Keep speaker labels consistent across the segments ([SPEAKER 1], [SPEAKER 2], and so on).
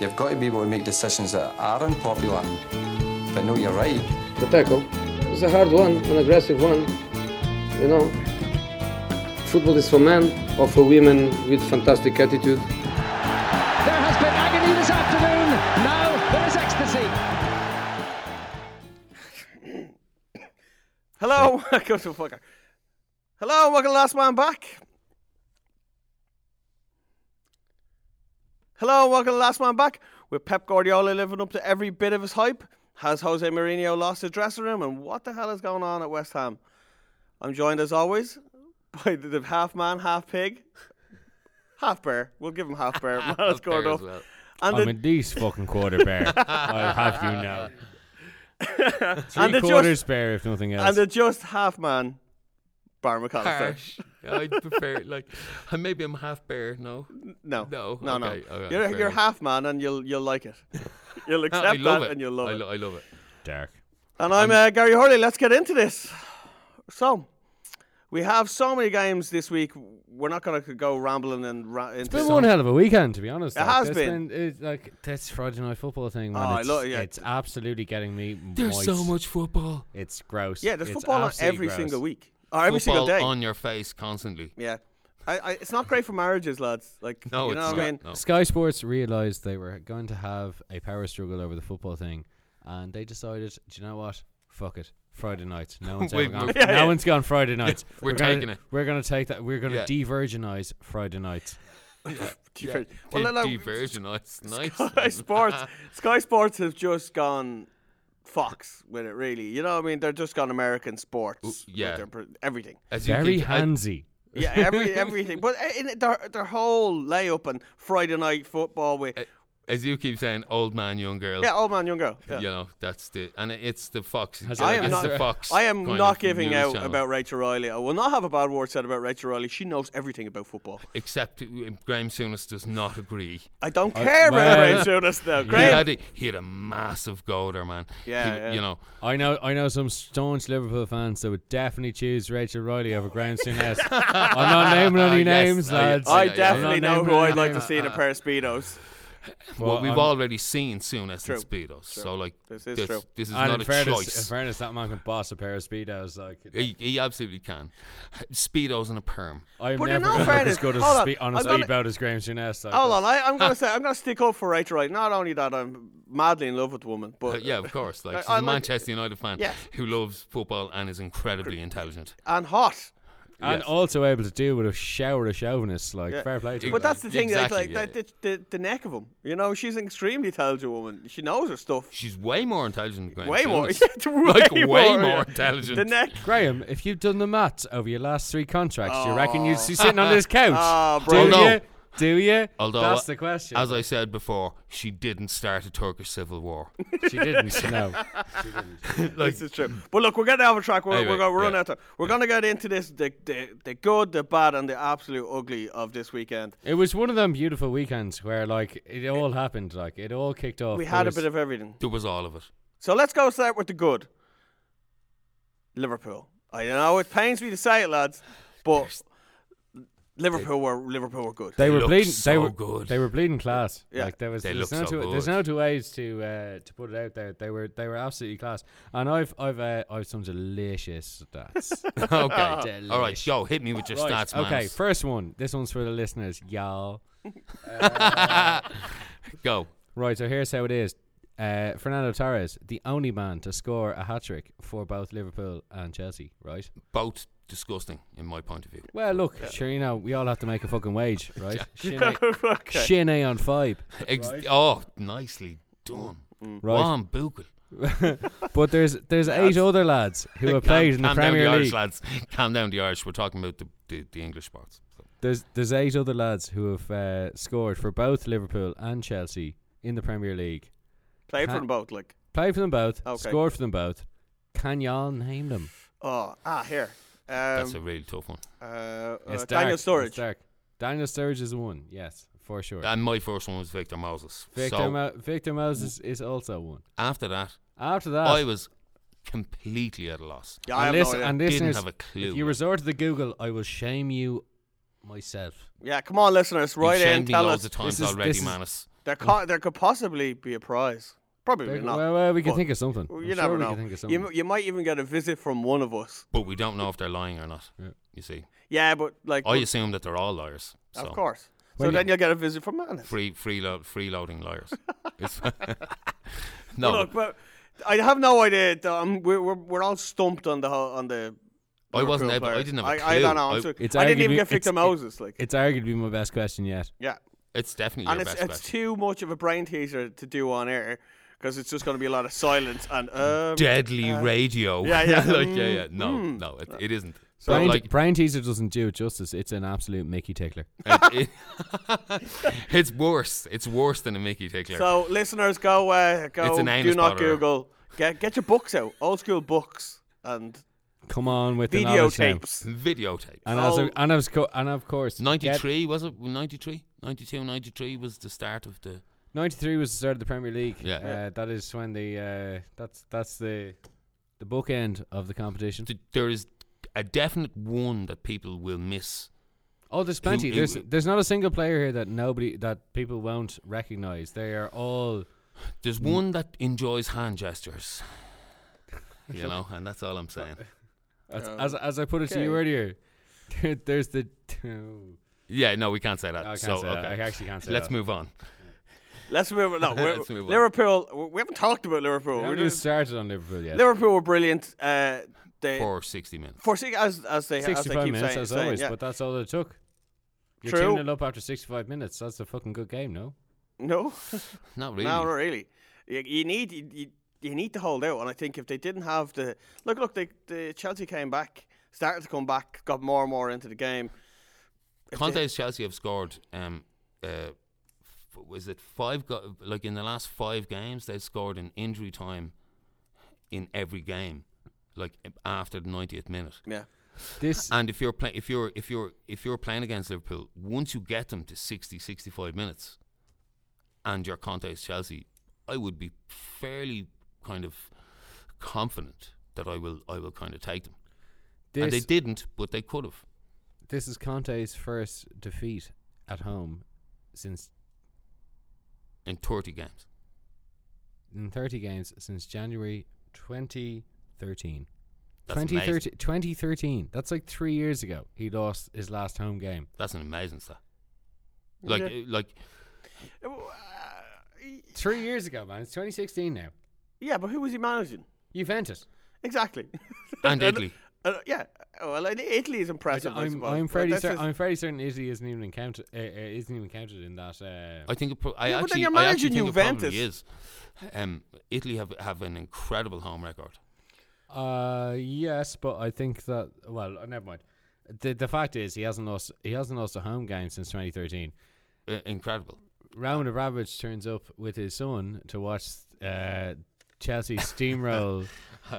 [SPEAKER 1] You've got to be able to make decisions that are unpopular, but know you're right.
[SPEAKER 2] The tackle is a hard one, an aggressive one. You know, football is for men or for women with fantastic attitude.
[SPEAKER 3] There has been agony this afternoon. Now there is ecstasy.
[SPEAKER 4] Hello, go to a fucker. Hello, welcome to Last Man Back. Hello, welcome to Last Man Back. With Pep Guardiola living up to every bit of his hype, has Jose Mourinho lost his dressing room, and what the hell is going on at West Ham? I'm joined as always by the, the half man, half pig, half bear. We'll give him half bear. Manos
[SPEAKER 5] Bear
[SPEAKER 4] Gordo.
[SPEAKER 5] as well.
[SPEAKER 4] And
[SPEAKER 6] I'm
[SPEAKER 4] the-
[SPEAKER 6] a decent fucking quarter bear. I'll have you know. Three
[SPEAKER 4] And the
[SPEAKER 6] quarters
[SPEAKER 4] just-
[SPEAKER 6] bear, if nothing else.
[SPEAKER 4] and the just half man, Bar McAllister.
[SPEAKER 5] Harsh. I'd prefer like, uh, maybe I'm half bear. No,
[SPEAKER 4] No,
[SPEAKER 5] No,
[SPEAKER 4] no, no.
[SPEAKER 5] okay, alright,
[SPEAKER 4] you're
[SPEAKER 5] fair
[SPEAKER 4] you're
[SPEAKER 5] enough.
[SPEAKER 4] half man, and you'll you'll like it. You'll
[SPEAKER 5] Ah, I
[SPEAKER 4] accept
[SPEAKER 5] love
[SPEAKER 4] that,
[SPEAKER 5] it.
[SPEAKER 4] and you'll love
[SPEAKER 5] I,
[SPEAKER 4] it.
[SPEAKER 5] lo- I love it.
[SPEAKER 6] Dark.
[SPEAKER 4] and I'm uh, Gary Hurley. Let's get into this. So, we have so many games this week. We're not going to go rambling and ra- into.
[SPEAKER 6] It's been one hell of a weekend, to be honest.
[SPEAKER 4] It
[SPEAKER 6] like,
[SPEAKER 4] has
[SPEAKER 6] there's
[SPEAKER 4] been.
[SPEAKER 6] it's like this Friday night football thing, man.
[SPEAKER 4] Oh, I
[SPEAKER 6] it's,
[SPEAKER 4] love- yeah.
[SPEAKER 6] it's absolutely getting me.
[SPEAKER 5] There's
[SPEAKER 6] moist.
[SPEAKER 5] so much football.
[SPEAKER 6] It's gross.
[SPEAKER 4] yeah, there's
[SPEAKER 6] It's
[SPEAKER 4] football on
[SPEAKER 6] absolutely
[SPEAKER 4] every
[SPEAKER 6] gross.
[SPEAKER 4] single week or every
[SPEAKER 5] football
[SPEAKER 4] single day.
[SPEAKER 5] on your face constantly.
[SPEAKER 4] yeah, I, I, it's not great for marriages, lads. Like,
[SPEAKER 5] No,
[SPEAKER 4] you
[SPEAKER 5] it's
[SPEAKER 4] know
[SPEAKER 5] not.
[SPEAKER 4] what I mean.
[SPEAKER 5] no.
[SPEAKER 6] Sky Sports realized they were going to have a power struggle over the football thing, and they decided, do you know what? Fuck it. Friday night. No one's
[SPEAKER 5] We-
[SPEAKER 6] ever gone.
[SPEAKER 5] we-
[SPEAKER 6] no one's gone Friday night.
[SPEAKER 5] We're
[SPEAKER 6] gonna-
[SPEAKER 5] taking it.
[SPEAKER 6] We're gonna take that. We're gonna
[SPEAKER 5] Yeah.
[SPEAKER 6] de-virginize Friday night.
[SPEAKER 4] Well,
[SPEAKER 5] Well,
[SPEAKER 4] no, no,
[SPEAKER 5] Diversionized. Nice.
[SPEAKER 4] Sky Sports, Sky Sports have just gone Fox with it. Really, you know, what I mean, they're just gone American sports. with
[SPEAKER 5] yeah.
[SPEAKER 4] their pr- everything.
[SPEAKER 5] As you
[SPEAKER 6] Very
[SPEAKER 5] can- I-
[SPEAKER 6] handsy.
[SPEAKER 4] Yeah, every everything. But uh, in it, their their whole layup and Friday night football with
[SPEAKER 5] Eh, as you keep saying, old man, young girl.
[SPEAKER 4] yeah, old man, young girl. Yeah.
[SPEAKER 5] You know, that's the and it- it's the fox.
[SPEAKER 6] Has
[SPEAKER 5] It's
[SPEAKER 6] it like
[SPEAKER 4] I am
[SPEAKER 6] It's
[SPEAKER 4] not.
[SPEAKER 5] the fox.
[SPEAKER 4] I am
[SPEAKER 5] kind
[SPEAKER 4] not
[SPEAKER 5] of
[SPEAKER 4] giving
[SPEAKER 5] news
[SPEAKER 4] out
[SPEAKER 5] channel.
[SPEAKER 4] about Rachel Riley. I will not have a bad word said about Rachel Riley. She knows everything about football.
[SPEAKER 5] Except uh, Graham Souness does not agree.
[SPEAKER 4] I don't care about
[SPEAKER 6] well-
[SPEAKER 4] Rachel Souness now.
[SPEAKER 5] He
[SPEAKER 4] Great.
[SPEAKER 5] had a, he had a massive go there, man.
[SPEAKER 4] Yeah,
[SPEAKER 5] He-
[SPEAKER 4] yeah.
[SPEAKER 5] you know,
[SPEAKER 6] I know, I know some staunch Liverpool fans that would definitely choose Rachel Riley over Graham Souness. I'm not naming any
[SPEAKER 5] Uh, Yes,
[SPEAKER 6] names,
[SPEAKER 5] I-
[SPEAKER 6] lads.
[SPEAKER 4] I
[SPEAKER 5] Yeah, yeah,
[SPEAKER 4] definitely
[SPEAKER 6] I'm not
[SPEAKER 4] know
[SPEAKER 6] naming Uh,
[SPEAKER 4] who
[SPEAKER 6] any
[SPEAKER 4] I'd like to
[SPEAKER 6] names.
[SPEAKER 4] see in a pair of speedos.
[SPEAKER 5] well,
[SPEAKER 6] Well,
[SPEAKER 5] we've
[SPEAKER 6] I'm-
[SPEAKER 5] already seen Souness
[SPEAKER 4] True,
[SPEAKER 5] and Speedos, so like
[SPEAKER 4] This is true.
[SPEAKER 5] this is
[SPEAKER 6] And
[SPEAKER 5] not
[SPEAKER 6] in
[SPEAKER 5] a
[SPEAKER 6] fairness, in
[SPEAKER 5] choice.
[SPEAKER 6] fairness, that man can boss a pair of speedos. Like
[SPEAKER 5] He, he absolutely can. Speedos and a perm.
[SPEAKER 6] I'm
[SPEAKER 4] But in
[SPEAKER 6] never
[SPEAKER 4] all
[SPEAKER 6] gonna look
[SPEAKER 4] fairness-
[SPEAKER 6] as good as
[SPEAKER 4] hold on,
[SPEAKER 6] spe- on a
[SPEAKER 4] I'm gonna-
[SPEAKER 6] speedboat as Graham Souness. Like
[SPEAKER 4] Hold on, I, I'm gonna say I'm gonna stick up for Rachel Riley. Not only that, I'm madly in love with the woman, but
[SPEAKER 5] Uh, yeah, of course. Like
[SPEAKER 4] I-
[SPEAKER 5] she's
[SPEAKER 4] I
[SPEAKER 5] a
[SPEAKER 4] like-
[SPEAKER 5] Manchester United fan
[SPEAKER 4] Yeah.
[SPEAKER 5] who loves football and is incredibly intelligent.
[SPEAKER 4] and hot.
[SPEAKER 6] and
[SPEAKER 5] Yes.
[SPEAKER 6] also able to deal with a shower of chauvinists. Like
[SPEAKER 4] Yeah.
[SPEAKER 6] fair play to
[SPEAKER 5] But
[SPEAKER 6] him.
[SPEAKER 4] But that's the thing, like, like
[SPEAKER 5] Exactly, yeah,
[SPEAKER 4] that, The, the, the neck of him. You know, she's an extremely intelligent woman. She knows her stuff.
[SPEAKER 5] She's way more intelligent than Graham
[SPEAKER 4] way more,
[SPEAKER 5] Souness. like way more,
[SPEAKER 4] yeah.
[SPEAKER 5] intelligent.
[SPEAKER 4] The neck.
[SPEAKER 6] Graham, if you've done the maths over your last three contracts, do you reckon you'd be sitting on this couch?
[SPEAKER 4] Ah,
[SPEAKER 6] do
[SPEAKER 4] bro.
[SPEAKER 6] you?
[SPEAKER 5] Although-
[SPEAKER 6] Do you?
[SPEAKER 5] Although,
[SPEAKER 6] that's the question.
[SPEAKER 5] As I said before, she didn't start a Turkish civil war.
[SPEAKER 6] she didn't. No.
[SPEAKER 5] like,
[SPEAKER 4] This is true. But look, we're getting off track. We're, we're
[SPEAKER 5] Anyway,
[SPEAKER 4] going to run
[SPEAKER 5] yeah.
[SPEAKER 4] out of time. We're going to get into this the, the, the good, the bad, and the absolute ugly of this weekend.
[SPEAKER 6] It was one of them beautiful weekends where like it all happened, like it all kicked off.
[SPEAKER 4] We
[SPEAKER 6] There
[SPEAKER 4] had a
[SPEAKER 6] was-
[SPEAKER 4] bit of everything.
[SPEAKER 5] there was all of it.
[SPEAKER 4] So let's go start with the good. Liverpool. I know it pains me to say it, lads, but Liverpool were Liverpool were good.
[SPEAKER 6] They, were
[SPEAKER 5] looked
[SPEAKER 6] bleeding. they
[SPEAKER 5] so
[SPEAKER 6] were
[SPEAKER 5] good.
[SPEAKER 6] They were bleeding class.
[SPEAKER 4] Yeah.
[SPEAKER 6] Like there was.
[SPEAKER 5] They
[SPEAKER 6] there's, no
[SPEAKER 5] looked so
[SPEAKER 6] two, there's
[SPEAKER 5] good.
[SPEAKER 6] no two ways to uh, to put it out there. They were they were absolutely class. And I've I've uh, I've some delicious stats.
[SPEAKER 5] okay. all right,
[SPEAKER 6] Delish.
[SPEAKER 5] yo, hit me with your
[SPEAKER 6] Right,
[SPEAKER 5] stats, man.
[SPEAKER 6] Okay, first one. This one's for the listeners, y'all.
[SPEAKER 5] Go.
[SPEAKER 6] Right, so here's how it is. Uh, Fernando Torres, the only man to score a hat trick for both Liverpool and Chelsea, right?
[SPEAKER 5] Both disgusting, in my point of view.
[SPEAKER 6] Well, look, sure, you know, we all have to make a fucking wage, right? Shin A-
[SPEAKER 4] okay.
[SPEAKER 6] Shin A on five.
[SPEAKER 5] Ex- Oh, nicely done.
[SPEAKER 6] Right.
[SPEAKER 5] Juan Buchel.
[SPEAKER 6] But there's there's eight other lads who have played in the
[SPEAKER 5] Calm down
[SPEAKER 6] Premier
[SPEAKER 5] the Irish,
[SPEAKER 6] League.
[SPEAKER 5] lads. Calm down the Irish. We're talking about the, the, the English parts.
[SPEAKER 6] There's there's eight other lads who have uh, scored for both Liverpool and Chelsea in the Premier League.
[SPEAKER 4] Played for
[SPEAKER 6] Huh?
[SPEAKER 4] them both, like.
[SPEAKER 6] Played for them both,
[SPEAKER 4] Okay.
[SPEAKER 6] scored for them both. Can y'all name them?
[SPEAKER 4] Oh, ah, here.
[SPEAKER 5] That's
[SPEAKER 4] Um,
[SPEAKER 5] a really tough one.
[SPEAKER 4] uh, uh,
[SPEAKER 6] It's
[SPEAKER 4] Daniel
[SPEAKER 6] dark,
[SPEAKER 4] Sturridge.
[SPEAKER 6] it's dark. Daniel Sturridge is the one, yes, for sure.
[SPEAKER 5] And my first one was Victor Moses.
[SPEAKER 6] Victor,
[SPEAKER 5] so
[SPEAKER 6] Mo- Victor Moses is also one.
[SPEAKER 5] after that,
[SPEAKER 6] After that,
[SPEAKER 4] Ah.
[SPEAKER 5] I was completely at a loss.
[SPEAKER 4] Yeah, I have
[SPEAKER 6] and,
[SPEAKER 4] no
[SPEAKER 6] listen,
[SPEAKER 4] idea.
[SPEAKER 6] and
[SPEAKER 5] Didn't
[SPEAKER 6] listeners,
[SPEAKER 5] have a
[SPEAKER 6] if
[SPEAKER 5] clue.
[SPEAKER 6] you resort to the Google, I will shame you myself.
[SPEAKER 4] Yeah, come on, listeners,
[SPEAKER 5] You've
[SPEAKER 4] right in,
[SPEAKER 5] shamed me
[SPEAKER 4] tell
[SPEAKER 5] loads
[SPEAKER 4] us.
[SPEAKER 5] of times
[SPEAKER 6] This is-
[SPEAKER 5] already,
[SPEAKER 6] this is-
[SPEAKER 5] Manus.
[SPEAKER 4] There, co- there could possibly be a prize. Probably
[SPEAKER 6] There-
[SPEAKER 4] not.
[SPEAKER 6] well, well, we can
[SPEAKER 4] but
[SPEAKER 6] think of something.
[SPEAKER 4] You
[SPEAKER 6] I'm
[SPEAKER 4] never
[SPEAKER 6] sure we
[SPEAKER 4] know.
[SPEAKER 6] can think of
[SPEAKER 4] you,
[SPEAKER 6] something.
[SPEAKER 4] m- you might even get a visit from one of us.
[SPEAKER 5] But we don't know if they're lying or not. You see,
[SPEAKER 4] Yeah, but like,
[SPEAKER 6] Oh,
[SPEAKER 5] I
[SPEAKER 4] but-
[SPEAKER 5] assume that they're all liars. So.
[SPEAKER 4] of course. So
[SPEAKER 6] Well,
[SPEAKER 4] then
[SPEAKER 6] yeah.
[SPEAKER 4] you'll get a visit from Manus.
[SPEAKER 5] Free, freeload, freeloading liars. It's-
[SPEAKER 4] But
[SPEAKER 5] no,
[SPEAKER 4] Look, but I have no idea. though, I'm, we're, we're we're all stumped on the whole, on the.
[SPEAKER 5] I wasn't
[SPEAKER 4] Liverpool
[SPEAKER 5] able. I
[SPEAKER 4] players.
[SPEAKER 5] didn't have a
[SPEAKER 4] I,
[SPEAKER 5] clue.
[SPEAKER 4] I don't know. I'm
[SPEAKER 5] I-
[SPEAKER 4] so-
[SPEAKER 6] It's
[SPEAKER 4] I didn't
[SPEAKER 6] arguably-
[SPEAKER 4] even get
[SPEAKER 6] it's-
[SPEAKER 4] Victor
[SPEAKER 6] it-
[SPEAKER 4] Moses. Like,
[SPEAKER 6] It's arguably my best question yet.
[SPEAKER 4] yeah.
[SPEAKER 5] it's definitely
[SPEAKER 4] and
[SPEAKER 5] your
[SPEAKER 4] it's,
[SPEAKER 5] best
[SPEAKER 4] it's
[SPEAKER 5] bet.
[SPEAKER 4] too much of a brain teaser to do on air because it's just going to be a lot of silence and um,
[SPEAKER 5] Deadly
[SPEAKER 6] Uh,
[SPEAKER 5] radio.
[SPEAKER 4] yeah, yeah.
[SPEAKER 5] like, yeah, yeah.
[SPEAKER 6] Mm-hmm.
[SPEAKER 5] No,
[SPEAKER 4] Mm,
[SPEAKER 5] no, it, it isn't. So,
[SPEAKER 6] Brian,
[SPEAKER 5] like,
[SPEAKER 6] Brian Teaser doesn't do it justice. It's an absolute Mickey tickler.
[SPEAKER 5] it, it- it's worse. It's worse than a Mickey Tickler.
[SPEAKER 4] So listeners, go uh, go.
[SPEAKER 5] It's an
[SPEAKER 4] do
[SPEAKER 5] anus
[SPEAKER 4] not
[SPEAKER 5] botherer.
[SPEAKER 4] Google. Get get your books out. Old school books and
[SPEAKER 6] Come on with the knowledge now.
[SPEAKER 4] videotapes.
[SPEAKER 5] Videotape.
[SPEAKER 6] And as
[SPEAKER 4] Oh.
[SPEAKER 6] a, and as co- and of course, get-
[SPEAKER 5] 93 was it 93 92 93 was the start of the
[SPEAKER 6] 93 was the start of the Premier League.
[SPEAKER 5] Yeah.
[SPEAKER 6] uh, that is when the uh, that's that's the the bookend of the competition.
[SPEAKER 5] th- there is a definite one that people will miss
[SPEAKER 6] Oh, there's plenty.
[SPEAKER 5] who-
[SPEAKER 6] there's there's not a single player here that nobody that people won't recognise. They are all
[SPEAKER 5] there's
[SPEAKER 6] Mm.
[SPEAKER 5] one that enjoys hand gestures you know and that's all i'm saying
[SPEAKER 6] as
[SPEAKER 4] Um,
[SPEAKER 6] as, as I put it to you
[SPEAKER 2] okay.
[SPEAKER 6] earlier. there- There's the
[SPEAKER 5] yeah no we can't say that
[SPEAKER 6] I can't
[SPEAKER 5] so
[SPEAKER 6] say that.
[SPEAKER 5] okay
[SPEAKER 6] I actually can't say
[SPEAKER 5] let's
[SPEAKER 6] that.
[SPEAKER 5] move on
[SPEAKER 4] Let's move. No, we're,
[SPEAKER 5] Let's move on.
[SPEAKER 4] Liverpool. we- We haven't talked about Liverpool.
[SPEAKER 6] We
[SPEAKER 4] We're
[SPEAKER 6] haven't even
[SPEAKER 4] just,
[SPEAKER 6] started on Liverpool yet.
[SPEAKER 4] Liverpool were brilliant. Uh, they
[SPEAKER 5] for 60 minutes
[SPEAKER 4] for six- as as they as they
[SPEAKER 6] 65
[SPEAKER 4] keep
[SPEAKER 6] minutes
[SPEAKER 4] saying,
[SPEAKER 6] as
[SPEAKER 4] saying,
[SPEAKER 6] always,
[SPEAKER 4] yeah.
[SPEAKER 6] but that's all it took. You're
[SPEAKER 4] True.
[SPEAKER 6] 2 0 up after 65 minutes. That's a fucking good game, no?
[SPEAKER 4] no,
[SPEAKER 5] not really
[SPEAKER 4] no, not really. You, you need you, you, you need to hold out, and I think if they didn't have the look, look, the, the Chelsea came back, started to come back, got more and more into the game. If they-
[SPEAKER 5] Conte's Chelsea have scored. Um, uh, f- was it five? Go- like in the last five games, they've scored in injury time in every game, like after the ninetieth minute.
[SPEAKER 4] yeah,
[SPEAKER 6] This
[SPEAKER 5] And if you're playing, if you're if you're if you're playing against Liverpool, once you get them to 60, 65 minutes, and your Conte's Chelsea, I would be fairly kind of confident that I will I will kind of take them.
[SPEAKER 6] this
[SPEAKER 5] and they didn't, but they could have.
[SPEAKER 6] this is Conte's first defeat at home since
[SPEAKER 5] In 30 games.
[SPEAKER 6] in 30 games since January 2013.
[SPEAKER 5] That's amazing.
[SPEAKER 6] 2013 2013. That's like three years ago. He lost his last home game.
[SPEAKER 5] That's an amazing stat. Like,
[SPEAKER 4] Yeah.
[SPEAKER 5] uh, like
[SPEAKER 4] uh,
[SPEAKER 6] Three years ago, man. It's 2016 now.
[SPEAKER 4] yeah, but who was he managing?
[SPEAKER 6] Juventus.
[SPEAKER 4] Exactly.
[SPEAKER 5] and Italy.
[SPEAKER 4] Uh, yeah. Oh, Well, I- Italy is impressive. I
[SPEAKER 6] I'm,
[SPEAKER 4] suppose,
[SPEAKER 6] I'm
[SPEAKER 4] but
[SPEAKER 6] fairly
[SPEAKER 4] that's
[SPEAKER 6] cer-
[SPEAKER 4] just-
[SPEAKER 6] I'm fairly certain Italy isn't even counted. Uh, uh, isn't even counted in that. Uh,
[SPEAKER 5] I think. It pro- I
[SPEAKER 4] Yeah, but then
[SPEAKER 5] actually,
[SPEAKER 4] you're
[SPEAKER 5] I actually
[SPEAKER 4] managing
[SPEAKER 5] think it probably
[SPEAKER 4] Juventus.
[SPEAKER 5] is. Um, Italy have have an incredible home record.
[SPEAKER 6] Uh, yes, but I think that well, uh, never mind. The the fact is he hasn't lost he hasn't lost a home game since 2013.
[SPEAKER 5] Uh, incredible.
[SPEAKER 6] Roman Abramovich turns up with his son to watch uh, Chelsea steamroll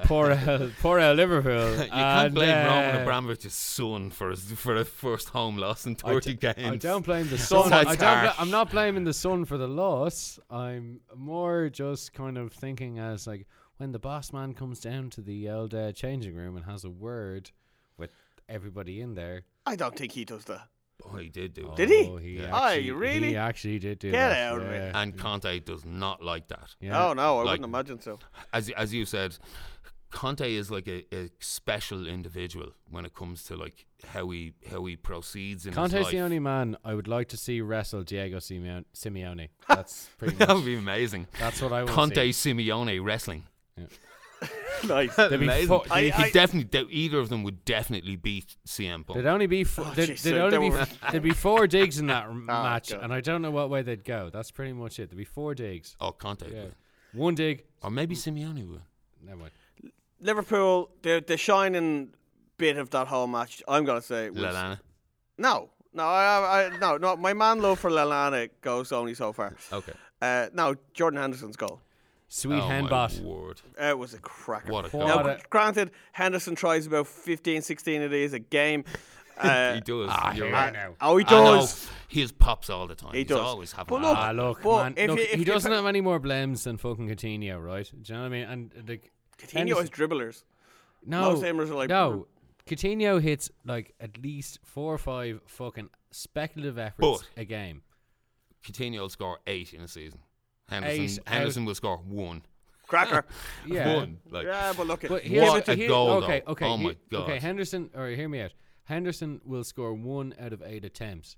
[SPEAKER 6] poor old, poor old Liverpool. uh,
[SPEAKER 5] you can't blame Roman Abramovich's son for his for a first home loss in thirty games.
[SPEAKER 6] I don't blame the
[SPEAKER 5] Sounds
[SPEAKER 6] son. I don't bla-
[SPEAKER 5] harsh.
[SPEAKER 6] I'm not blaming the son for the loss. I'm more just kind of thinking as like when the boss man comes down to the old uh, changing room and has a word with everybody in there.
[SPEAKER 4] I don't think he does that.
[SPEAKER 5] Oh, he did do.
[SPEAKER 4] Did
[SPEAKER 5] it.
[SPEAKER 4] he?
[SPEAKER 6] Oh, he
[SPEAKER 5] Yeah.
[SPEAKER 4] Aye,
[SPEAKER 6] actually,
[SPEAKER 4] really?
[SPEAKER 6] He actually did do
[SPEAKER 4] Get
[SPEAKER 6] that.
[SPEAKER 4] out of it.
[SPEAKER 6] yeah.
[SPEAKER 5] And Conte does not like that.
[SPEAKER 6] Yeah.
[SPEAKER 4] Oh no, I
[SPEAKER 5] Like-
[SPEAKER 4] wouldn't imagine so.
[SPEAKER 5] As as you said, Conte is like a, a special individual when it comes to like how he how he proceeds in his
[SPEAKER 6] Conte's
[SPEAKER 5] life.
[SPEAKER 6] the only man I would like to see wrestle Diego Simeone. Simeone. That's pretty
[SPEAKER 5] that would
[SPEAKER 6] much.
[SPEAKER 5] be amazing.
[SPEAKER 6] That's what I want.
[SPEAKER 5] Conte
[SPEAKER 6] to see.
[SPEAKER 5] Simeone wrestling.
[SPEAKER 4] nice.
[SPEAKER 6] They'd be
[SPEAKER 5] Amazing.
[SPEAKER 6] fu-
[SPEAKER 4] I-
[SPEAKER 5] he
[SPEAKER 4] I-
[SPEAKER 5] definitely they- either of them would definitely beat CM Punk.
[SPEAKER 6] There'd only be four, there'd,
[SPEAKER 4] jeez,
[SPEAKER 6] there'd
[SPEAKER 4] Oh, so
[SPEAKER 6] only
[SPEAKER 4] they
[SPEAKER 6] be
[SPEAKER 4] were- Oh,
[SPEAKER 6] f- there'd be four digs in that r- match,
[SPEAKER 4] God.
[SPEAKER 6] and I don't know what way they'd go. That's pretty much it. There'd be four digs.
[SPEAKER 5] Oh, Conte,
[SPEAKER 6] Yeah.
[SPEAKER 5] would.
[SPEAKER 6] One dig.
[SPEAKER 5] or maybe Simeone would.
[SPEAKER 6] Never mind.
[SPEAKER 4] Liverpool, the the shining bit of that whole match, I'm gonna say, was
[SPEAKER 5] Lallana.
[SPEAKER 4] no, no, I, I, no, no. My man love for Lallana goes only so far.
[SPEAKER 5] Okay.
[SPEAKER 4] Uh, no, Jordan Henderson's goal.
[SPEAKER 6] Sweet
[SPEAKER 5] oh
[SPEAKER 6] hand
[SPEAKER 5] my
[SPEAKER 6] bot.
[SPEAKER 5] word.
[SPEAKER 4] It was a cracker.
[SPEAKER 5] What a
[SPEAKER 6] What
[SPEAKER 5] goal.
[SPEAKER 4] Now,
[SPEAKER 6] a-
[SPEAKER 4] granted, Henderson tries about 15, 16 of these a game. Uh,
[SPEAKER 5] he does. You're
[SPEAKER 6] here
[SPEAKER 5] right.
[SPEAKER 6] now.
[SPEAKER 4] oh, he
[SPEAKER 5] Ah, I know.
[SPEAKER 4] does.
[SPEAKER 5] He has pops all the time.
[SPEAKER 4] He
[SPEAKER 5] He's
[SPEAKER 4] does.
[SPEAKER 5] always having
[SPEAKER 4] But
[SPEAKER 5] a
[SPEAKER 4] look-
[SPEAKER 6] Ah,
[SPEAKER 5] laugh.
[SPEAKER 6] look,
[SPEAKER 4] Oh, Well,
[SPEAKER 6] man.
[SPEAKER 4] if
[SPEAKER 6] look,
[SPEAKER 4] you- if
[SPEAKER 6] he
[SPEAKER 4] you
[SPEAKER 6] doesn't
[SPEAKER 4] pa-
[SPEAKER 6] have any more blems than fucking Coutinho, right? Do you know what I mean? And uh, the
[SPEAKER 4] Coutinho has dribblers.
[SPEAKER 6] no,
[SPEAKER 4] most aimers are like-
[SPEAKER 6] no. Coutinho hits like at least four or five fucking speculative efforts a game.
[SPEAKER 5] Coutinho will score eight in a season. Henderson,
[SPEAKER 6] Eight out-
[SPEAKER 5] Henderson will score one.
[SPEAKER 4] Cracker.
[SPEAKER 6] Yeah.
[SPEAKER 5] One. Like,
[SPEAKER 4] yeah, but look,
[SPEAKER 6] But
[SPEAKER 4] it.
[SPEAKER 6] here's
[SPEAKER 5] What a
[SPEAKER 6] here-
[SPEAKER 5] goal, though.
[SPEAKER 6] Okay, okay.
[SPEAKER 5] Oh my
[SPEAKER 6] he- Okay,
[SPEAKER 5] God.
[SPEAKER 6] Henderson, or hear me out. Henderson will score one out of eight attempts.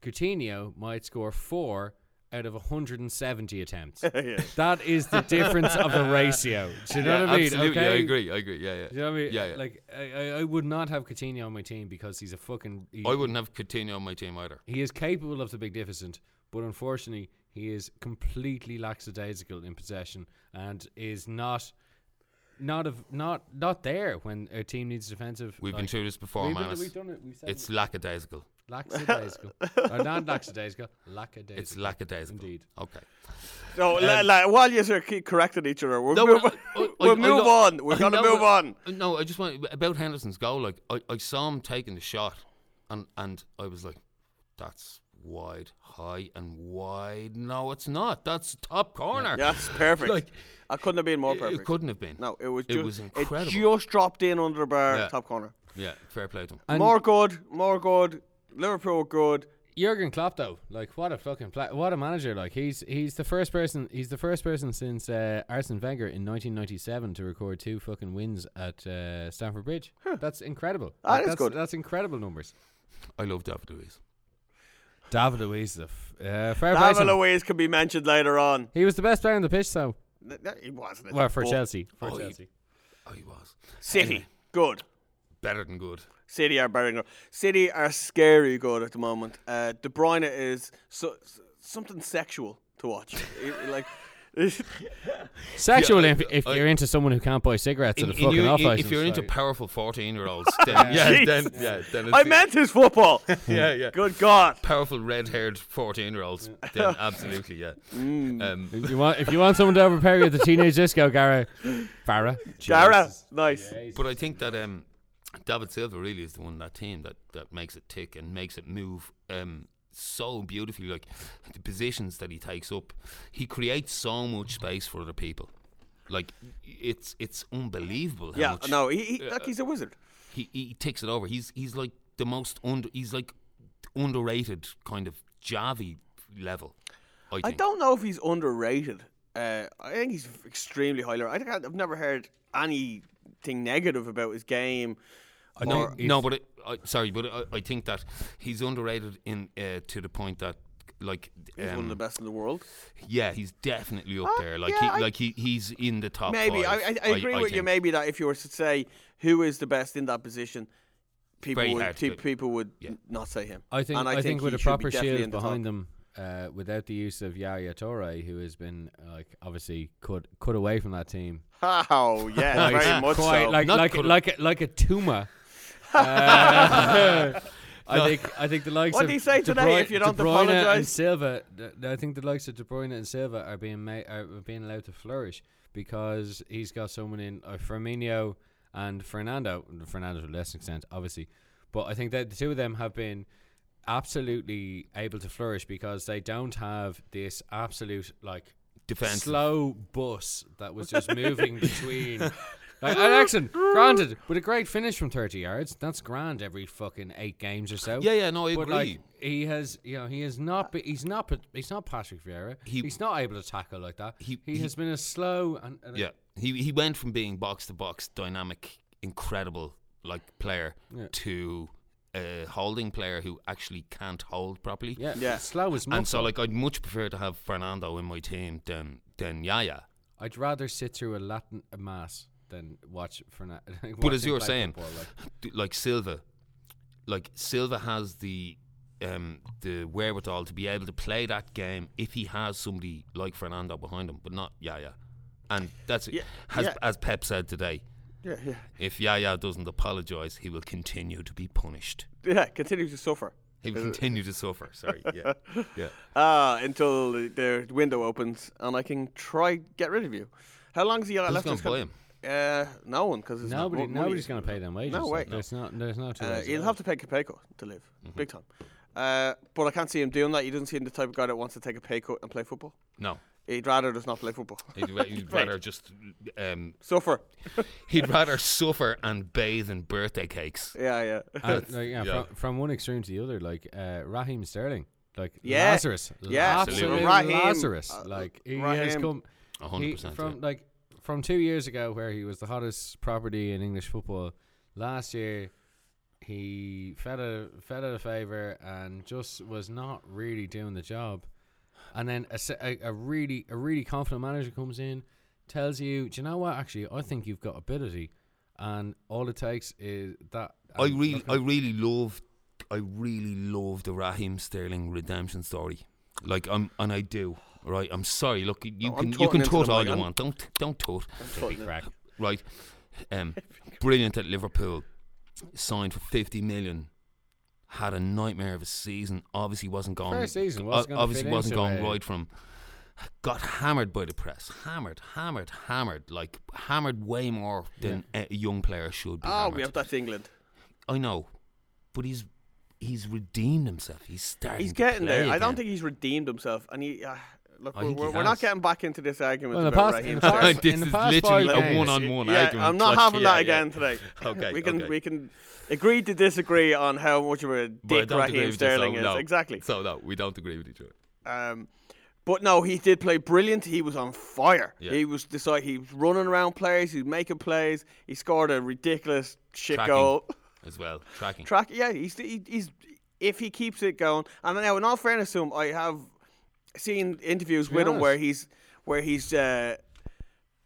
[SPEAKER 6] Coutinho might score four out of 170 attempts.
[SPEAKER 4] Yeah.
[SPEAKER 6] That is the difference of the ratio. Do you know
[SPEAKER 5] Yeah,
[SPEAKER 6] what I mean?
[SPEAKER 5] absolutely.
[SPEAKER 6] okay?
[SPEAKER 5] I agree. I agree. Yeah, yeah.
[SPEAKER 6] Do you know what I mean?
[SPEAKER 5] Yeah, yeah.
[SPEAKER 6] Like, I, I, I would not have Coutinho on my team because he's a fucking. He,
[SPEAKER 5] I wouldn't have Coutinho on my team either.
[SPEAKER 6] He is capable of the big deficit, but unfortunately, he is completely lackadaisical in possession and is not, not of, not, not there when a team needs defensive.
[SPEAKER 5] We've been
[SPEAKER 6] like-
[SPEAKER 5] through this before,
[SPEAKER 6] We've,
[SPEAKER 5] man.
[SPEAKER 6] been- we've done it. We've said
[SPEAKER 5] It's
[SPEAKER 6] it's
[SPEAKER 5] lackadaisical.
[SPEAKER 6] lackadaisical. or not lackadaisical. Lackadaisical.
[SPEAKER 5] It's lackadaisical.
[SPEAKER 6] Indeed.
[SPEAKER 5] Okay.
[SPEAKER 4] so la- la- while you sort of keep correcting each other, we'll
[SPEAKER 5] Um, No,
[SPEAKER 4] move,
[SPEAKER 5] but uh, I- I-
[SPEAKER 4] we'll
[SPEAKER 5] I
[SPEAKER 4] move
[SPEAKER 5] know-
[SPEAKER 4] on. We're
[SPEAKER 5] I
[SPEAKER 4] gonna
[SPEAKER 5] know,
[SPEAKER 4] move
[SPEAKER 5] but-
[SPEAKER 4] on.
[SPEAKER 5] No, I just want about Henderson's goal. Like I, I saw him taking the shot, and and I was like, that's wide, high, and wide. No, it's not. That's top corner.
[SPEAKER 4] Yeah, it's perfect.
[SPEAKER 5] Like,
[SPEAKER 4] I couldn't have been more
[SPEAKER 5] it-
[SPEAKER 4] perfect.
[SPEAKER 5] It couldn't have been.
[SPEAKER 4] No, it was.
[SPEAKER 5] It
[SPEAKER 4] Just,
[SPEAKER 5] was incredible.
[SPEAKER 4] It just dropped in under the bar,
[SPEAKER 5] Yeah.
[SPEAKER 4] top corner.
[SPEAKER 5] Yeah, fair play to him.
[SPEAKER 6] And-
[SPEAKER 4] more good, more good. Liverpool good.
[SPEAKER 6] Jurgen Klopp though, like what a fucking pla- what a manager! Like he's he's the first person he's the first person since uh, Arsene Wenger in 1997 to record two fucking wins at uh, Stamford Bridge. That's incredible.
[SPEAKER 4] That is
[SPEAKER 6] that's,
[SPEAKER 4] good.
[SPEAKER 6] That's incredible numbers.
[SPEAKER 5] I love David Luiz.
[SPEAKER 6] David Luiz, the f- uh, fair play to
[SPEAKER 4] David
[SPEAKER 6] him.
[SPEAKER 4] Luiz can be mentioned later on.
[SPEAKER 6] He was the best player on the pitch, so
[SPEAKER 4] Th- th- He wasn't.
[SPEAKER 6] well for
[SPEAKER 4] But
[SPEAKER 6] Chelsea. For
[SPEAKER 5] Oh, he-
[SPEAKER 6] Chelsea,
[SPEAKER 5] Oh, he was
[SPEAKER 4] City good.
[SPEAKER 5] better than good.
[SPEAKER 4] City are better. than- City are scary good at the moment. Uh, De Bruyne is so, s- something sexual to watch. It- like.
[SPEAKER 6] sexual.
[SPEAKER 5] I-
[SPEAKER 6] if if
[SPEAKER 5] I-
[SPEAKER 6] you're into someone who can't buy cigarettes at a
[SPEAKER 5] In- in
[SPEAKER 6] fucking
[SPEAKER 5] you-
[SPEAKER 6] off
[SPEAKER 5] i-
[SPEAKER 6] license,
[SPEAKER 5] if you're into
[SPEAKER 6] like-
[SPEAKER 5] powerful fourteen-year-olds, then yeah, then,
[SPEAKER 4] Jesus.
[SPEAKER 5] yeah, then it's
[SPEAKER 4] I meant his football.
[SPEAKER 5] yeah, yeah.
[SPEAKER 4] Good God.
[SPEAKER 5] Powerful red-haired fourteen-year-olds, then absolutely, yeah.
[SPEAKER 4] Mm.
[SPEAKER 5] Um,
[SPEAKER 6] you want if you want someone to overpower you at the teenage disco, Gara, Farah,
[SPEAKER 4] Dara, nice.
[SPEAKER 5] But I think that um, David Silva really is the one in that team that, that makes it tick and makes it move um, so beautifully. Like the positions that he takes up, he creates so much space for other people. Like it's it's unbelievable how
[SPEAKER 4] Yeah,
[SPEAKER 5] much
[SPEAKER 4] no, he, he, like he's a wizard.
[SPEAKER 5] he, he takes it over. He's he's like the most under he's like underrated kind of Javi level. I,
[SPEAKER 4] I
[SPEAKER 5] think.
[SPEAKER 4] don't know if he's underrated. Uh, I think he's extremely highly. I think I- I've never heard anything negative about his game.
[SPEAKER 5] I know,
[SPEAKER 6] think
[SPEAKER 5] no,
[SPEAKER 6] if-
[SPEAKER 5] but it, I, sorry, but I, I think that he's underrated in uh, to the point that like
[SPEAKER 4] He's one of the
[SPEAKER 5] um,
[SPEAKER 4] best in the world.
[SPEAKER 5] Yeah, he's definitely up
[SPEAKER 4] Uh,
[SPEAKER 5] there. Like
[SPEAKER 4] yeah, I-
[SPEAKER 5] he, like he, he's in the top.
[SPEAKER 4] Maybe I,
[SPEAKER 5] five,
[SPEAKER 4] I, I agree with you.
[SPEAKER 5] think.
[SPEAKER 4] Maybe that if you were to say who is the best in that position, people
[SPEAKER 5] very
[SPEAKER 4] would
[SPEAKER 5] hard
[SPEAKER 4] pe-
[SPEAKER 5] to-
[SPEAKER 4] people would
[SPEAKER 5] yeah.
[SPEAKER 4] n- not say him.
[SPEAKER 6] I think
[SPEAKER 4] And
[SPEAKER 6] I, think, with
[SPEAKER 4] he
[SPEAKER 6] a
[SPEAKER 4] should be
[SPEAKER 6] proper
[SPEAKER 4] definitely in
[SPEAKER 6] shield
[SPEAKER 4] the top.
[SPEAKER 6] behind them, uh, without the use of Yaya Toure, who has been like obviously cut cut away from that team,
[SPEAKER 4] Oh yeah,
[SPEAKER 5] Nice.
[SPEAKER 4] very much
[SPEAKER 6] quite
[SPEAKER 4] so.
[SPEAKER 6] like
[SPEAKER 5] Not
[SPEAKER 6] like
[SPEAKER 5] cut a-
[SPEAKER 6] like a, like a tumor. Uh, I think I think the likes
[SPEAKER 4] What
[SPEAKER 6] of
[SPEAKER 4] do you say
[SPEAKER 6] De
[SPEAKER 4] today
[SPEAKER 6] Bruyne-
[SPEAKER 4] if you don't
[SPEAKER 6] De Bruyne and
[SPEAKER 4] apologise?
[SPEAKER 6] Silva. th- I think the likes of De Bruyne and Silva are being ma- are being allowed to flourish because he's got someone in uh, Firmino and Fernando. Fernando to a less extent, obviously, but I think that the two of them have been absolutely able to flourish because they don't have this absolute like
[SPEAKER 5] Defensive.
[SPEAKER 6] slow bus that was just moving between. Like, and Exon, granted, with a great finish from 30 yards, that's grand every fucking eight games or so.
[SPEAKER 5] Yeah, yeah, no, I
[SPEAKER 6] but
[SPEAKER 5] agree.
[SPEAKER 6] Like, he has, you know, he has not. Be, he's not. pa- He's not Patrick Vieira.
[SPEAKER 5] He-
[SPEAKER 6] he's not able to tackle like that.
[SPEAKER 5] he-
[SPEAKER 6] He,
[SPEAKER 5] he-
[SPEAKER 6] has been a slow and, and
[SPEAKER 5] Yeah, he he went from being box to box, dynamic, incredible like player
[SPEAKER 6] Yeah.
[SPEAKER 5] to a holding player who actually can't hold properly.
[SPEAKER 6] yeah,
[SPEAKER 4] Yeah.
[SPEAKER 6] slow as
[SPEAKER 5] And
[SPEAKER 6] much.
[SPEAKER 5] so, like, I'd much prefer to have Fernando in my team than than Yaya.
[SPEAKER 6] I'd rather sit through a Latin mass than watch for. na- watch
[SPEAKER 5] But as
[SPEAKER 6] him
[SPEAKER 5] you were
[SPEAKER 6] play
[SPEAKER 5] saying,
[SPEAKER 6] football, like-
[SPEAKER 5] d- like Silva, like Silva has the um, the wherewithal to be able to play that game if he has somebody like Fernando behind him, but not Yaya. And that's it.
[SPEAKER 4] Yeah,
[SPEAKER 5] as
[SPEAKER 4] yeah.
[SPEAKER 5] as Pep said today.
[SPEAKER 4] yeah, yeah,
[SPEAKER 5] If Yaya doesn't apologise, he will continue to be punished.
[SPEAKER 4] yeah. Continue to suffer.
[SPEAKER 5] He will continue to suffer. Sorry. Yeah. Yeah.
[SPEAKER 4] Ah, until the- their window opens and I can try get rid of you. How long's he got
[SPEAKER 5] Who's
[SPEAKER 4] left?
[SPEAKER 5] gonna
[SPEAKER 4] his con- Uh, no one, because
[SPEAKER 6] Nobody,
[SPEAKER 4] not, mo- money
[SPEAKER 6] nobody's
[SPEAKER 4] is-
[SPEAKER 6] going to pay them wages.
[SPEAKER 4] No
[SPEAKER 6] like,
[SPEAKER 4] way.
[SPEAKER 6] There's not. There's Mm-hmm.
[SPEAKER 4] Uh,
[SPEAKER 6] not.
[SPEAKER 4] he'll have to pay Capeko to live, big time. Uh, but I can't see him doing that. You doesn't see him the type of guy that wants to take a pay cut and play football.
[SPEAKER 5] No.
[SPEAKER 4] He'd rather just not play football.
[SPEAKER 5] He'd, ra- he'd rather just um,
[SPEAKER 4] Suffer.
[SPEAKER 5] he'd rather suffer and bathe in birthday cakes.
[SPEAKER 4] Yeah, yeah.
[SPEAKER 6] And, like, yeah,
[SPEAKER 5] yeah.
[SPEAKER 6] From, from one extreme to the other, like uh, Raheem Sterling Like
[SPEAKER 4] Yeah.
[SPEAKER 6] Lazarus,
[SPEAKER 4] Yeah.
[SPEAKER 6] absolute
[SPEAKER 5] Absolutely.
[SPEAKER 4] Raheem,
[SPEAKER 6] Lazarus.
[SPEAKER 4] uh,
[SPEAKER 6] like he has
[SPEAKER 4] Raheem.
[SPEAKER 6] come
[SPEAKER 5] A
[SPEAKER 6] he,
[SPEAKER 5] hundred percent.
[SPEAKER 6] from
[SPEAKER 5] yeah.
[SPEAKER 6] like from two years ago, where he was the hottest property in English football. Last year, he fell out, fell out of favor and just was not really doing the job. And then a, se- a, a really a really confident manager comes in, tells you, "Do you know what? Actually, I think you've got ability." And all it takes is that.
[SPEAKER 5] I
[SPEAKER 6] and
[SPEAKER 5] really,
[SPEAKER 6] look
[SPEAKER 5] I
[SPEAKER 6] at-
[SPEAKER 5] really love, I really love the Raheem Sterling redemption story. Like I'm, and I do. Right, I'm sorry. Look, you
[SPEAKER 4] No, I'm
[SPEAKER 5] can you
[SPEAKER 4] tooting
[SPEAKER 5] can
[SPEAKER 4] into
[SPEAKER 5] toot
[SPEAKER 4] the
[SPEAKER 5] all
[SPEAKER 4] mic,
[SPEAKER 5] you
[SPEAKER 4] I'm-
[SPEAKER 5] want. Don't don't toot.
[SPEAKER 4] Totally crack.
[SPEAKER 5] Right, um, brilliant at Liverpool. Signed for fifty million. Had a nightmare of a season. Obviously wasn't going.
[SPEAKER 6] First season wasn't
[SPEAKER 5] o-
[SPEAKER 6] gonna
[SPEAKER 5] obviously
[SPEAKER 6] fit
[SPEAKER 5] wasn't
[SPEAKER 6] into
[SPEAKER 5] going
[SPEAKER 6] it.
[SPEAKER 5] right from. Got hammered by the press. Hammered, hammered, hammered. Like hammered way more than a young player should be.
[SPEAKER 4] Oh,
[SPEAKER 5] hammered.
[SPEAKER 4] we have that's England.
[SPEAKER 5] I know, but he's he's redeemed himself. He's starting.
[SPEAKER 4] He's
[SPEAKER 5] to
[SPEAKER 4] getting
[SPEAKER 5] play
[SPEAKER 4] there. I don't
[SPEAKER 5] again.
[SPEAKER 4] think he's redeemed himself. And he uh, look,
[SPEAKER 5] I
[SPEAKER 4] we're,
[SPEAKER 5] think he
[SPEAKER 4] we're, we're not
[SPEAKER 5] has.
[SPEAKER 4] getting back into this argument
[SPEAKER 6] Well, in the
[SPEAKER 4] about
[SPEAKER 6] past- in
[SPEAKER 4] Raheem
[SPEAKER 6] the past-
[SPEAKER 4] Sterling.
[SPEAKER 5] this
[SPEAKER 6] in the
[SPEAKER 5] is
[SPEAKER 6] past
[SPEAKER 5] literally
[SPEAKER 6] five
[SPEAKER 5] a
[SPEAKER 6] games-
[SPEAKER 5] one-on-one
[SPEAKER 4] yeah,
[SPEAKER 5] argument.
[SPEAKER 4] I'm not
[SPEAKER 5] Like,
[SPEAKER 4] having that
[SPEAKER 5] yeah,
[SPEAKER 4] again
[SPEAKER 5] yeah.
[SPEAKER 4] today.
[SPEAKER 5] Okay,
[SPEAKER 4] we can
[SPEAKER 5] okay.
[SPEAKER 4] we can agree to disagree on how much of a
[SPEAKER 5] But I
[SPEAKER 4] dick
[SPEAKER 5] don't agree
[SPEAKER 4] Raheem
[SPEAKER 5] with you, so
[SPEAKER 4] Sterling is.
[SPEAKER 5] no.
[SPEAKER 4] Exactly.
[SPEAKER 5] So no, we don't agree with each other.
[SPEAKER 4] Um, but no, he did play brilliant. He was on fire.
[SPEAKER 5] Yeah.
[SPEAKER 4] He was decide. He was running around players. He was making plays. He scored a ridiculous shit
[SPEAKER 5] Tracking
[SPEAKER 4] goal.
[SPEAKER 5] as well. Tracking.
[SPEAKER 4] Track. Yeah, he's he, he's if he keeps it going. And now, in all fairness to him, I have seen interviews with him
[SPEAKER 6] honest.
[SPEAKER 4] where he's where he's uh,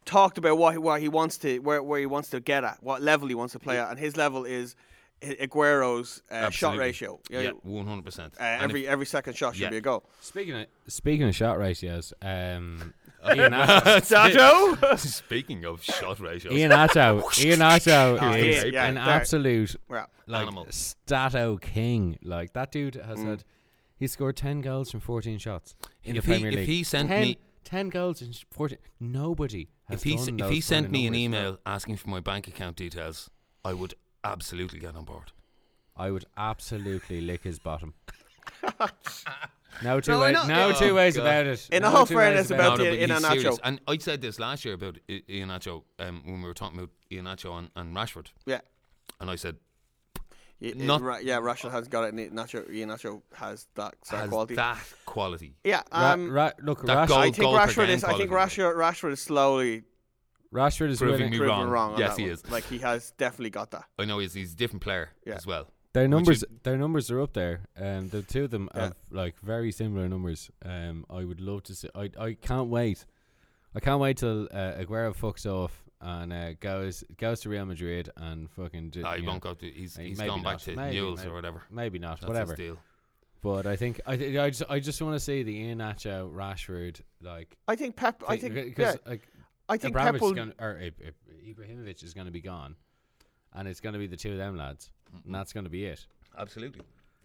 [SPEAKER 4] talked about what he, what he wants to where where he wants to get at, what level he wants to play at, and his level is I- Aguero's uh, shot
[SPEAKER 5] Absolutely.
[SPEAKER 4] ratio. Yeah.
[SPEAKER 5] Yeah,
[SPEAKER 4] you-
[SPEAKER 5] one hundred percent.
[SPEAKER 4] Uh, every every second shot should
[SPEAKER 5] yeah.
[SPEAKER 4] be a goal.
[SPEAKER 6] Speaking of speaking of shot ratios, um, Ian Atto,
[SPEAKER 5] Sato. Speaking of shot ratios,
[SPEAKER 6] Ian Atto, Ian Atto
[SPEAKER 4] Oh, yeah,
[SPEAKER 6] is
[SPEAKER 4] yeah,
[SPEAKER 6] an
[SPEAKER 4] there.
[SPEAKER 6] absolute
[SPEAKER 4] Well,
[SPEAKER 6] like
[SPEAKER 5] Animal.
[SPEAKER 6] stato king. Like that dude has
[SPEAKER 4] Mm.
[SPEAKER 6] had he scored ten goals from fourteen shots in
[SPEAKER 5] If
[SPEAKER 6] the
[SPEAKER 5] he-
[SPEAKER 6] Premier
[SPEAKER 5] if
[SPEAKER 6] League.
[SPEAKER 5] he sent
[SPEAKER 6] 10,
[SPEAKER 5] me-
[SPEAKER 6] 10 goals in fourteen, nobody has
[SPEAKER 5] if he s-
[SPEAKER 6] done
[SPEAKER 5] if
[SPEAKER 6] those
[SPEAKER 5] he sent
[SPEAKER 6] kind of
[SPEAKER 5] me an
[SPEAKER 6] numbers.
[SPEAKER 5] email asking for my bank account details, I would absolutely get on board.
[SPEAKER 6] I would absolutely lick his bottom. no two
[SPEAKER 4] No, I
[SPEAKER 6] ways.
[SPEAKER 4] know-
[SPEAKER 6] No
[SPEAKER 4] yeah.
[SPEAKER 6] two ways
[SPEAKER 5] Oh, God.
[SPEAKER 6] about it.
[SPEAKER 4] In
[SPEAKER 6] no
[SPEAKER 4] all
[SPEAKER 6] two ways
[SPEAKER 4] fairness
[SPEAKER 6] about
[SPEAKER 4] about
[SPEAKER 6] it.
[SPEAKER 4] the-
[SPEAKER 5] but
[SPEAKER 4] in
[SPEAKER 5] he's
[SPEAKER 4] Ianacho.
[SPEAKER 5] serious. And I said this last year about I- Ianacho um, when we were talking about Ianacho and, and Rashford,
[SPEAKER 4] yeah.
[SPEAKER 5] and I said
[SPEAKER 4] Y- y-
[SPEAKER 5] Not-
[SPEAKER 4] Ra- yeah, Rashford has got it. Ni- Nacho, Ian Nacho has that sort of
[SPEAKER 5] has
[SPEAKER 4] quality.
[SPEAKER 5] that quality.
[SPEAKER 4] yeah,
[SPEAKER 6] Ra-
[SPEAKER 4] um,
[SPEAKER 6] Ra- look,
[SPEAKER 5] that
[SPEAKER 6] Rash-
[SPEAKER 5] goal-
[SPEAKER 4] I think
[SPEAKER 5] goal per
[SPEAKER 4] Rashford
[SPEAKER 5] game
[SPEAKER 4] is. I think
[SPEAKER 5] quality.
[SPEAKER 4] Rashford, Rashford is slowly
[SPEAKER 6] Rashford is
[SPEAKER 5] Proving
[SPEAKER 6] winning.
[SPEAKER 5] me- You're
[SPEAKER 4] proven
[SPEAKER 5] wrong.
[SPEAKER 4] wrong. on
[SPEAKER 5] Yes,
[SPEAKER 4] that
[SPEAKER 5] he
[SPEAKER 4] one.
[SPEAKER 5] is.
[SPEAKER 4] Like he has definitely got that.
[SPEAKER 5] I know he's, he's a different player
[SPEAKER 4] Yeah.
[SPEAKER 5] as well.
[SPEAKER 6] Their numbers,
[SPEAKER 5] is-
[SPEAKER 6] their numbers are up there. Um, the two of them
[SPEAKER 4] Yeah.
[SPEAKER 6] have like very similar numbers. Um, I would love to see. I I can't wait. I can't wait till uh, Aguero fucks off and uh, goes goes to Real Madrid and fucking. Do,
[SPEAKER 5] No, he
[SPEAKER 6] you know,
[SPEAKER 5] won't go to. He's,
[SPEAKER 6] eh,
[SPEAKER 5] he's
[SPEAKER 6] maybe
[SPEAKER 5] gone back
[SPEAKER 6] not.
[SPEAKER 5] to
[SPEAKER 6] Maybe,
[SPEAKER 5] Newell's
[SPEAKER 6] maybe.
[SPEAKER 5] or whatever.
[SPEAKER 6] Maybe not.
[SPEAKER 5] That's
[SPEAKER 6] whatever.
[SPEAKER 5] his deal.
[SPEAKER 6] But I think I th- I just I just want to see the Ian Acho Rashford like.
[SPEAKER 4] I think Pep. I think. Yeah,
[SPEAKER 5] uh,
[SPEAKER 6] because like
[SPEAKER 4] I think Pep
[SPEAKER 6] Abramovich
[SPEAKER 4] will.
[SPEAKER 6] is gonna, or Ib- Ib- Ibrahimovic is going to be gone, and it's going to be the two of them lads, and that's going to be it.
[SPEAKER 5] Absolutely.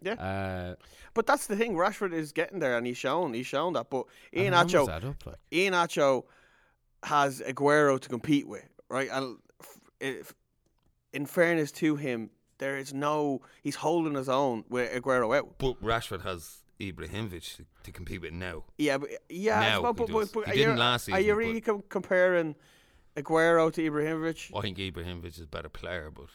[SPEAKER 6] Uh,
[SPEAKER 4] But that's the thing. Rashford is getting there, and he's shown. He's shown that. But
[SPEAKER 6] and
[SPEAKER 4] Ian
[SPEAKER 6] the numbers
[SPEAKER 4] Nacho.
[SPEAKER 6] add up, like.
[SPEAKER 4] Ian Acho has Aguero to compete with, right? And f- if, in fairness to him, there is no. He's holding his own with Aguero out.
[SPEAKER 5] But Rashford has Ibrahimovic to, to compete with now.
[SPEAKER 4] Yeah, but, yeah. I
[SPEAKER 5] Now
[SPEAKER 4] suppose,
[SPEAKER 5] he
[SPEAKER 4] but,
[SPEAKER 5] does.
[SPEAKER 4] but, but
[SPEAKER 5] He
[SPEAKER 4] are
[SPEAKER 5] didn't
[SPEAKER 4] you-
[SPEAKER 5] last
[SPEAKER 4] Are you
[SPEAKER 5] season,
[SPEAKER 4] really
[SPEAKER 5] but-
[SPEAKER 4] com- comparing Aguero to Ibrahimovic?
[SPEAKER 5] I think Ibrahimovic is a better player, but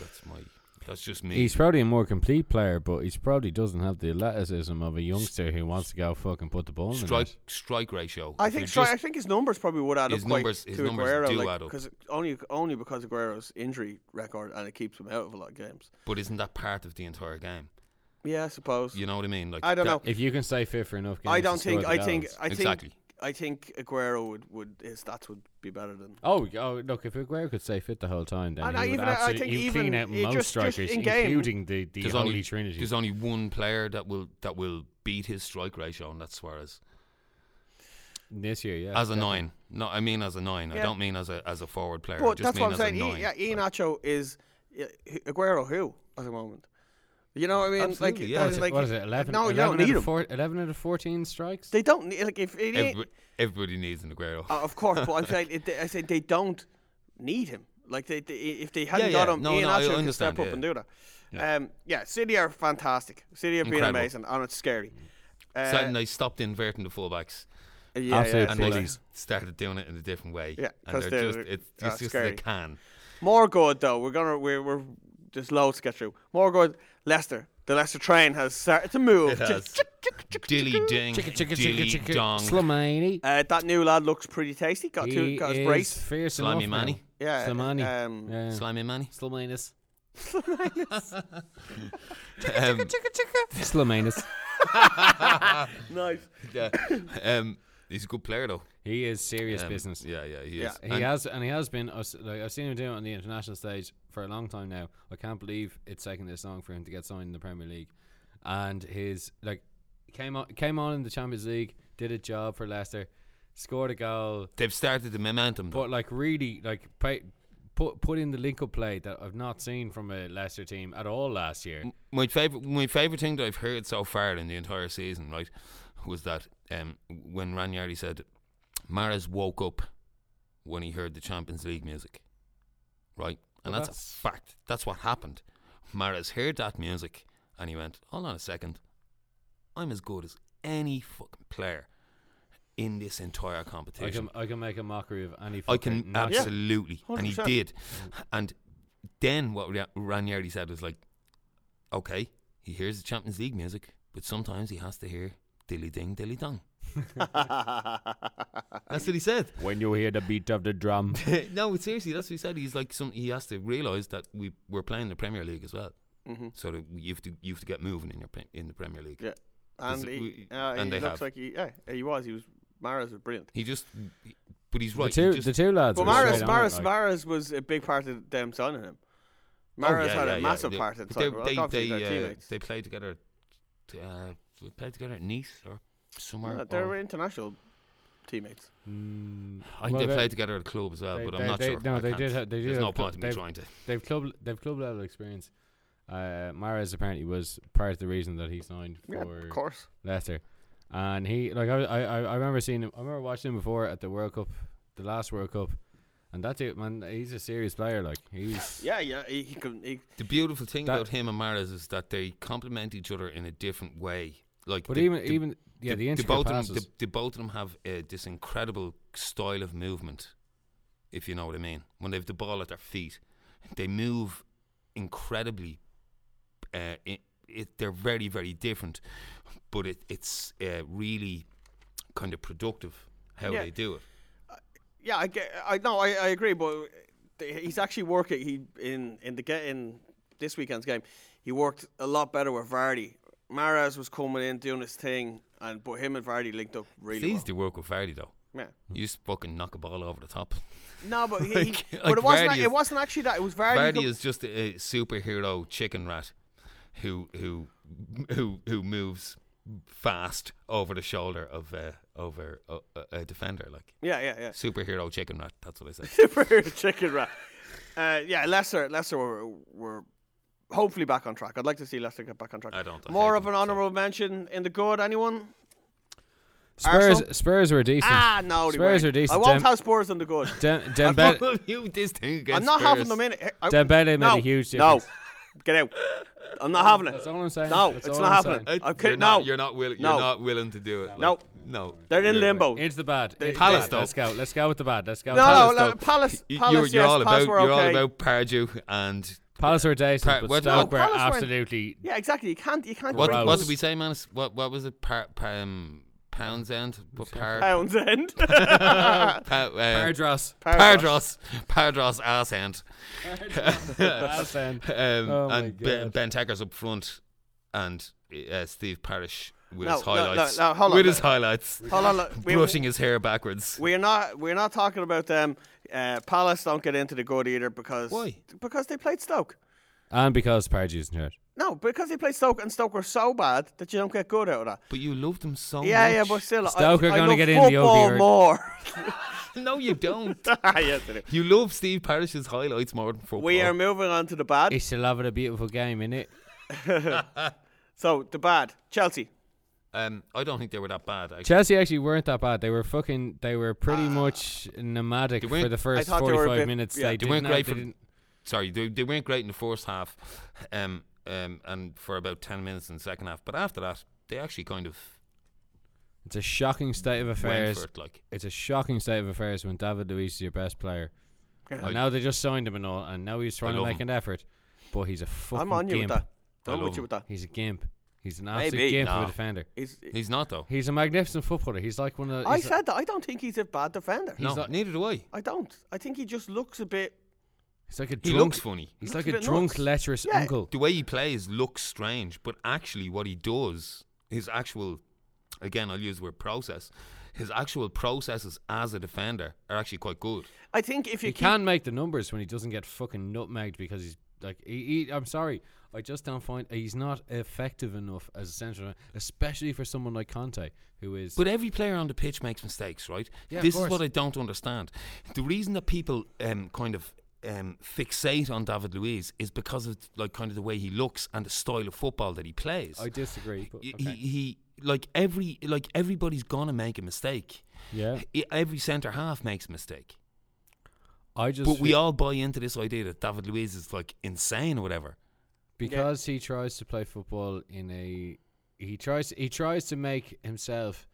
[SPEAKER 5] that's my. That's just me.
[SPEAKER 6] He's probably a more complete player, but he's probably doesn't have the athleticism of a youngster who wants to go fucking put the ball in the
[SPEAKER 5] strike
[SPEAKER 6] net.
[SPEAKER 5] strike ratio.
[SPEAKER 4] I
[SPEAKER 5] If
[SPEAKER 4] think
[SPEAKER 5] you're
[SPEAKER 4] sorry, I
[SPEAKER 5] just-
[SPEAKER 4] think his numbers probably would add
[SPEAKER 5] His
[SPEAKER 4] up quite
[SPEAKER 5] numbers- his
[SPEAKER 4] to
[SPEAKER 5] numbers
[SPEAKER 4] Aguero,
[SPEAKER 5] do
[SPEAKER 4] like,
[SPEAKER 5] add up.
[SPEAKER 4] Cause only only because Aguero's injury record and it keeps him out of a lot of games.
[SPEAKER 5] But isn't that part of the entire game?
[SPEAKER 4] Yeah, I suppose.
[SPEAKER 5] You know what I mean? Like
[SPEAKER 4] I don't
[SPEAKER 5] that-
[SPEAKER 4] know.
[SPEAKER 6] If you can stay fit for enough games,
[SPEAKER 4] I
[SPEAKER 6] to
[SPEAKER 4] don't
[SPEAKER 6] score
[SPEAKER 4] think.
[SPEAKER 6] the
[SPEAKER 4] I think.
[SPEAKER 6] goals-
[SPEAKER 4] I think.
[SPEAKER 5] Exactly.
[SPEAKER 4] I think Aguero would would his stats would be better than.
[SPEAKER 6] Oh, oh, look! If Aguero could stay fit the whole time, then
[SPEAKER 4] And
[SPEAKER 6] he
[SPEAKER 4] I
[SPEAKER 6] would
[SPEAKER 4] even- I
[SPEAKER 6] absolutely
[SPEAKER 4] think
[SPEAKER 6] he would
[SPEAKER 4] even
[SPEAKER 6] clean out
[SPEAKER 4] it
[SPEAKER 6] most
[SPEAKER 4] just- just
[SPEAKER 6] strikers,
[SPEAKER 4] in game-
[SPEAKER 6] including the, the
[SPEAKER 5] There's
[SPEAKER 6] Holy
[SPEAKER 5] only
[SPEAKER 6] Trinity.
[SPEAKER 5] There's only one player that will that will beat his strike ratio, and that's Suarez.
[SPEAKER 6] this year, yeah.
[SPEAKER 5] As a nine, no, I mean as a nine. I
[SPEAKER 4] Yeah.
[SPEAKER 5] don't mean as a as a forward player. I
[SPEAKER 4] But
[SPEAKER 5] just
[SPEAKER 4] that's
[SPEAKER 5] mean
[SPEAKER 4] what I'm
[SPEAKER 5] as a
[SPEAKER 4] saying.
[SPEAKER 5] nine.
[SPEAKER 4] I, yeah, Ian Acho is yeah, Aguero who at the moment. You know what I mean?
[SPEAKER 5] Absolutely,
[SPEAKER 4] like,
[SPEAKER 5] yeah.
[SPEAKER 4] that-
[SPEAKER 5] What is it-
[SPEAKER 4] like
[SPEAKER 6] what is it? Eleven.
[SPEAKER 4] No, you
[SPEAKER 6] 11
[SPEAKER 4] don't
[SPEAKER 6] out
[SPEAKER 4] need
[SPEAKER 6] of
[SPEAKER 4] him.
[SPEAKER 6] four- Eleven out of fourteen strikes.
[SPEAKER 4] They don't need like if it, ain't-
[SPEAKER 5] Every, everybody needs an Aguero.
[SPEAKER 4] Uh, of course, but I'm saying it, I said they don't need him. Like they, they if they hadn't
[SPEAKER 5] Yeah,
[SPEAKER 4] got
[SPEAKER 5] yeah.
[SPEAKER 4] him,
[SPEAKER 5] No,
[SPEAKER 4] Ian
[SPEAKER 5] no, I
[SPEAKER 4] Acho could
[SPEAKER 5] understand,
[SPEAKER 4] step up
[SPEAKER 5] yeah.
[SPEAKER 4] and do that. Yeah. Um, yeah, City are fantastic. City have been
[SPEAKER 5] Incredible. Mm.
[SPEAKER 4] amazing, and it's scary. Uh,
[SPEAKER 5] Suddenly they stopped inverting the fullbacks
[SPEAKER 4] yeah,
[SPEAKER 6] Absolute
[SPEAKER 5] and
[SPEAKER 6] full
[SPEAKER 5] they
[SPEAKER 6] on.
[SPEAKER 5] just started doing it in a different way.
[SPEAKER 4] Yeah,
[SPEAKER 5] and
[SPEAKER 4] 'cause
[SPEAKER 5] they're,
[SPEAKER 4] they're-
[SPEAKER 5] just it's,
[SPEAKER 4] uh,
[SPEAKER 5] it's just
[SPEAKER 4] scary.
[SPEAKER 5] they can.
[SPEAKER 4] More good though. We're gonna we're, we're just loads to get through. More good. Leicester The Leicester train has started to move.
[SPEAKER 5] Dilly ding, dilly dong,
[SPEAKER 6] Slumani.
[SPEAKER 4] Uh, that new lad looks pretty tasty. Got two, got Uh, his brace.
[SPEAKER 6] Fierce
[SPEAKER 5] Slimy
[SPEAKER 6] enough
[SPEAKER 5] Manny.
[SPEAKER 6] now.
[SPEAKER 4] Yeah,
[SPEAKER 6] Slumani.
[SPEAKER 4] um,
[SPEAKER 6] yeah.
[SPEAKER 5] slimy manny.
[SPEAKER 6] Sluminus.
[SPEAKER 5] Um,
[SPEAKER 6] Sluminus.
[SPEAKER 4] Nice.
[SPEAKER 5] yeah. um, he's a good player though.
[SPEAKER 6] He is serious
[SPEAKER 5] Um,
[SPEAKER 6] business.
[SPEAKER 5] Yeah, yeah, he
[SPEAKER 4] Yeah.
[SPEAKER 5] is.
[SPEAKER 6] He
[SPEAKER 5] And
[SPEAKER 6] has, and he has been. I've s- Like, I've seen him do it on the international stage for a long time now. I can't believe it's taken this long for him to get signed in the Premier League. And his like came on, came on in the Champions League, did a job for Leicester, scored a goal,
[SPEAKER 5] they've started the momentum. Though.
[SPEAKER 6] but like really like play, put put in the link up play that I've not seen from a Leicester team at all last year.
[SPEAKER 5] my favorite my favorite thing that I've heard so far in the entire season, right, was that um, when Ranieri said Mares woke up when he heard the Champions League music, right, and
[SPEAKER 6] Well,
[SPEAKER 5] that's,
[SPEAKER 6] that's-
[SPEAKER 5] a fact. That's what happened. Mares heard that music and he went, "Hold on a second, I'm as good as any fucking player in this entire
[SPEAKER 6] I
[SPEAKER 5] competition."
[SPEAKER 6] can I can make a mockery of any.
[SPEAKER 5] I
[SPEAKER 6] fucker,
[SPEAKER 5] can uh,
[SPEAKER 6] not-
[SPEAKER 5] absolutely, and he
[SPEAKER 4] 100%.
[SPEAKER 5] did. And then what Ra- Ranieri said was like, okay, he hears the Champions League music, but sometimes he has to hear dilly ding dilly dong. That's what he said.
[SPEAKER 6] When you hear the beat of the drum,
[SPEAKER 5] no, seriously, that's what he said. He's like, some, he has to realize that we we're playing the Premier League as well. So that you have to you have to get moving in your pre- in the Premier League.
[SPEAKER 4] Yeah. And
[SPEAKER 5] it-
[SPEAKER 4] he,
[SPEAKER 5] we-
[SPEAKER 4] uh,
[SPEAKER 5] and
[SPEAKER 4] he
[SPEAKER 5] they
[SPEAKER 4] looks
[SPEAKER 5] have.
[SPEAKER 4] like he, yeah, he was. He was. Maras was brilliant.
[SPEAKER 5] He just, he- but he's
[SPEAKER 6] the
[SPEAKER 5] right. he
[SPEAKER 6] two
[SPEAKER 5] just-
[SPEAKER 6] the two lads.
[SPEAKER 4] But
[SPEAKER 6] were
[SPEAKER 4] Maris,
[SPEAKER 6] straight on it,
[SPEAKER 4] Maris,
[SPEAKER 6] like.
[SPEAKER 4] Maris was a big part of them signing him.
[SPEAKER 5] Oh,
[SPEAKER 4] Maris
[SPEAKER 5] yeah,
[SPEAKER 4] had
[SPEAKER 5] yeah,
[SPEAKER 4] a
[SPEAKER 5] yeah.
[SPEAKER 4] massive
[SPEAKER 5] They-
[SPEAKER 4] part in
[SPEAKER 5] but
[SPEAKER 4] signing. Well, obviously
[SPEAKER 5] they,
[SPEAKER 4] they're
[SPEAKER 5] uh,
[SPEAKER 4] teammates.
[SPEAKER 5] they played together. Uh, they played together at Nice or somewhere.
[SPEAKER 4] No, they
[SPEAKER 5] or-
[SPEAKER 4] were international teammates.
[SPEAKER 6] Mm,
[SPEAKER 5] I think
[SPEAKER 6] well,
[SPEAKER 5] they
[SPEAKER 6] they-
[SPEAKER 5] played together at a club as well,
[SPEAKER 6] they-
[SPEAKER 5] but
[SPEAKER 6] they-
[SPEAKER 5] I'm not
[SPEAKER 6] they-
[SPEAKER 5] sure.
[SPEAKER 6] no,
[SPEAKER 5] I
[SPEAKER 6] they
[SPEAKER 5] can't-
[SPEAKER 6] did have- they did
[SPEAKER 5] There's
[SPEAKER 6] have
[SPEAKER 5] no
[SPEAKER 6] cl-
[SPEAKER 5] point in me
[SPEAKER 6] they've-
[SPEAKER 5] trying to.
[SPEAKER 6] They've club they've club level experience. Uh, Mares apparently was part of the reason that he signed
[SPEAKER 4] Yeah,
[SPEAKER 6] for
[SPEAKER 4] of course.
[SPEAKER 6] Leicester, and he like I, I I remember seeing him. I remember watching him before at the World Cup, the last World Cup, and that dude man, he's a serious player. Like he's
[SPEAKER 4] Yeah, yeah. He, he can. He,
[SPEAKER 5] The beautiful thing
[SPEAKER 6] That-
[SPEAKER 5] about him and Mares is that they complement each other in a different way. Like,
[SPEAKER 6] But
[SPEAKER 5] the-
[SPEAKER 6] even
[SPEAKER 5] the-
[SPEAKER 6] even yeah, the, intricate
[SPEAKER 5] both
[SPEAKER 6] passes.
[SPEAKER 5] Of them, the, the both of them have uh, this incredible style of movement, if you know what I mean. When they've the ball at their feet, they move incredibly. Uh, it, it, they're very very different, but it, it's uh, really kind of productive how
[SPEAKER 4] Yeah.
[SPEAKER 5] they do it.
[SPEAKER 4] yeah, I get. I no, I, I agree. But th- he's actually working. He in in the get in this weekend's game. He worked a lot better with Vardy. Mares was coming in doing his thing, and but him and Vardy linked up
[SPEAKER 5] It's
[SPEAKER 4] really
[SPEAKER 5] easy
[SPEAKER 4] well.
[SPEAKER 5] to work with Vardy though.
[SPEAKER 4] Yeah.
[SPEAKER 5] You just fucking knock a ball over the top.
[SPEAKER 4] No, but he,
[SPEAKER 5] Like-
[SPEAKER 4] he,
[SPEAKER 5] like
[SPEAKER 4] but it wasn't.
[SPEAKER 5] Vardy
[SPEAKER 4] ac-
[SPEAKER 5] is-
[SPEAKER 4] it wasn't actually that. It was Vardy.
[SPEAKER 5] Vardy
[SPEAKER 4] com-
[SPEAKER 5] is just a superhero chicken rat who who who who moves fast over the shoulder of uh, over a, a- a defender like
[SPEAKER 4] yeah, yeah, yeah.
[SPEAKER 5] superhero chicken rat that's what I said
[SPEAKER 4] for the chicken rat. Uh, yeah, Leicester, Leicester were, were hopefully back on track. I'd like to see Leicester get back on track.
[SPEAKER 5] I don't, I
[SPEAKER 4] More
[SPEAKER 5] hate
[SPEAKER 4] of an
[SPEAKER 5] them, so-
[SPEAKER 4] honourable mention in the good, anyone?
[SPEAKER 6] Spurs
[SPEAKER 4] Arsenal?
[SPEAKER 6] Spurs were decent.
[SPEAKER 4] Ah, no, they
[SPEAKER 6] Spurs
[SPEAKER 4] weren't.
[SPEAKER 6] are decent.
[SPEAKER 4] I won't
[SPEAKER 6] Dem-
[SPEAKER 4] have Spurs in the good.
[SPEAKER 6] Dem-
[SPEAKER 5] What
[SPEAKER 6] Dembe-
[SPEAKER 5] will you this thing against
[SPEAKER 4] I'm not having
[SPEAKER 5] Spurs?
[SPEAKER 4] them in. it. I-
[SPEAKER 6] Dembele made
[SPEAKER 4] no,
[SPEAKER 6] a huge
[SPEAKER 4] No,
[SPEAKER 6] difference.
[SPEAKER 4] get out. I'm not having it.
[SPEAKER 6] That's all I'm saying.
[SPEAKER 4] No,
[SPEAKER 6] That's
[SPEAKER 4] it's
[SPEAKER 6] all
[SPEAKER 4] not
[SPEAKER 6] I'm
[SPEAKER 4] happening.
[SPEAKER 6] saying.
[SPEAKER 5] Uh,
[SPEAKER 4] I could-
[SPEAKER 5] you're not
[SPEAKER 4] no.
[SPEAKER 5] you're not willing
[SPEAKER 4] No.
[SPEAKER 5] you're not willing to do it like,
[SPEAKER 4] No.
[SPEAKER 5] no
[SPEAKER 4] They're in
[SPEAKER 5] You're-
[SPEAKER 4] limbo.
[SPEAKER 6] Here's the bad. It-
[SPEAKER 5] Palace,
[SPEAKER 6] let's,
[SPEAKER 5] though.
[SPEAKER 6] let's go. Let's go with the bad. Let's go.
[SPEAKER 4] no,
[SPEAKER 6] with Palace,
[SPEAKER 4] no,
[SPEAKER 6] though.
[SPEAKER 4] no, Palace,
[SPEAKER 5] You-
[SPEAKER 4] Palace,
[SPEAKER 5] you're, you're
[SPEAKER 4] yes,
[SPEAKER 5] all
[SPEAKER 4] Palace
[SPEAKER 5] about
[SPEAKER 4] were
[SPEAKER 5] you're all
[SPEAKER 4] okay.
[SPEAKER 5] about Pardew and
[SPEAKER 6] Palace were decent,
[SPEAKER 5] Par-
[SPEAKER 6] but
[SPEAKER 5] what-
[SPEAKER 6] Stoke
[SPEAKER 5] No,
[SPEAKER 6] were
[SPEAKER 4] Palace weren't-
[SPEAKER 6] absolutely.
[SPEAKER 4] Yeah, exactly. You can't, you can't.
[SPEAKER 5] what
[SPEAKER 4] drink
[SPEAKER 5] what
[SPEAKER 6] Gross.
[SPEAKER 5] did we say man what what was it par, par, um, pounds end what par,
[SPEAKER 4] Pounds end.
[SPEAKER 5] pa- uh,
[SPEAKER 6] Ardross.
[SPEAKER 5] Pardros, Pardros ass end.
[SPEAKER 6] Palace end.
[SPEAKER 5] Um,
[SPEAKER 6] Oh my
[SPEAKER 5] and ben,
[SPEAKER 6] God.
[SPEAKER 5] ben Tucker's up front, and uh, Steve Parish with
[SPEAKER 4] No,
[SPEAKER 5] his
[SPEAKER 4] no, no,
[SPEAKER 5] highlights.
[SPEAKER 4] no, hold on,
[SPEAKER 5] with
[SPEAKER 4] no.
[SPEAKER 5] his highlights,
[SPEAKER 4] Hold on, look, we-
[SPEAKER 5] brushing his hair backwards.
[SPEAKER 4] We're not we're not talking about them. Uh, Palace don't get into the good either because
[SPEAKER 5] Why?
[SPEAKER 4] Because they played Stoke.
[SPEAKER 6] And because Pardew's in charge.
[SPEAKER 4] No, because they played Stoke and Stoke were so bad that you don't get good out of that.
[SPEAKER 5] But you love them so
[SPEAKER 4] Yeah, yeah,
[SPEAKER 5] much.
[SPEAKER 4] but still,
[SPEAKER 6] Stoke
[SPEAKER 4] I,
[SPEAKER 6] are
[SPEAKER 4] I
[SPEAKER 6] gonna
[SPEAKER 4] love
[SPEAKER 6] get in the
[SPEAKER 4] football
[SPEAKER 6] ODI.
[SPEAKER 4] more. Ah,
[SPEAKER 5] no, you don't.
[SPEAKER 4] yes, they do.
[SPEAKER 5] You love Steve Parish's highlights more than football.
[SPEAKER 4] We are moving on to the bad.
[SPEAKER 6] It's the love of the beautiful game, innit?
[SPEAKER 4] So the bad, Chelsea.
[SPEAKER 5] Um, I don't think they were that bad. Actually.
[SPEAKER 6] Chelsea actually weren't that bad. They were fucking. They were pretty much nomadic
[SPEAKER 5] They
[SPEAKER 6] for
[SPEAKER 5] weren't-
[SPEAKER 6] the first
[SPEAKER 4] thought they were a
[SPEAKER 6] forty-five
[SPEAKER 4] bit-
[SPEAKER 6] minutes.
[SPEAKER 4] yeah.
[SPEAKER 6] they,
[SPEAKER 5] They weren't
[SPEAKER 6] didn't
[SPEAKER 5] great
[SPEAKER 6] have-
[SPEAKER 5] for-
[SPEAKER 6] they didn't-
[SPEAKER 5] Sorry, they, they weren't great in the first half, um, um, and for about ten minutes in the second half. But after that, they actually kind of
[SPEAKER 6] It's a shocking state of
[SPEAKER 5] went
[SPEAKER 6] affairs.
[SPEAKER 5] for it. Like
[SPEAKER 6] It's a shocking state of affairs when David Luiz is your best player.
[SPEAKER 4] Yeah.
[SPEAKER 6] And now they just signed him and all, and now he's trying to
[SPEAKER 5] love
[SPEAKER 6] make
[SPEAKER 5] him.
[SPEAKER 6] an effort, but he's a fucking.
[SPEAKER 4] I'm on you with
[SPEAKER 6] gimp.
[SPEAKER 4] that. Don't
[SPEAKER 5] love
[SPEAKER 4] beat you
[SPEAKER 5] him.
[SPEAKER 4] with that.
[SPEAKER 6] He's a gimp. He's an absolute
[SPEAKER 4] Maybe.
[SPEAKER 6] gimp of
[SPEAKER 5] Nah.
[SPEAKER 6] a defender.
[SPEAKER 4] He's,
[SPEAKER 5] He's not though.
[SPEAKER 6] He's a magnificent footballer. He's like one of.
[SPEAKER 4] I
[SPEAKER 6] he's a-
[SPEAKER 4] said that. I don't think he's a bad defender.
[SPEAKER 5] No,
[SPEAKER 6] like-
[SPEAKER 5] neither do I.
[SPEAKER 4] I don't. I think he just looks a bit.
[SPEAKER 6] he's like a
[SPEAKER 5] He
[SPEAKER 6] drunk.
[SPEAKER 5] looks funny.
[SPEAKER 6] he's
[SPEAKER 4] looks
[SPEAKER 6] like
[SPEAKER 4] a
[SPEAKER 6] a,
[SPEAKER 4] bit
[SPEAKER 6] drunk,
[SPEAKER 4] nuts.
[SPEAKER 6] lecherous
[SPEAKER 4] Yeah.
[SPEAKER 6] uncle.
[SPEAKER 5] The way he plays looks strange, but actually, what he does, his actual, again, I'll use the word process, his actual processes as a defender are actually quite good.
[SPEAKER 4] I think if you
[SPEAKER 6] He
[SPEAKER 4] keep,
[SPEAKER 6] can make the numbers when he doesn't get fucking nutmegged because he's like. He, he, I'm sorry. I just don't find he's not effective enough as a central, especially for someone like Conte, who is.
[SPEAKER 5] But every player on the pitch makes mistakes, right?
[SPEAKER 6] Yeah, of
[SPEAKER 5] this is
[SPEAKER 6] course.
[SPEAKER 5] what I don't understand. The reason that people um, kind of um, fixate on David Luiz is because of like kind of the way he looks and the style of football that he plays.
[SPEAKER 6] I disagree. But,
[SPEAKER 5] Y-
[SPEAKER 6] okay.
[SPEAKER 5] he, he like every like everybody's gonna make a mistake.
[SPEAKER 6] yeah,
[SPEAKER 5] I- Every centre half makes a mistake.
[SPEAKER 6] I just.
[SPEAKER 5] But we
[SPEAKER 6] feel-
[SPEAKER 5] all buy into this idea that David Luiz is like insane or whatever.
[SPEAKER 6] because he tries to play football in a he tries he tries to make himself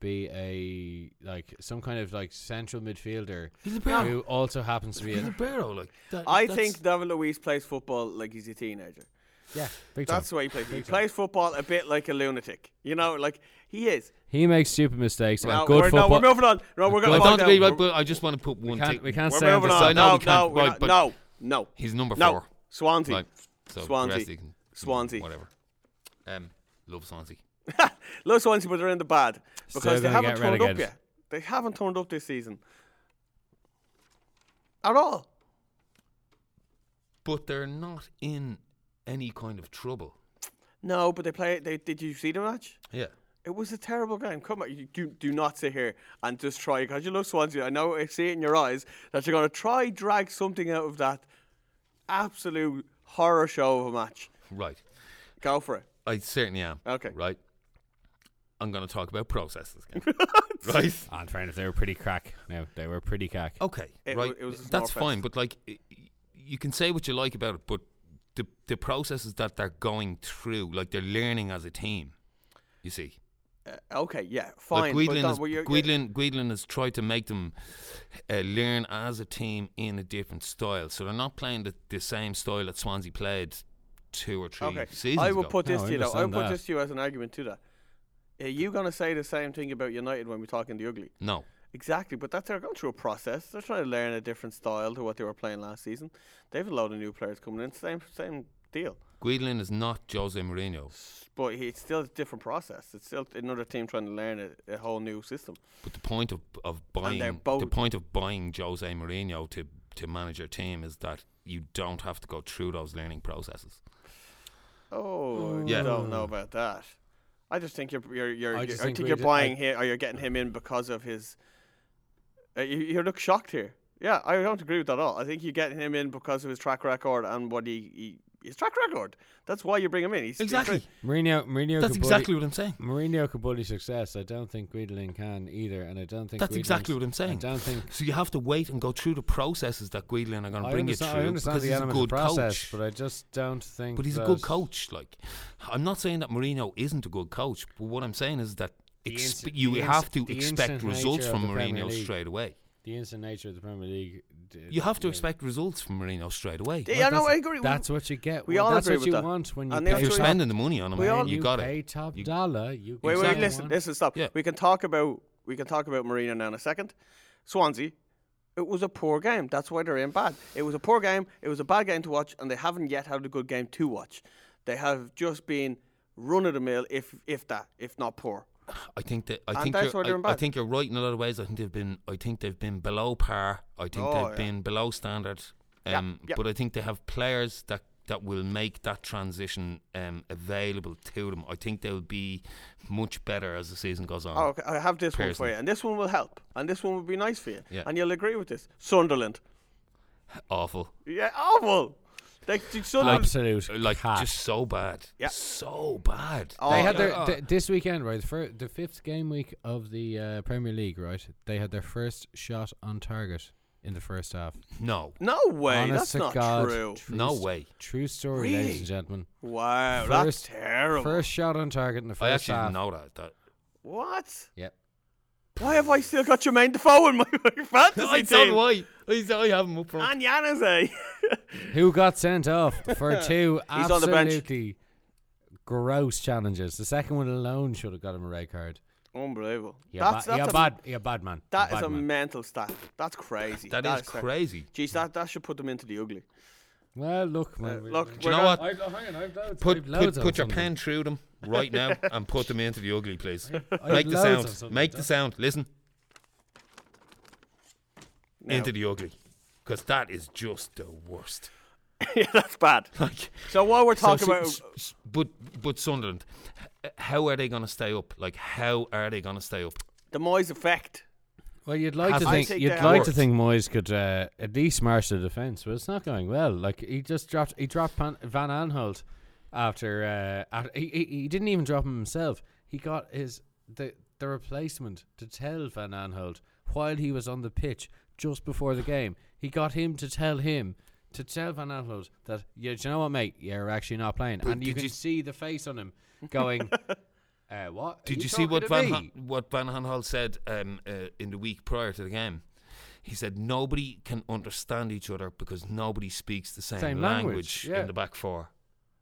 [SPEAKER 6] be a like some kind of like central midfielder
[SPEAKER 5] He's a barrel.
[SPEAKER 6] who also happens to be
[SPEAKER 5] He's a
[SPEAKER 6] a
[SPEAKER 5] barrel. Like that,
[SPEAKER 4] I
[SPEAKER 5] that's-
[SPEAKER 4] think David Luiz plays football like he's a teenager.
[SPEAKER 6] yeah big time.
[SPEAKER 4] That's the way he plays. He plays football a bit like a lunatic. You know, like he is.
[SPEAKER 6] he makes stupid mistakes
[SPEAKER 4] No,
[SPEAKER 6] and good
[SPEAKER 4] we're, no,
[SPEAKER 6] football.
[SPEAKER 4] we're moving on. No, we're
[SPEAKER 5] I
[SPEAKER 4] going
[SPEAKER 5] don't
[SPEAKER 4] to
[SPEAKER 5] agree, right, but I just want to put one
[SPEAKER 6] we can't,
[SPEAKER 5] thing.
[SPEAKER 6] we can't
[SPEAKER 4] We're
[SPEAKER 6] say on
[SPEAKER 4] moving
[SPEAKER 6] this
[SPEAKER 4] on.
[SPEAKER 5] I
[SPEAKER 6] side.
[SPEAKER 5] know
[SPEAKER 4] no,
[SPEAKER 5] we can't,
[SPEAKER 4] no, we're
[SPEAKER 5] right,
[SPEAKER 4] not-
[SPEAKER 5] but-
[SPEAKER 4] no, no.
[SPEAKER 5] He's number
[SPEAKER 4] no.
[SPEAKER 5] four.
[SPEAKER 4] Swansea.
[SPEAKER 5] Like, so the
[SPEAKER 4] Swansea.
[SPEAKER 5] rest you can-
[SPEAKER 4] Swansea.
[SPEAKER 5] Whatever. Um, love Swansea.
[SPEAKER 4] Love Swansea, but they're in the bad because they
[SPEAKER 6] gonna
[SPEAKER 4] haven't
[SPEAKER 6] get
[SPEAKER 4] turned
[SPEAKER 6] relegated.
[SPEAKER 4] up yet. They haven't turned up this season at all.
[SPEAKER 5] But they're not in any kind of trouble.
[SPEAKER 4] No, but they play. They did you see the match?
[SPEAKER 5] Yeah.
[SPEAKER 4] It was a terrible game. Come on, you do do not sit here and just try because you love Swansea. I know I see it in your eyes that you're going to try drag something out of that absolute horror show of a match.
[SPEAKER 5] Right.
[SPEAKER 4] Go for it.
[SPEAKER 5] I certainly am.
[SPEAKER 4] Okay.
[SPEAKER 5] Right. I'm going to talk about processes again. right.
[SPEAKER 6] And fairness, they were pretty crack. No, they were pretty crack.
[SPEAKER 5] Okay,
[SPEAKER 4] It
[SPEAKER 5] right.
[SPEAKER 4] wa- it was a
[SPEAKER 5] That's
[SPEAKER 4] Snorfest.
[SPEAKER 5] fine, but like, i- y- you can say what you like about it, but the the processes that they're going through, like they're learning as a team. You see,
[SPEAKER 4] Okay, yeah, fine.
[SPEAKER 5] like
[SPEAKER 4] but
[SPEAKER 5] Guidlin,
[SPEAKER 4] don't-
[SPEAKER 5] has,
[SPEAKER 4] well, you're-
[SPEAKER 5] Guidlin, Guidlin has tried to make them uh, learn as a team in a different style, so they're not playing the, the same style that Swansea played two or three
[SPEAKER 4] Okay,
[SPEAKER 5] seasons
[SPEAKER 4] I will
[SPEAKER 5] ago.
[SPEAKER 4] put this
[SPEAKER 6] No, I
[SPEAKER 4] to you. Though. I will
[SPEAKER 6] understand
[SPEAKER 4] put
[SPEAKER 6] that.
[SPEAKER 4] this to you as an argument to that. Are you going to say the same thing about United when we're talking the ugly?
[SPEAKER 5] no,
[SPEAKER 4] Exactly, but that's they're going through a process. They're trying to learn a different style to what they were playing last season. They've a load of new players coming in. Same same deal,
[SPEAKER 5] Guidlin is not Jose Mourinho,
[SPEAKER 4] but he- it's still a different process. It's still another team trying to learn a, a whole new system.
[SPEAKER 5] but the point of of
[SPEAKER 4] they're
[SPEAKER 5] buying the
[SPEAKER 4] both-
[SPEAKER 5] point of buying Jose Mourinho to to manage your team is that you don't have to go through those learning processes.
[SPEAKER 4] Oh,
[SPEAKER 5] Yeah.
[SPEAKER 4] I don't know about that. I just think you're you're, you're,
[SPEAKER 6] Hmm. I
[SPEAKER 4] I,
[SPEAKER 6] just
[SPEAKER 4] I
[SPEAKER 6] think
[SPEAKER 4] think,
[SPEAKER 6] we
[SPEAKER 4] you're
[SPEAKER 6] ju-
[SPEAKER 4] buying
[SPEAKER 6] I-
[SPEAKER 4] here or you're getting him in because of his. Uh, you, you look shocked here. Yeah, I don't agree with that at all. I think you get him in because of his track record and what he, he his track record. That's why you bring him in. He's he's
[SPEAKER 5] Exactly.
[SPEAKER 4] trying-
[SPEAKER 6] Mourinho, Mourinho
[SPEAKER 5] That's
[SPEAKER 6] could
[SPEAKER 5] exactly
[SPEAKER 6] bully,
[SPEAKER 5] what I'm saying.
[SPEAKER 6] Mourinho could bully success. I don't think Guidolin can either, and I don't think
[SPEAKER 5] That's
[SPEAKER 6] Guidolin's-
[SPEAKER 5] exactly what I'm
[SPEAKER 6] I
[SPEAKER 5] saying.
[SPEAKER 6] don't think
[SPEAKER 5] So you have to wait and go through the processes that Guidolin are going to
[SPEAKER 6] I
[SPEAKER 5] bring you through
[SPEAKER 6] understand, I understand
[SPEAKER 5] because
[SPEAKER 6] the
[SPEAKER 5] he's a
[SPEAKER 6] element of
[SPEAKER 5] good
[SPEAKER 6] process,
[SPEAKER 5] coach.
[SPEAKER 6] but I just don't think.
[SPEAKER 5] But he's a
[SPEAKER 6] that-
[SPEAKER 5] good coach. Like, I'm not saying that Mourinho isn't a good coach, but what I'm saying is that
[SPEAKER 6] The
[SPEAKER 5] expe-
[SPEAKER 6] inst-
[SPEAKER 5] you
[SPEAKER 6] the
[SPEAKER 5] have
[SPEAKER 6] instant-
[SPEAKER 5] to
[SPEAKER 6] the
[SPEAKER 5] expect
[SPEAKER 6] instant nature
[SPEAKER 5] results
[SPEAKER 6] of
[SPEAKER 5] from
[SPEAKER 6] the Premier
[SPEAKER 5] Mourinho
[SPEAKER 6] League.
[SPEAKER 5] straight away.
[SPEAKER 6] The instant nature of the Premier League. d-
[SPEAKER 5] You have to
[SPEAKER 6] yeah.
[SPEAKER 5] expect results from Mourinho straight away.
[SPEAKER 4] Yeah, no, I
[SPEAKER 6] that's,
[SPEAKER 4] agree. We-
[SPEAKER 6] That's what you get.
[SPEAKER 4] we
[SPEAKER 6] when-
[SPEAKER 4] all
[SPEAKER 6] that's
[SPEAKER 4] agree
[SPEAKER 6] what
[SPEAKER 4] with
[SPEAKER 6] you
[SPEAKER 4] that.
[SPEAKER 6] want when you
[SPEAKER 4] And
[SPEAKER 6] pay
[SPEAKER 4] that's
[SPEAKER 5] If you're
[SPEAKER 4] what-
[SPEAKER 6] top,
[SPEAKER 5] spending the money on him,
[SPEAKER 4] We all-
[SPEAKER 5] you got
[SPEAKER 6] pay
[SPEAKER 5] it.
[SPEAKER 6] top
[SPEAKER 5] You-
[SPEAKER 6] dollar. You
[SPEAKER 4] Wait,
[SPEAKER 6] get
[SPEAKER 4] wait,
[SPEAKER 6] what you
[SPEAKER 4] listen,
[SPEAKER 6] want.
[SPEAKER 4] listen, stop.
[SPEAKER 5] Yeah.
[SPEAKER 4] We can talk about we can talk about Marino now in a second. Swansea, it was a poor game. That's why they're in bad. It was a poor game. It was a bad game to watch, and they haven't yet had a good game to watch. They have just been run of the mill, if if that, if not poor.
[SPEAKER 5] I think that I
[SPEAKER 4] And
[SPEAKER 5] think
[SPEAKER 4] that's
[SPEAKER 5] you're,
[SPEAKER 4] why they're in
[SPEAKER 5] I, I
[SPEAKER 4] bad.
[SPEAKER 5] think you're right in a lot of ways. I think they've been I think they've been below par. I think
[SPEAKER 4] Oh,
[SPEAKER 5] they've
[SPEAKER 4] yeah.
[SPEAKER 5] been below standard. Um,
[SPEAKER 4] yeah.
[SPEAKER 5] But I think they have players that that will make that transition um, available to them. I think they'll be much better as the season goes on.
[SPEAKER 6] Hmm.
[SPEAKER 4] Oh, okay, I have this one for
[SPEAKER 5] personally.
[SPEAKER 4] you, and this one will help, and this one will be nice for you,
[SPEAKER 5] Yeah.
[SPEAKER 4] and you'll agree with this. Sunderland,
[SPEAKER 5] Awful,
[SPEAKER 4] yeah, awful. They, Sunderland,
[SPEAKER 6] Absolute.
[SPEAKER 5] like
[SPEAKER 6] cat.
[SPEAKER 5] just so bad.
[SPEAKER 4] Yeah.
[SPEAKER 5] so bad.
[SPEAKER 4] Oh,
[SPEAKER 6] They
[SPEAKER 5] Like,
[SPEAKER 6] had their
[SPEAKER 5] uh,
[SPEAKER 6] th- this weekend, right? The, fir- the fifth game week of the uh, Premier League, right? They had their first shot on target in the first half.
[SPEAKER 5] no,
[SPEAKER 4] no way,
[SPEAKER 6] Honest
[SPEAKER 4] that's
[SPEAKER 6] to
[SPEAKER 4] not
[SPEAKER 6] God,
[SPEAKER 4] true.
[SPEAKER 6] true
[SPEAKER 5] No
[SPEAKER 6] s-
[SPEAKER 5] way.
[SPEAKER 6] True story, ladies
[SPEAKER 4] Really?
[SPEAKER 6] and gentlemen.
[SPEAKER 4] Wow, that's
[SPEAKER 6] First-
[SPEAKER 4] terrible.
[SPEAKER 6] First shot on target in the first
[SPEAKER 5] I actually
[SPEAKER 6] half.
[SPEAKER 5] didn't know that. that
[SPEAKER 4] What?
[SPEAKER 6] Yep.
[SPEAKER 4] Why have I still got Jermaine Defoe in my fantasy
[SPEAKER 5] I don't
[SPEAKER 4] team?
[SPEAKER 5] know why. I I have him up front.
[SPEAKER 4] And Yannis, eh?
[SPEAKER 6] Who got sent off for two
[SPEAKER 4] He's on the bench.
[SPEAKER 6] absolutely gross challenges. The second one alone should have got him a red card.
[SPEAKER 4] Unbelievable.
[SPEAKER 6] Yeah, ba- yeah,
[SPEAKER 4] a-
[SPEAKER 6] bad, yeah, bad man.
[SPEAKER 4] That is
[SPEAKER 6] bad
[SPEAKER 4] a
[SPEAKER 6] man.
[SPEAKER 4] mental stat. That's crazy.
[SPEAKER 5] that is crazy.
[SPEAKER 4] Jeez, that, that should put them into the ugly.
[SPEAKER 6] well, look, man. we-
[SPEAKER 4] Uh, Look,
[SPEAKER 5] Do you
[SPEAKER 4] we're
[SPEAKER 5] know
[SPEAKER 4] gonna-
[SPEAKER 5] what?
[SPEAKER 6] I've, hang on, I've loads,
[SPEAKER 5] Put
[SPEAKER 6] I've
[SPEAKER 5] put,
[SPEAKER 6] loads
[SPEAKER 5] put your
[SPEAKER 6] of something.
[SPEAKER 5] pen through them right now and put them into the ugly, please.
[SPEAKER 6] I've
[SPEAKER 5] Make the
[SPEAKER 6] loads of
[SPEAKER 5] sound.
[SPEAKER 6] something,
[SPEAKER 5] Make the
[SPEAKER 6] don't-
[SPEAKER 5] sound. Listen
[SPEAKER 4] No.
[SPEAKER 5] into the ugly, because that is just the worst.
[SPEAKER 4] yeah, that's bad.
[SPEAKER 5] Like
[SPEAKER 4] So while we're
[SPEAKER 5] so
[SPEAKER 4] talking
[SPEAKER 5] Su-
[SPEAKER 4] about
[SPEAKER 5] S- S- but but Sunderland, h- how are they going to stay up? Like how are they going to stay up?
[SPEAKER 4] the Moyes effect,
[SPEAKER 6] Well, you'd like to
[SPEAKER 4] I
[SPEAKER 6] think
[SPEAKER 4] take
[SPEAKER 6] you'd
[SPEAKER 4] that-
[SPEAKER 6] like to
[SPEAKER 5] Worked.
[SPEAKER 6] think Moyes could uh, at least march the defence, but it's not going well. Like he just dropped he dropped Van, Van Aanholt after, uh, after he, he he didn't even drop him himself. He got his the the replacement to tell Van Aanholt while he was on the pitch just before the game. He got him to tell him to tell Van Aanholt that yeah, do you know what, mate, you're actually not playing, and you
[SPEAKER 5] did
[SPEAKER 6] can
[SPEAKER 5] you-
[SPEAKER 6] see the face on him going. Uh, what Are
[SPEAKER 5] Did you, see
[SPEAKER 6] talking
[SPEAKER 5] what
[SPEAKER 6] to
[SPEAKER 5] Van
[SPEAKER 6] me?"
[SPEAKER 5] Han- what Van Hanhal said um, uh, in the week prior to the game? He said nobody can understand each other because nobody speaks the same,
[SPEAKER 6] Same
[SPEAKER 5] language,
[SPEAKER 6] language, yeah.
[SPEAKER 5] in the back four.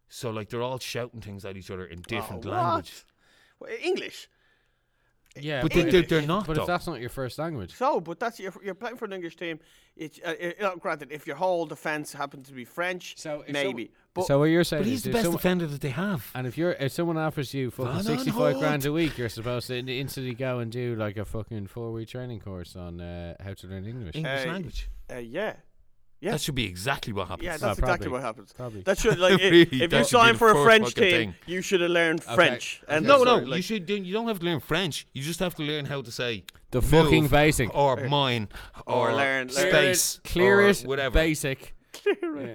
[SPEAKER 5] So like they're all shouting things at each other in different
[SPEAKER 6] Oh,
[SPEAKER 4] Oh, what?
[SPEAKER 5] language.
[SPEAKER 4] Well, English.
[SPEAKER 6] Yeah,
[SPEAKER 5] But they, they're, they're not.
[SPEAKER 6] But
[SPEAKER 5] though.
[SPEAKER 6] if that's not your first language,
[SPEAKER 4] So, but that's you're, you're playing for an English team. It's uh, it, uh, granted if your whole defense happens to be French,
[SPEAKER 6] So if some-
[SPEAKER 4] maybe. but
[SPEAKER 6] so what you're saying
[SPEAKER 5] but he's
[SPEAKER 6] is
[SPEAKER 5] the
[SPEAKER 6] if
[SPEAKER 5] best
[SPEAKER 6] someone-
[SPEAKER 5] defender that they have.
[SPEAKER 6] and if you're if someone offers you fucking
[SPEAKER 5] Van
[SPEAKER 6] sixty five
[SPEAKER 5] Aanholt.
[SPEAKER 6] grand a week, you're supposed to in- instantly go and do like a fucking four week training course on uh, how to learn English.
[SPEAKER 5] English
[SPEAKER 4] Hey.
[SPEAKER 5] language.
[SPEAKER 4] uh, yeah, yeah.
[SPEAKER 5] That should be exactly what happens.
[SPEAKER 4] yeah, that's
[SPEAKER 6] Oh,
[SPEAKER 4] exactly
[SPEAKER 6] probably.
[SPEAKER 4] what happens.
[SPEAKER 6] Probably.
[SPEAKER 4] That should like i-
[SPEAKER 5] Really,
[SPEAKER 4] if
[SPEAKER 5] that
[SPEAKER 4] you
[SPEAKER 5] should be
[SPEAKER 4] sign
[SPEAKER 5] the
[SPEAKER 4] for a
[SPEAKER 5] first
[SPEAKER 4] French
[SPEAKER 5] fucking
[SPEAKER 4] team,
[SPEAKER 5] thing.
[SPEAKER 4] you should have learned
[SPEAKER 6] Okay,
[SPEAKER 4] French. And
[SPEAKER 5] no,
[SPEAKER 4] that's
[SPEAKER 5] no,
[SPEAKER 4] it, like-
[SPEAKER 5] you should. do- You don't have to learn French. You just have to learn how to say
[SPEAKER 6] The fucking
[SPEAKER 5] move
[SPEAKER 6] basic.
[SPEAKER 4] Oh,
[SPEAKER 5] or mine or,
[SPEAKER 4] Or learn- learn-
[SPEAKER 5] space,
[SPEAKER 6] Clear
[SPEAKER 5] or
[SPEAKER 6] it,
[SPEAKER 5] whatever.
[SPEAKER 6] basic.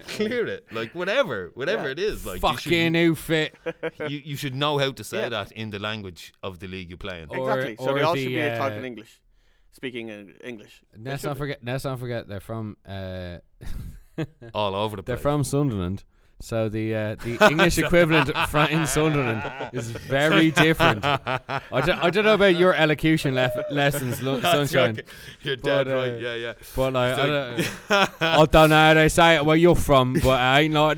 [SPEAKER 5] Clear it, like whatever, whatever it is. Like you should-
[SPEAKER 6] fucking outfit.
[SPEAKER 5] you, you should know how to say
[SPEAKER 4] Yeah.
[SPEAKER 5] that in the language of the league you play in.
[SPEAKER 6] Oh, or-
[SPEAKER 4] exactly. so
[SPEAKER 6] or
[SPEAKER 4] they all
[SPEAKER 6] the,
[SPEAKER 4] should be
[SPEAKER 6] uh,
[SPEAKER 4] talking English, speaking in English. They
[SPEAKER 6] Let's
[SPEAKER 4] should
[SPEAKER 6] not
[SPEAKER 4] be.
[SPEAKER 6] forget. Let's not forget they're from. Uh,
[SPEAKER 5] All over the
[SPEAKER 6] they're
[SPEAKER 5] place.
[SPEAKER 6] from Sunderland. So the uh, the English equivalent fra- in Sunderland is very different. I don't, I don't know about your elocution lef- lessons, lo-
[SPEAKER 5] That's
[SPEAKER 6] sunshine.
[SPEAKER 5] right. You're
[SPEAKER 6] But,
[SPEAKER 5] dead right.
[SPEAKER 6] uh,
[SPEAKER 5] Yeah, yeah.
[SPEAKER 6] But like, I don't,
[SPEAKER 5] It's
[SPEAKER 6] I don't know how they say it where you're from, but I ain't like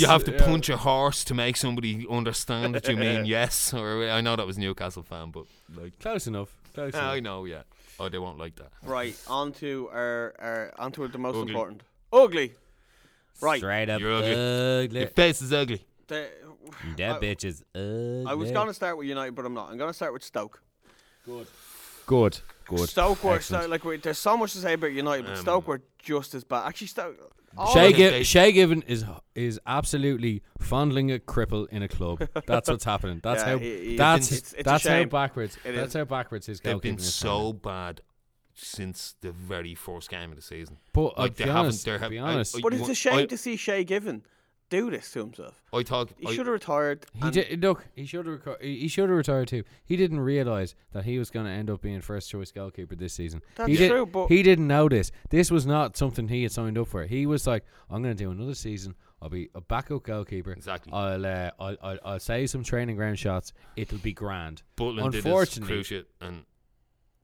[SPEAKER 5] You have to punch a horse to make somebody understand that you mean yes. Or I know that was Newcastle fan, but like
[SPEAKER 6] Close enough. Close
[SPEAKER 5] I
[SPEAKER 6] enough.
[SPEAKER 5] know, yeah. Oh, they won't like that.
[SPEAKER 4] Right, onto our, our onto the most
[SPEAKER 5] Ugly.
[SPEAKER 4] important. Ugly. Right.
[SPEAKER 6] Straight up
[SPEAKER 5] You're
[SPEAKER 6] ugly.
[SPEAKER 5] Your face is ugly.
[SPEAKER 4] the-
[SPEAKER 6] That bitch is ugly.
[SPEAKER 4] I was going to start with United, but I'm not. I'm going to start with Stoke.
[SPEAKER 6] Good. Good.
[SPEAKER 4] Stoke were
[SPEAKER 6] Excellent.
[SPEAKER 4] Stoke, like we, there's so much to say about United, but Stoke were just as bad. Actually, Stoke. all
[SPEAKER 6] Shay,
[SPEAKER 4] of-
[SPEAKER 5] Shake-
[SPEAKER 6] Gi- Shay Given is is absolutely fondling a cripple in a club. That's what's happening. That's
[SPEAKER 4] Yeah,
[SPEAKER 6] how.
[SPEAKER 4] he- he's
[SPEAKER 6] that's
[SPEAKER 4] been- It's- it's a
[SPEAKER 6] that's how
[SPEAKER 4] shame.
[SPEAKER 6] backwards.
[SPEAKER 4] It
[SPEAKER 6] that's
[SPEAKER 4] is.
[SPEAKER 6] how backwards his
[SPEAKER 5] They've
[SPEAKER 6] goalkeeping
[SPEAKER 5] been
[SPEAKER 6] is.
[SPEAKER 5] so bad since the very first game of the season.
[SPEAKER 6] But
[SPEAKER 5] like,
[SPEAKER 6] like, to
[SPEAKER 5] they
[SPEAKER 6] be
[SPEAKER 5] haven't-
[SPEAKER 6] honest,
[SPEAKER 5] they
[SPEAKER 6] to
[SPEAKER 5] have-
[SPEAKER 6] be
[SPEAKER 5] I-
[SPEAKER 6] honest,
[SPEAKER 5] I-
[SPEAKER 4] But it's
[SPEAKER 5] I-
[SPEAKER 4] a shame
[SPEAKER 5] I-
[SPEAKER 4] to see Shay Given do this to himself.
[SPEAKER 5] I thought
[SPEAKER 4] He
[SPEAKER 5] I-
[SPEAKER 4] should have retired.
[SPEAKER 6] He
[SPEAKER 4] and
[SPEAKER 6] did look. He should have. Reco- he he should have retired too. He didn't realize that he was going to end up being first choice goalkeeper this season.
[SPEAKER 4] That's
[SPEAKER 6] he did-
[SPEAKER 4] true, but-
[SPEAKER 6] he didn't know this. This was not something he had signed up for. He was like, "I'm going to do another season. I'll be a backup goalkeeper.
[SPEAKER 5] Exactly.
[SPEAKER 6] I'll uh, I'll, I'll I'll save some training ground shots. It'll be grand."
[SPEAKER 5] Butland did his
[SPEAKER 6] Unfortunately,
[SPEAKER 5] crew shit and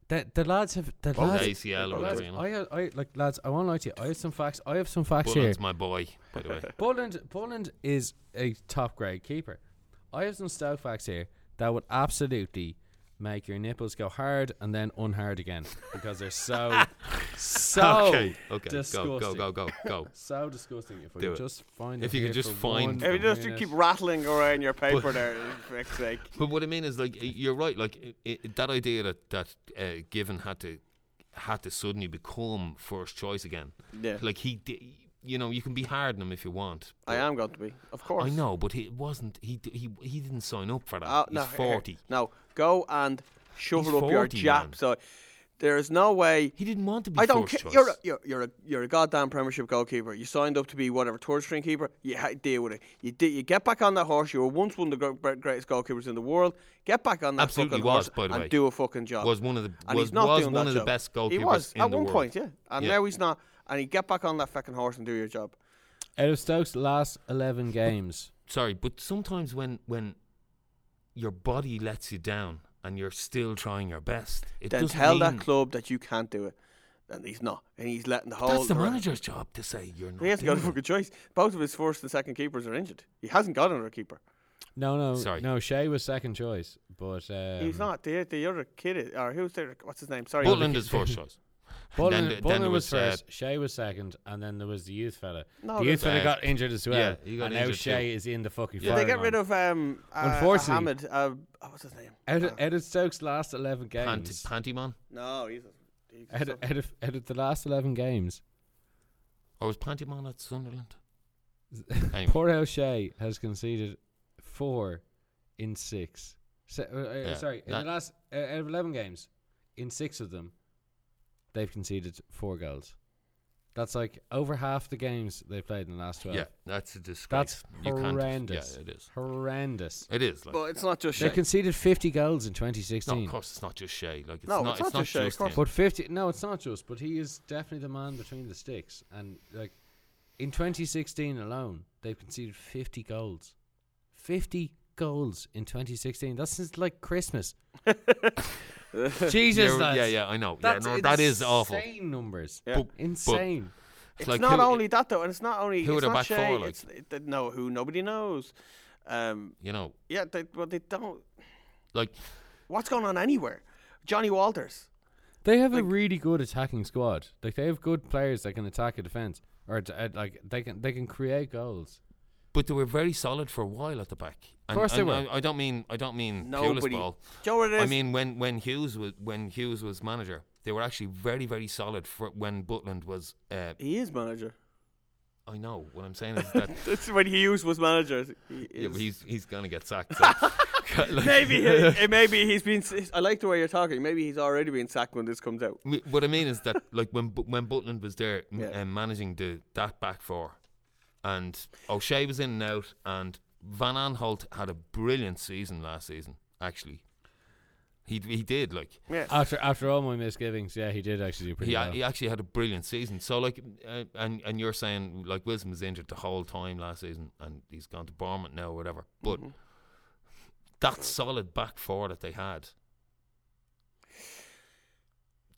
[SPEAKER 6] the, the lads have the
[SPEAKER 5] Broke
[SPEAKER 6] lads.
[SPEAKER 5] ACL or
[SPEAKER 6] the lads-
[SPEAKER 5] whatever, you know.
[SPEAKER 6] I, had- I like lads. I won't lie to you. I have some facts. I have some facts here.
[SPEAKER 5] Butland's my boy, by the way.
[SPEAKER 6] Poland Poland is a top grade keeper. I have some stout facts here that would absolutely make your nipples go hard and then unhard again because they're so so
[SPEAKER 5] okay, okay,
[SPEAKER 6] Oh, disgusting.
[SPEAKER 5] go, go, go, go, go.
[SPEAKER 6] So disgusting. If we
[SPEAKER 5] Do
[SPEAKER 6] could
[SPEAKER 5] it.
[SPEAKER 6] just find
[SPEAKER 5] If
[SPEAKER 6] it
[SPEAKER 5] you could
[SPEAKER 6] here
[SPEAKER 5] just
[SPEAKER 6] for
[SPEAKER 5] find-
[SPEAKER 6] one
[SPEAKER 4] If you just
[SPEAKER 6] minute.
[SPEAKER 4] keep rattling around your paper there, for heck's sake.
[SPEAKER 5] But what I mean is, like, i- you're right. Like i i that idea that that uh, Given had to had to suddenly become first choice again.
[SPEAKER 4] Yeah.
[SPEAKER 5] Like he, di- you know, you can be hard on him if you want.
[SPEAKER 4] I am going to be, of course.
[SPEAKER 5] I know, but he wasn't. He d- he he didn't sign up for that.
[SPEAKER 4] Oh,
[SPEAKER 5] He's
[SPEAKER 4] no, here, here.
[SPEAKER 5] forty.
[SPEAKER 4] No, go and shovel
[SPEAKER 5] He's
[SPEAKER 4] up your
[SPEAKER 5] 40,
[SPEAKER 4] jap.
[SPEAKER 5] man.
[SPEAKER 4] So there is no way.
[SPEAKER 5] He didn't want to be.
[SPEAKER 4] I don't
[SPEAKER 5] first
[SPEAKER 4] care.
[SPEAKER 5] Choice.
[SPEAKER 4] You're a, you're you're a you're a goddamn Premiership goalkeeper. You signed up to be whatever third string keeper. You ha- deal with it. You di- you get back on that horse. You were once one of the gr- greatest goalkeepers in the world. Get back on that
[SPEAKER 5] Absolutely
[SPEAKER 4] fucking
[SPEAKER 5] was,
[SPEAKER 4] horse
[SPEAKER 5] by the
[SPEAKER 4] and
[SPEAKER 5] way.
[SPEAKER 4] do a fucking job.
[SPEAKER 5] Was one of the-
[SPEAKER 4] and
[SPEAKER 5] was-
[SPEAKER 4] he's not
[SPEAKER 5] was
[SPEAKER 4] doing
[SPEAKER 5] one
[SPEAKER 4] that
[SPEAKER 5] of the
[SPEAKER 4] job.
[SPEAKER 5] best
[SPEAKER 4] He
[SPEAKER 5] goalkeepers
[SPEAKER 4] was
[SPEAKER 5] in
[SPEAKER 4] at
[SPEAKER 5] the
[SPEAKER 4] one
[SPEAKER 5] world.
[SPEAKER 4] point, yeah. And
[SPEAKER 5] Yeah.
[SPEAKER 4] now he's not. And you get back on that fucking horse and do your job.
[SPEAKER 6] out of Stoke's last eleven games.
[SPEAKER 5] Sorry, but sometimes when when your body lets you down and you're still trying your best, it
[SPEAKER 4] then
[SPEAKER 5] doesn't
[SPEAKER 4] tell that
[SPEAKER 5] mean-
[SPEAKER 4] club that you can't do it. And he's not. And he's letting the whole.
[SPEAKER 5] That's the
[SPEAKER 4] the rest-
[SPEAKER 5] manager's job to say you're not.
[SPEAKER 4] He hasn't got a
[SPEAKER 5] doing it.
[SPEAKER 4] fucking choice. Both of his first and second keepers are injured. He hasn't got another keeper.
[SPEAKER 6] No, no,
[SPEAKER 5] Sorry.
[SPEAKER 6] no. Shea was second choice, but um,
[SPEAKER 4] He's not the the other kid, is, or who's the what's his name? Sorry,
[SPEAKER 5] Butland is first choice.
[SPEAKER 6] Butland,
[SPEAKER 5] the- then
[SPEAKER 6] Butland
[SPEAKER 5] there
[SPEAKER 6] was
[SPEAKER 5] was, uh,
[SPEAKER 6] first, Shea was second, and then there was the youth fella.
[SPEAKER 4] No,
[SPEAKER 6] the
[SPEAKER 4] that's-
[SPEAKER 6] youth fella
[SPEAKER 5] Uh,
[SPEAKER 6] got injured as well,
[SPEAKER 5] yeah, he got
[SPEAKER 6] and now
[SPEAKER 5] injured
[SPEAKER 6] Shea is in the fucking.
[SPEAKER 5] Yeah.
[SPEAKER 4] Did they
[SPEAKER 6] firing
[SPEAKER 4] get rid
[SPEAKER 6] line.
[SPEAKER 4] of um? Uh,
[SPEAKER 6] Unfortunately.
[SPEAKER 4] Ahmed. Uh, oh, what's his name?
[SPEAKER 6] out of, out of Stokes' last eleven
[SPEAKER 5] Panty,
[SPEAKER 6] games.
[SPEAKER 5] Pantyman?
[SPEAKER 4] No, he's. a- he's a
[SPEAKER 6] Out, of,
[SPEAKER 4] sub-
[SPEAKER 6] out, of, out of the last eleven games,
[SPEAKER 5] Or was Pantyman at Sunderland? Anyway.
[SPEAKER 6] poor El Shea has conceded four in six. Se- uh, uh,
[SPEAKER 5] Yeah,
[SPEAKER 6] sorry, in
[SPEAKER 5] that-
[SPEAKER 6] the last uh, out of eleven games, in six of them, they've conceded four goals. That's like over half the games they played in the last twelve.
[SPEAKER 5] Yeah, that's a disgrace.
[SPEAKER 6] That's
[SPEAKER 5] You can't-
[SPEAKER 6] horrendous.
[SPEAKER 5] Yeah, it is.
[SPEAKER 6] Horrendous.
[SPEAKER 5] It is. Like,
[SPEAKER 4] But it's not just
[SPEAKER 6] They
[SPEAKER 4] Shea.
[SPEAKER 6] conceded 50 goals in
[SPEAKER 5] no,
[SPEAKER 6] 2016.
[SPEAKER 5] of course, it's not just Shea. Like, it's
[SPEAKER 4] No,
[SPEAKER 5] not,
[SPEAKER 4] it's not
[SPEAKER 5] it's not
[SPEAKER 4] just Shea, of
[SPEAKER 5] just
[SPEAKER 4] course.
[SPEAKER 5] him.
[SPEAKER 6] but 50 No, it's not just, but he is definitely the man between the sticks and like in 2016 alone, they've conceded 50 goals. 50 goals in 2016. That's since like Christmas. Jesus.
[SPEAKER 5] You're-
[SPEAKER 6] lads.
[SPEAKER 5] yeah, yeah, I know.
[SPEAKER 6] That's
[SPEAKER 5] yeah, no, that is awful.
[SPEAKER 6] Insane numbers.
[SPEAKER 4] Yeah.
[SPEAKER 5] But-
[SPEAKER 6] Insane.
[SPEAKER 4] It's
[SPEAKER 5] like
[SPEAKER 4] not
[SPEAKER 5] who-
[SPEAKER 4] only that though, and it's not only
[SPEAKER 5] who are
[SPEAKER 4] it's
[SPEAKER 5] the
[SPEAKER 4] not
[SPEAKER 5] back
[SPEAKER 4] Shea,
[SPEAKER 5] four, like?
[SPEAKER 4] It's, it, they- no, who nobody knows. Um,
[SPEAKER 5] You know,
[SPEAKER 4] yeah, they, well, they don't.
[SPEAKER 5] like,
[SPEAKER 4] What's going on anywhere? Johnny Walters.
[SPEAKER 6] They have a really good attacking squad. Like they have good players that can attack a defense or uh, like they can they can create goals.
[SPEAKER 5] but they were very solid for a while at the back. And,
[SPEAKER 6] course they
[SPEAKER 5] and
[SPEAKER 6] were.
[SPEAKER 5] I, I don't mean, I don't mean Pulis
[SPEAKER 4] Nobody.
[SPEAKER 5] Mm, ball.
[SPEAKER 4] Joe, what it
[SPEAKER 5] I
[SPEAKER 4] is?
[SPEAKER 5] mean, when, when Hughes was when Hughes was manager, they were actually very, very solid for when Butland was. Uh,
[SPEAKER 4] he is manager.
[SPEAKER 5] I know what I'm saying is that
[SPEAKER 4] That's when Hughes was manager. He
[SPEAKER 5] yeah,
[SPEAKER 4] is-
[SPEAKER 5] but he's he's gonna get sacked. So. Like-
[SPEAKER 4] maybe he, eh, maybe he's been. s- I like the way you're talking. Maybe he's already been sacked when this comes out.
[SPEAKER 5] Me- what I mean is that like when Bu- when Butland was there m
[SPEAKER 4] Yeah.
[SPEAKER 5] um, managing the that back four, and O'Shea was in and out, and Van Aanholt had a brilliant season last season. Actually, he d- he did like
[SPEAKER 4] Yeah.
[SPEAKER 6] After after all my misgivings, yeah, he did actually do pretty
[SPEAKER 5] he a-
[SPEAKER 6] well.
[SPEAKER 5] he actually had a brilliant season. So like uh, and and you're saying like Wilson was injured the whole time last season, and he's gone to Bournemouth now or whatever.
[SPEAKER 4] Mm-hmm.
[SPEAKER 5] But that solid back four that they had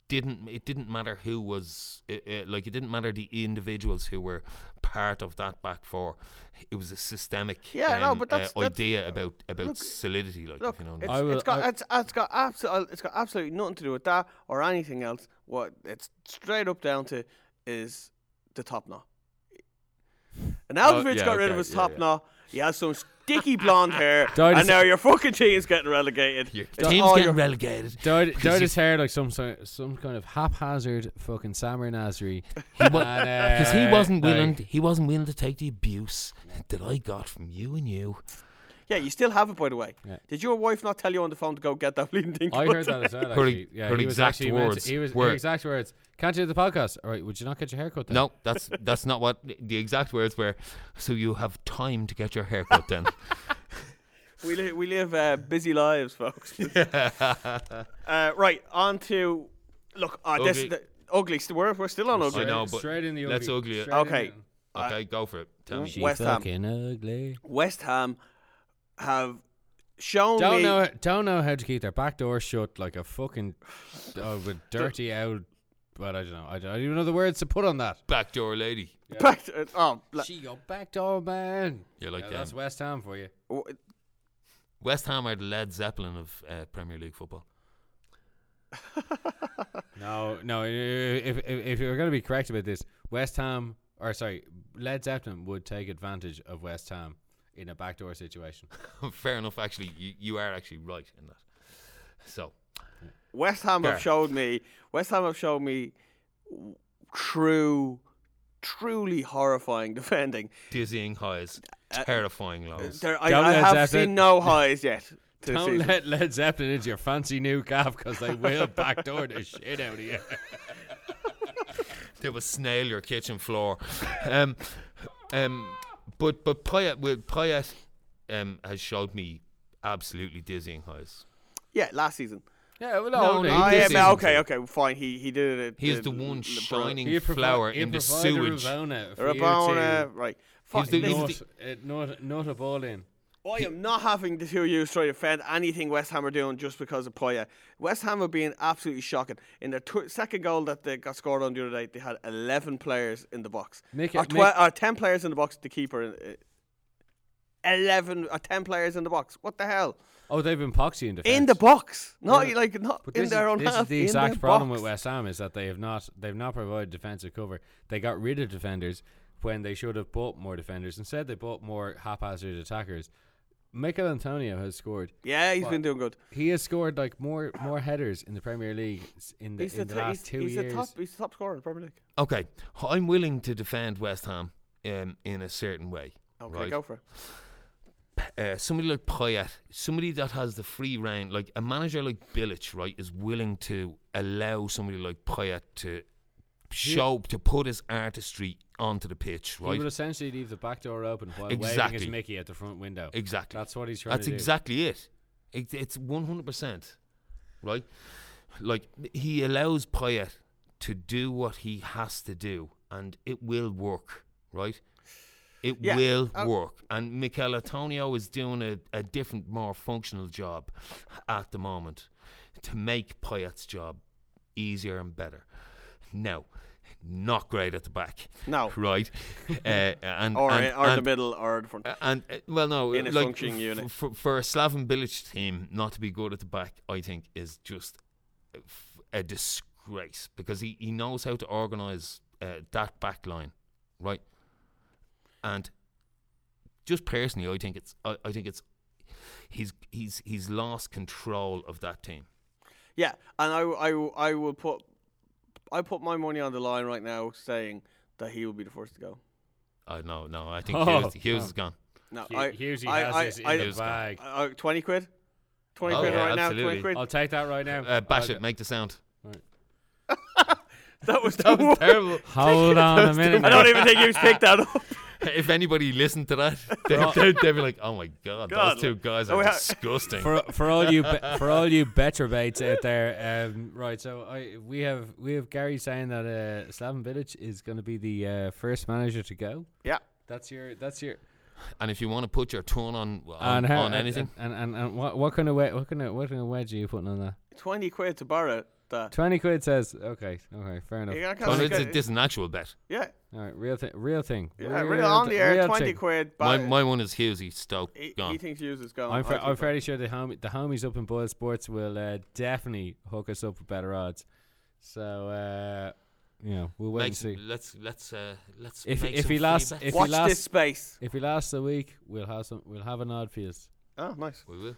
[SPEAKER 5] didn't it didn't matter who was it, it, like it didn't matter the individuals who were part of that back four. It was a systemic
[SPEAKER 4] Yeah, no,
[SPEAKER 5] um,
[SPEAKER 4] but that's-
[SPEAKER 5] uh,
[SPEAKER 4] that's-
[SPEAKER 5] idea about about
[SPEAKER 4] look,
[SPEAKER 5] solidity. Like
[SPEAKER 4] Look,
[SPEAKER 5] you know,
[SPEAKER 4] it's,
[SPEAKER 6] I will-
[SPEAKER 4] it's got
[SPEAKER 6] I-
[SPEAKER 4] it's, it's got absolutely it's got absolutely nothing to do with that or anything else. What it's straight up down to is the top knot. And Aldridge
[SPEAKER 5] Oh, yeah,
[SPEAKER 4] got rid of
[SPEAKER 5] okay,
[SPEAKER 4] his
[SPEAKER 5] yeah,
[SPEAKER 4] top
[SPEAKER 5] yeah.
[SPEAKER 4] knot. He has some sticky blonde hair,
[SPEAKER 6] Died
[SPEAKER 4] and
[SPEAKER 6] his-
[SPEAKER 4] now your fucking team's getting relegated.
[SPEAKER 5] your
[SPEAKER 4] It's
[SPEAKER 5] team's
[SPEAKER 4] all
[SPEAKER 5] getting
[SPEAKER 4] your-
[SPEAKER 5] relegated.
[SPEAKER 6] Dyed, dyed
[SPEAKER 5] you-
[SPEAKER 6] his hair like some sort- some kind of haphazard fucking Samir Nasri.
[SPEAKER 5] He wa-
[SPEAKER 6] And,
[SPEAKER 5] because he
[SPEAKER 6] uh,
[SPEAKER 5] wasn't
[SPEAKER 6] like-
[SPEAKER 5] willing. he wasn't willing to take the abuse that I got from you and you.
[SPEAKER 4] yeah, you still have it, by the way.
[SPEAKER 6] Yeah.
[SPEAKER 4] Did your wife not tell you on the phone to go get that bleeding thing?
[SPEAKER 6] I heard that as well.
[SPEAKER 5] Her-
[SPEAKER 6] Actually. Yeah,
[SPEAKER 5] her
[SPEAKER 6] he was
[SPEAKER 5] exact
[SPEAKER 6] actually meant to-
[SPEAKER 5] words
[SPEAKER 6] he was
[SPEAKER 5] were-
[SPEAKER 6] her exact words. Can't you do the podcast? All right, would you not get your haircut then?
[SPEAKER 5] No, that's that's not what the exact words were. So you have time to get your hair cut then.
[SPEAKER 4] We, li- we live uh, busy lives, folks. uh, right, on to look. Uh, this
[SPEAKER 5] Ugly.
[SPEAKER 4] the, ugly. st- We're, we're still on ugly.
[SPEAKER 5] I know, but
[SPEAKER 6] straight in the
[SPEAKER 5] that's
[SPEAKER 6] ugly.
[SPEAKER 5] ugly.
[SPEAKER 6] Straight in
[SPEAKER 4] Okay.
[SPEAKER 6] the-
[SPEAKER 5] okay, go for it. Tell me.
[SPEAKER 6] She
[SPEAKER 4] West Ham.
[SPEAKER 6] fucking ugly.
[SPEAKER 4] West Ham have shown
[SPEAKER 6] Don't
[SPEAKER 4] me.
[SPEAKER 6] know, don't know how to keep their back door shut like a fucking uh, with dirty old. But I don't know. I don't, I don't even know the words to put on that.
[SPEAKER 5] Backdoor lady.
[SPEAKER 4] Back to, oh, bla-
[SPEAKER 6] She your back door man.
[SPEAKER 5] Yeah, like
[SPEAKER 6] Yeah,
[SPEAKER 5] um,
[SPEAKER 6] that's West Ham for you.
[SPEAKER 4] w-
[SPEAKER 5] West Ham are the Led Zeppelin of uh, Premier League football.
[SPEAKER 6] No, no. i- i- If if, if you're going to be correct about this, West Ham or sorry, Led Zeppelin would take advantage of West Ham in a backdoor situation.
[SPEAKER 5] Fair enough. Actually, you, you are actually right in that. So
[SPEAKER 4] West Ham
[SPEAKER 5] Fair.
[SPEAKER 4] have showed me. West Ham have showed me w- true, truly horrifying defending.
[SPEAKER 5] dizzying highs, terrifying lows.
[SPEAKER 4] There, I,
[SPEAKER 6] Don't
[SPEAKER 4] I
[SPEAKER 6] let
[SPEAKER 4] have
[SPEAKER 6] that-
[SPEAKER 4] seen no highs yet. This
[SPEAKER 6] Don't
[SPEAKER 4] season.
[SPEAKER 6] let Led Zeppelin into your fancy new calf because they will backdoor the shit out of you.
[SPEAKER 5] there was snail your kitchen floor. Um, um, but but Payet well, Payet um, has showed me absolutely dizzying highs.
[SPEAKER 4] yeah, last season.
[SPEAKER 6] Yeah, well,
[SPEAKER 5] No,
[SPEAKER 6] only-
[SPEAKER 5] no,
[SPEAKER 4] I
[SPEAKER 5] this
[SPEAKER 4] am,
[SPEAKER 5] season.
[SPEAKER 4] okay, okay, fine. He he did it.
[SPEAKER 5] He is
[SPEAKER 4] uh,
[SPEAKER 5] the one
[SPEAKER 4] LeBron-
[SPEAKER 5] shining
[SPEAKER 6] He provi-
[SPEAKER 5] flower
[SPEAKER 6] he
[SPEAKER 5] in the
[SPEAKER 6] provided
[SPEAKER 5] sewage.
[SPEAKER 6] Ravona for you
[SPEAKER 4] Rabona,
[SPEAKER 6] to
[SPEAKER 4] right?
[SPEAKER 5] He's
[SPEAKER 4] Fuck,
[SPEAKER 5] the-
[SPEAKER 4] listen,
[SPEAKER 5] he's
[SPEAKER 6] Not, uh, not, not a ball in.
[SPEAKER 4] I am not having the two of you try to defend anything West Ham are doing just because of Poya. West Ham are being absolutely shocking. In their tw- second goal that they got scored on the other night, they had 11 players in the box.
[SPEAKER 6] Mick-
[SPEAKER 4] or,
[SPEAKER 6] Mick-
[SPEAKER 4] or 10 players in the box, the keeper. In, uh, eleven or ten players in the box. What the hell?
[SPEAKER 6] Oh, they've been poxy in defense.
[SPEAKER 4] In the box, not
[SPEAKER 6] Yeah.
[SPEAKER 4] like not
[SPEAKER 6] But
[SPEAKER 4] in
[SPEAKER 6] this
[SPEAKER 4] their
[SPEAKER 6] is,
[SPEAKER 4] own
[SPEAKER 6] this
[SPEAKER 4] half.
[SPEAKER 6] is the
[SPEAKER 4] in
[SPEAKER 6] exact
[SPEAKER 4] their
[SPEAKER 6] problem
[SPEAKER 4] box.
[SPEAKER 6] with West Ham is that they have not they've not provided defensive cover. They got rid of defenders when they should have bought more defenders. Instead, they bought more haphazard attackers. Mikel Antonio has scored.
[SPEAKER 4] Yeah, he's been doing good.
[SPEAKER 6] He has scored like more more headers in the Premier League s- in the,
[SPEAKER 4] He's the,
[SPEAKER 6] in the
[SPEAKER 4] t-
[SPEAKER 6] last
[SPEAKER 4] he's,
[SPEAKER 6] two
[SPEAKER 4] he's the
[SPEAKER 6] years.
[SPEAKER 4] top. He's the top scorer in the Premier League.
[SPEAKER 5] Okay, I'm willing to defend West Ham um, in a certain way.
[SPEAKER 4] Okay,
[SPEAKER 5] right?
[SPEAKER 4] go for it.
[SPEAKER 5] uh, somebody like Payet, somebody that has the free reign, like a manager like Bilic, right, is willing to allow somebody like Payet to show, to put his artistry onto the pitch,
[SPEAKER 6] He
[SPEAKER 5] right?
[SPEAKER 6] would essentially leave the back door open while waving
[SPEAKER 5] Exactly.
[SPEAKER 6] his Mickey at the front window.
[SPEAKER 5] Exactly.
[SPEAKER 6] That's what he's trying
[SPEAKER 5] That's
[SPEAKER 6] to do.
[SPEAKER 5] exactly it. it. It's 100%, right? Like, he allows Payet to do what he has to do, and it will work, right? It
[SPEAKER 4] Yeah,
[SPEAKER 5] will
[SPEAKER 4] uh,
[SPEAKER 5] work. And Mikel Antonio is doing a, a different, more functional job at the moment to make Payet's job easier and better. Now, not great at the back.
[SPEAKER 4] No.
[SPEAKER 5] Right? uh, and,
[SPEAKER 4] Or
[SPEAKER 5] and,
[SPEAKER 4] in- or the
[SPEAKER 5] and-
[SPEAKER 4] middle or the front.
[SPEAKER 5] uh, and uh, well, no,
[SPEAKER 4] In a
[SPEAKER 5] like
[SPEAKER 4] functioning unit.
[SPEAKER 5] for, for a Slaven Bilic team not to be good at the back, I think is just a f- a disgrace because he, he knows how to organise uh, that back line, right? And just personally, I think it's I, I think it's he's he's he's lost control of that team.
[SPEAKER 4] Yeah, and I, w- I, w- I will put I put my money on the line right now, saying that he will be the first to go.
[SPEAKER 5] I no no I think
[SPEAKER 6] Oh.
[SPEAKER 5] Hughes, Hughes is gone.
[SPEAKER 4] No,
[SPEAKER 6] Hu-
[SPEAKER 4] I,
[SPEAKER 6] Hughes, he
[SPEAKER 4] I,
[SPEAKER 6] has
[SPEAKER 4] I,
[SPEAKER 6] this in
[SPEAKER 4] I,
[SPEAKER 6] the
[SPEAKER 5] Hughes-
[SPEAKER 6] bag.
[SPEAKER 4] I- I- twenty quid, twenty
[SPEAKER 5] Oh,
[SPEAKER 4] quid
[SPEAKER 5] yeah,
[SPEAKER 4] right now,
[SPEAKER 5] absolutely.
[SPEAKER 4] twenty quid.
[SPEAKER 6] I'll take that right now.
[SPEAKER 5] Uh, bash
[SPEAKER 6] I'll-
[SPEAKER 5] it, make the sound.
[SPEAKER 4] that was
[SPEAKER 5] That was terrible.
[SPEAKER 6] Hold on a minute.
[SPEAKER 4] I don't even think you picked that up.
[SPEAKER 5] if anybody listened to that, they'd, they'd, they'd be like, "Oh my god,
[SPEAKER 4] God,
[SPEAKER 5] those two
[SPEAKER 4] like-
[SPEAKER 5] guys
[SPEAKER 4] Oh,
[SPEAKER 5] are
[SPEAKER 4] yeah.
[SPEAKER 5] disgusting."
[SPEAKER 6] for for all you be- for all you better baits out there, um, right? So I we have we have Gary saying that uh, Slaven Bilic is going to be the uh, first manager to go.
[SPEAKER 4] yeah,
[SPEAKER 6] That's your that's your
[SPEAKER 5] and if you want to put your tone on on,
[SPEAKER 6] and how,
[SPEAKER 5] on anything,
[SPEAKER 6] and, and, and, what what kind of wed- what kind of what kind of wedge are you putting on that?
[SPEAKER 4] twenty quid to borrow that.
[SPEAKER 6] Twenty quid says okay, okay, fair enough.
[SPEAKER 4] Yeah, I
[SPEAKER 5] oh,
[SPEAKER 4] can't-
[SPEAKER 5] this, this is an actual bet.
[SPEAKER 4] yeah,
[SPEAKER 6] All right, real thing, real thing.
[SPEAKER 4] yeah, real on the
[SPEAKER 6] thi-
[SPEAKER 4] air,
[SPEAKER 6] real
[SPEAKER 4] twenty
[SPEAKER 6] thing.
[SPEAKER 4] quid.
[SPEAKER 5] My,
[SPEAKER 4] But
[SPEAKER 5] my one is Hughesy Stoke
[SPEAKER 4] he,
[SPEAKER 5] gone.
[SPEAKER 4] he thinks Hughes is gone.
[SPEAKER 6] I'm,
[SPEAKER 4] I
[SPEAKER 6] fa-
[SPEAKER 4] think
[SPEAKER 6] I'm
[SPEAKER 4] so.
[SPEAKER 6] fairly sure the, homie, the homies up in Boyle Sports will uh, definitely hook us up with better odds. So, uh, you know, we'll wait
[SPEAKER 5] Make some-
[SPEAKER 6] and see.
[SPEAKER 5] let's let's uh, let's
[SPEAKER 6] If-
[SPEAKER 5] make
[SPEAKER 6] if
[SPEAKER 5] some
[SPEAKER 6] he
[SPEAKER 5] free
[SPEAKER 6] lasts-
[SPEAKER 5] bets.
[SPEAKER 6] if he
[SPEAKER 4] Watch
[SPEAKER 6] last-
[SPEAKER 4] this space.
[SPEAKER 6] If he lasts a week, we'll have some. We'll have an odd feast.
[SPEAKER 4] Oh, nice.
[SPEAKER 5] we will.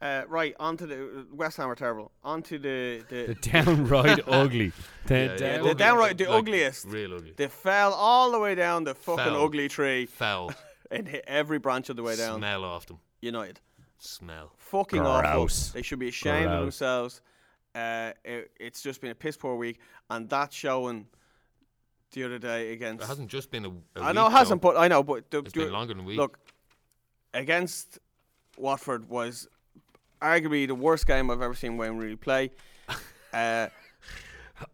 [SPEAKER 4] Uh, right, onto the West Ham are terrible. Onto the
[SPEAKER 6] The
[SPEAKER 4] the,
[SPEAKER 6] downright ugly. The down-
[SPEAKER 4] the downright- the ugliest.
[SPEAKER 5] real ugly,
[SPEAKER 4] they fell all the way down the fucking
[SPEAKER 5] Fell.
[SPEAKER 4] ugly tree
[SPEAKER 5] foul
[SPEAKER 4] and hit every branch of the way down.
[SPEAKER 5] smell off them,
[SPEAKER 4] United.
[SPEAKER 5] smell.
[SPEAKER 4] fucking
[SPEAKER 6] Gross.
[SPEAKER 4] awful. They should be ashamed of
[SPEAKER 6] Gross.
[SPEAKER 4] themselves. Uh, it, it's just been a piss poor week, and that's showing the other day
[SPEAKER 5] It
[SPEAKER 4] against.
[SPEAKER 5] hasn't just been a. a
[SPEAKER 4] I know it
[SPEAKER 5] week,
[SPEAKER 4] hasn't,
[SPEAKER 5] though.
[SPEAKER 4] but I know, but the,
[SPEAKER 5] It's been longer than a week.
[SPEAKER 4] Look, against Watford was arguably the worst game I've ever seen Wayne really play. Uh,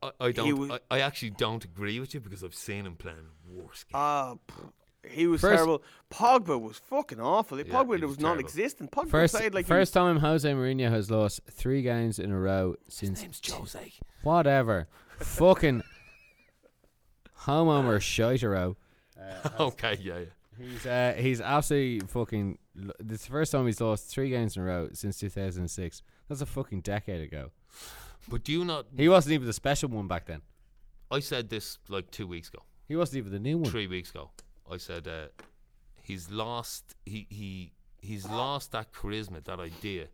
[SPEAKER 5] I, I don't.
[SPEAKER 4] was-
[SPEAKER 5] I, I actually don't agree with you because I've seen him playing worse. games.
[SPEAKER 4] ah, pff, he was
[SPEAKER 6] First-
[SPEAKER 4] terrible. Pogba was fucking awful. Pogba
[SPEAKER 5] he
[SPEAKER 4] was,
[SPEAKER 5] was terrible.
[SPEAKER 4] non-existent. Pogba
[SPEAKER 6] First,
[SPEAKER 4] played like he was-
[SPEAKER 6] first time Jose Mourinho has lost three games in a row
[SPEAKER 5] His
[SPEAKER 6] since
[SPEAKER 5] name's Jose.
[SPEAKER 6] whatever. Fucking homo or shitero.
[SPEAKER 5] Okay, yeah, yeah.
[SPEAKER 6] He's uh, he's absolutely fucking. lo- This is the first time he's lost three games in a row since 2006. That's a fucking decade ago.
[SPEAKER 5] But do you not?
[SPEAKER 6] He wasn't even the special one back then.
[SPEAKER 5] I said this like two weeks ago.
[SPEAKER 6] He wasn't even the new one.
[SPEAKER 5] three weeks ago. I said uh, he's lost. He he he's lost that charisma, that idea,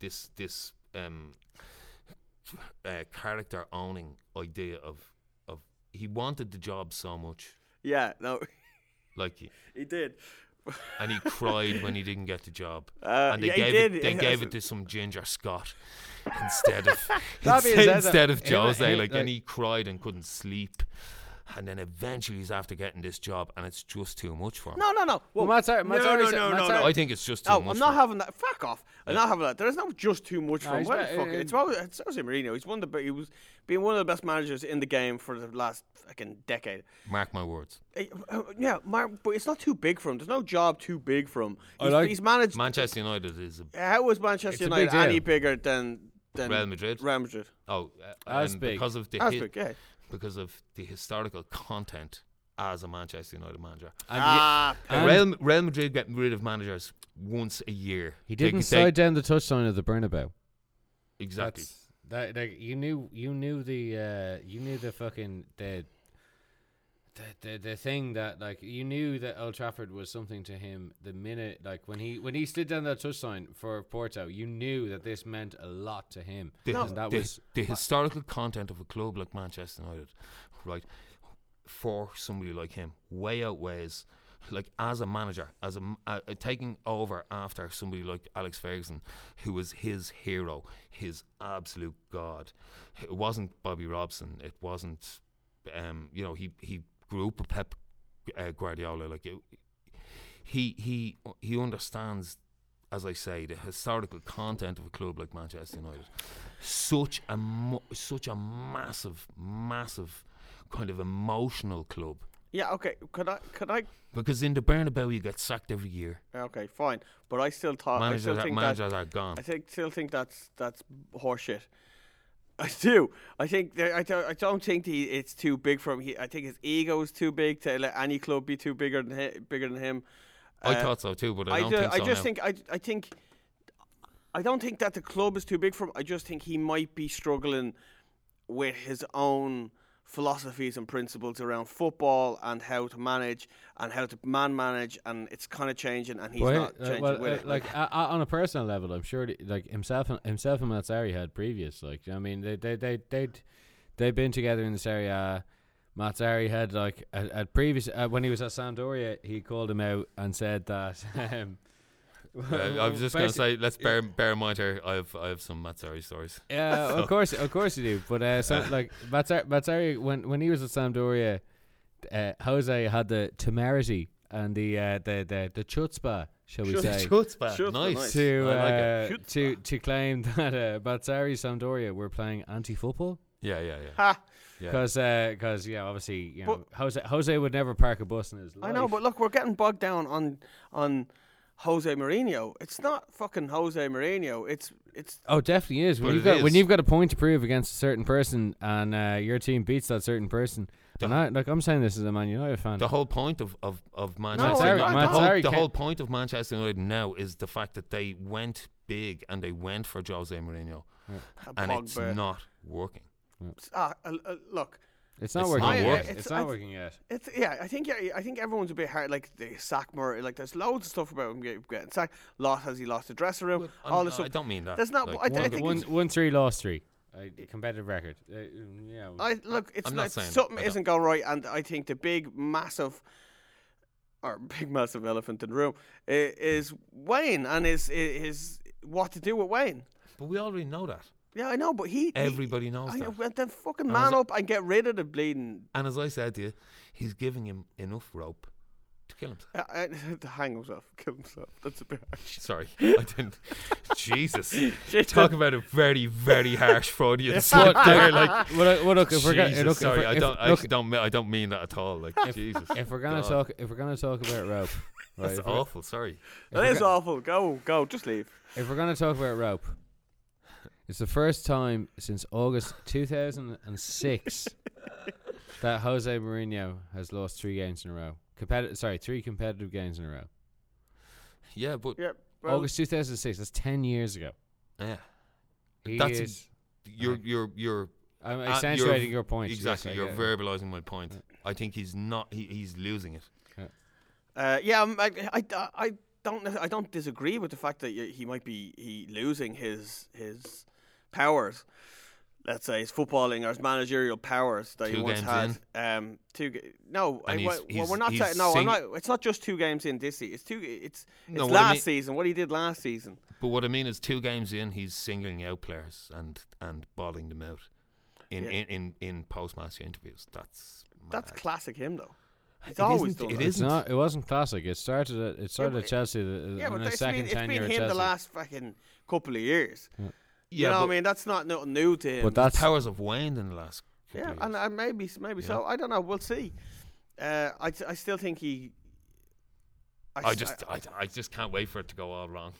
[SPEAKER 5] this this um, uh, character owning idea of of he wanted the job so much,
[SPEAKER 4] yeah, no,
[SPEAKER 5] like he,
[SPEAKER 4] he did.
[SPEAKER 5] and he cried when he didn't get the job,
[SPEAKER 4] Uh,
[SPEAKER 5] and they
[SPEAKER 4] yeah, he
[SPEAKER 5] gave
[SPEAKER 4] did.
[SPEAKER 5] it they
[SPEAKER 4] Yeah,
[SPEAKER 5] gave
[SPEAKER 4] that's-
[SPEAKER 5] it to some ginger Scott. Instead of
[SPEAKER 6] That being
[SPEAKER 5] instead,
[SPEAKER 6] said,
[SPEAKER 5] instead of
[SPEAKER 6] he-
[SPEAKER 4] uh,
[SPEAKER 5] Jose,
[SPEAKER 6] he-
[SPEAKER 5] like,
[SPEAKER 6] like-
[SPEAKER 5] and he cried and couldn't sleep, and then eventually he's after getting this job, and it's just too much for him.
[SPEAKER 4] No, no, no.
[SPEAKER 6] Well, Matt's already- Matt's
[SPEAKER 4] no,
[SPEAKER 6] already
[SPEAKER 4] no,
[SPEAKER 6] said-
[SPEAKER 4] no,
[SPEAKER 6] Matt's
[SPEAKER 4] no,
[SPEAKER 6] already-
[SPEAKER 4] no.
[SPEAKER 5] I think it's just too
[SPEAKER 4] No,
[SPEAKER 5] much.
[SPEAKER 4] I'm not
[SPEAKER 5] for-
[SPEAKER 4] having that. Fuck off! I'm not having that. There's not just too much from
[SPEAKER 6] he's
[SPEAKER 4] Wayne.
[SPEAKER 6] not-
[SPEAKER 4] Fuck it. It's,
[SPEAKER 6] uh,
[SPEAKER 4] well, it's Jose Mourinho. He's one of the be- he was being one of the best managers in the game for the last fucking decade.
[SPEAKER 5] Mark my words.
[SPEAKER 4] Uh, uh, Yeah, Mark, but it's not too big for him. There's no job too big for him.
[SPEAKER 6] I
[SPEAKER 4] He's,
[SPEAKER 6] like-
[SPEAKER 4] he's managed.
[SPEAKER 5] Manchester United is a,
[SPEAKER 4] How was Manchester
[SPEAKER 6] a big
[SPEAKER 4] United any
[SPEAKER 6] deal.
[SPEAKER 4] bigger than than
[SPEAKER 5] Real Madrid.
[SPEAKER 4] Real Madrid.
[SPEAKER 5] oh uh,
[SPEAKER 6] As
[SPEAKER 5] um,
[SPEAKER 6] big.
[SPEAKER 5] because of the
[SPEAKER 4] As
[SPEAKER 5] hi-
[SPEAKER 4] big, yeah.
[SPEAKER 5] because of the historical content as a Manchester United manager.
[SPEAKER 6] And
[SPEAKER 4] ah,
[SPEAKER 6] And-
[SPEAKER 5] Real, Real Madrid get rid of managers once a year.
[SPEAKER 6] He
[SPEAKER 5] They can
[SPEAKER 6] didn't
[SPEAKER 5] take-
[SPEAKER 6] slide down the touchline of the Bernabeu.
[SPEAKER 5] exactly.
[SPEAKER 6] That's- That, that you knew you knew the uh, you knew the fucking the, the the the thing that like you knew that Old Trafford was something to him the minute like when he when he stood down that touchline for Porto you knew that this meant a lot to him
[SPEAKER 5] The,
[SPEAKER 6] and that
[SPEAKER 5] the-
[SPEAKER 6] was
[SPEAKER 5] the historical content of a club like Manchester United, right? For somebody like him, way outweighs, like as a manager, as a m- uh, uh, taking over after somebody like Alex Ferguson, who was his hero, his absolute god. It wasn't Bobby Robson. It wasn't, um, you know, he he grew up with Pep uh, Guardiola. Like it, he he he understands, as I say, the historical content of a club like Manchester United. Such a mo- such a massive, massive kind of emotional club.
[SPEAKER 4] yeah. Okay, could I? Could I?
[SPEAKER 5] Because in the Bernabeu, you get sacked every year.
[SPEAKER 4] Okay, fine. But I still thought. I
[SPEAKER 5] managers
[SPEAKER 4] still
[SPEAKER 5] are,
[SPEAKER 4] think that,
[SPEAKER 5] managers are gone.
[SPEAKER 4] I think, still think that's that's horseshit. I do. I think that- I, don't, I don't think he, it's too big for him. He, I think his ego is too big to let any club be too bigger than hi, bigger than him.
[SPEAKER 5] I
[SPEAKER 4] Uh,
[SPEAKER 5] thought so too, but I, don't
[SPEAKER 4] ju-
[SPEAKER 5] think so
[SPEAKER 4] I just
[SPEAKER 5] now.
[SPEAKER 4] think I, I think I don't think that the club is too big for him. I just think he might be struggling with his own philosophies and principles around football and how to manage and how to man manage, and it's kind of changing, and he's
[SPEAKER 6] Well,
[SPEAKER 4] not
[SPEAKER 6] uh,
[SPEAKER 4] changing
[SPEAKER 6] well,
[SPEAKER 4] with
[SPEAKER 6] uh,
[SPEAKER 4] it.
[SPEAKER 6] like uh, uh, on a personal level, I'm sure that, like himself and himself and Mazzari had previous. Like I mean, they they they they'd they'd been together in this area. Mazzari had like at, at previous uh, when he was at Sampdoria, he called him out and said that. Um,
[SPEAKER 5] Uh, I was just going to
[SPEAKER 6] basi-
[SPEAKER 5] say, let's bear, bear in mind here, I have, I have some Matsari stories.
[SPEAKER 6] yeah, of course, of course you do. But uh, so, like Mazzari, Mazzari, when when he was at Sampdoria, uh, Jose had the temerity and the uh, the the the chutzpah, shall we say,
[SPEAKER 5] Chutzpah.
[SPEAKER 4] Chutzpah,
[SPEAKER 5] Nice.
[SPEAKER 4] nice.
[SPEAKER 6] to
[SPEAKER 5] I like it.
[SPEAKER 6] uh, to to claim that uh, Batsari Sampdoria were playing anti-football
[SPEAKER 5] Yeah, yeah, yeah.
[SPEAKER 4] ha,
[SPEAKER 5] Yeah.
[SPEAKER 6] because because yeah obviously you know Jose Jose would never park a bus in his life.
[SPEAKER 4] I know, but look, we're getting bogged down on on Jose Mourinho. It's not fucking Jose Mourinho. It's it's
[SPEAKER 6] oh, definitely is
[SPEAKER 5] But
[SPEAKER 6] when you've
[SPEAKER 5] it
[SPEAKER 6] got when
[SPEAKER 5] is.
[SPEAKER 6] you've got a point to prove against a certain person and uh, your team beats that certain person. And I, look, I'm saying this as a Man United fan.
[SPEAKER 5] The whole point of, of, of Manchester
[SPEAKER 4] Mazzarri-
[SPEAKER 5] United, the, whole, the
[SPEAKER 6] Mazzarri can't-
[SPEAKER 5] whole point of Manchester United now is the fact that they went big and they went for Jose Mourinho, and it's
[SPEAKER 4] Pogba.
[SPEAKER 5] not working.
[SPEAKER 4] ah, uh, uh, look.
[SPEAKER 6] it's not
[SPEAKER 5] it's
[SPEAKER 6] working.
[SPEAKER 5] not
[SPEAKER 6] yet.
[SPEAKER 5] working.
[SPEAKER 6] It's,
[SPEAKER 4] It's-
[SPEAKER 6] not
[SPEAKER 4] I-
[SPEAKER 6] working yet.
[SPEAKER 4] It's yeah. I think yeah. I think everyone's a bit hard. Like the sack Murray. Like there's loads of stuff about him get- getting sacked. Lost has he lost the dressing room?
[SPEAKER 5] I'm-
[SPEAKER 4] all this
[SPEAKER 5] I
[SPEAKER 4] stuff.
[SPEAKER 5] don't mean that.
[SPEAKER 4] There's not.
[SPEAKER 5] Like,
[SPEAKER 4] I, I
[SPEAKER 6] One,
[SPEAKER 4] think.
[SPEAKER 6] one,
[SPEAKER 4] it's-
[SPEAKER 6] one three lost three. Uh, competitive record. Uh, mm, yeah.
[SPEAKER 4] I look. It's
[SPEAKER 5] I'm
[SPEAKER 4] like
[SPEAKER 5] not saying that.
[SPEAKER 4] something
[SPEAKER 5] I don't.
[SPEAKER 4] isn't going right, and I think the big massive. Or big massive elephant in the room i- is Wayne and is is what to do with Wayne.
[SPEAKER 5] But we already know that.
[SPEAKER 4] Yeah, I know, but he he-
[SPEAKER 5] Everybody knows
[SPEAKER 4] I
[SPEAKER 5] that.
[SPEAKER 4] know, but then fucking
[SPEAKER 5] And was
[SPEAKER 4] man
[SPEAKER 5] it-
[SPEAKER 4] up and get rid of the bleeding.
[SPEAKER 5] And as I said to you, he's giving him enough rope to kill himself.
[SPEAKER 4] Uh, uh, to hang himself, kill himself. That's a bit harsh.
[SPEAKER 5] Sorry, I didn't. Jesus, talk about a very, very harsh Freudian slip
[SPEAKER 6] But,
[SPEAKER 5] there.
[SPEAKER 6] like,
[SPEAKER 5] Like,
[SPEAKER 6] well, uh, well, look, if we're gonna,
[SPEAKER 5] Jesus,
[SPEAKER 6] look, if
[SPEAKER 5] sorry,
[SPEAKER 6] we're-
[SPEAKER 5] I
[SPEAKER 6] if-
[SPEAKER 5] don't, I
[SPEAKER 6] look,
[SPEAKER 5] actually don't, me- I don't mean that at all. Like, Jesus,
[SPEAKER 6] if we're gonna
[SPEAKER 5] God,
[SPEAKER 6] talk, if we're gonna talk about rope, right,
[SPEAKER 5] that's
[SPEAKER 6] if, we're,
[SPEAKER 5] awful. Sorry,
[SPEAKER 4] That is awful. Go, go, just leave.
[SPEAKER 6] if we're gonna talk about rope, it's the first time since August 2006 that Jose Mourinho has lost three games in a row. Competitive, sorry, three competitive games in a row.
[SPEAKER 5] yeah, but
[SPEAKER 4] Yeah. Well,
[SPEAKER 6] August 2006. That's ten years ago.
[SPEAKER 5] yeah,
[SPEAKER 6] He
[SPEAKER 5] That's-
[SPEAKER 6] is.
[SPEAKER 5] you're, you're, you're
[SPEAKER 6] I'm
[SPEAKER 5] uh, you're-
[SPEAKER 6] accentuating your point. yes,
[SPEAKER 5] Exactly,
[SPEAKER 6] I
[SPEAKER 5] you're
[SPEAKER 6] get it.
[SPEAKER 5] verbalizing my point. I think he's not. He, he's losing it.
[SPEAKER 4] Uh, yeah, um, I, I, I- I don't, nec- I don't disagree with the fact that y- he might be he losing his his powers. Let's say his footballing or his managerial powers that he
[SPEAKER 5] Two
[SPEAKER 4] once
[SPEAKER 5] games
[SPEAKER 4] had. Um, two. Ga- no, I,
[SPEAKER 5] And he's-
[SPEAKER 4] well,
[SPEAKER 5] he's-
[SPEAKER 4] we're not.
[SPEAKER 5] he's
[SPEAKER 4] saying no,
[SPEAKER 5] sing-
[SPEAKER 4] I'm not. It's not just two games in this. se- It's two. It's it's
[SPEAKER 5] No, what I
[SPEAKER 4] last
[SPEAKER 5] mean-
[SPEAKER 4] season. What he did last season.
[SPEAKER 5] But what I mean is, two games in, he's singling out players and and bawling them out in
[SPEAKER 4] Yeah.
[SPEAKER 5] in, in, in post match interviews. That's
[SPEAKER 4] That's
[SPEAKER 5] mad.
[SPEAKER 4] classic him though. He's
[SPEAKER 5] It
[SPEAKER 4] always
[SPEAKER 5] isn't-
[SPEAKER 4] done.
[SPEAKER 5] it
[SPEAKER 4] that.
[SPEAKER 6] It's
[SPEAKER 5] isn't.
[SPEAKER 6] not. It wasn't classic. It started. At, it started
[SPEAKER 4] but
[SPEAKER 6] at
[SPEAKER 4] it-
[SPEAKER 6] Chelsea. The,
[SPEAKER 4] Yeah,
[SPEAKER 6] in
[SPEAKER 4] but
[SPEAKER 6] the
[SPEAKER 4] it's been,
[SPEAKER 6] second
[SPEAKER 4] it's been
[SPEAKER 6] tenure
[SPEAKER 4] him
[SPEAKER 6] at Chelsea.
[SPEAKER 4] the last fucking couple of years.
[SPEAKER 5] Mm. Yeah,
[SPEAKER 4] you know
[SPEAKER 5] but
[SPEAKER 4] what I mean? That's not nothing new to him.
[SPEAKER 6] but that's
[SPEAKER 5] powers have waned in the last. couple
[SPEAKER 4] yeah,
[SPEAKER 5] of
[SPEAKER 4] and
[SPEAKER 5] years.
[SPEAKER 4] uh, maybe maybe so. I don't know. We'll see. Uh, I t- I still think he.
[SPEAKER 5] I
[SPEAKER 4] s-
[SPEAKER 5] just I, I just can't wait for it to go all wrong.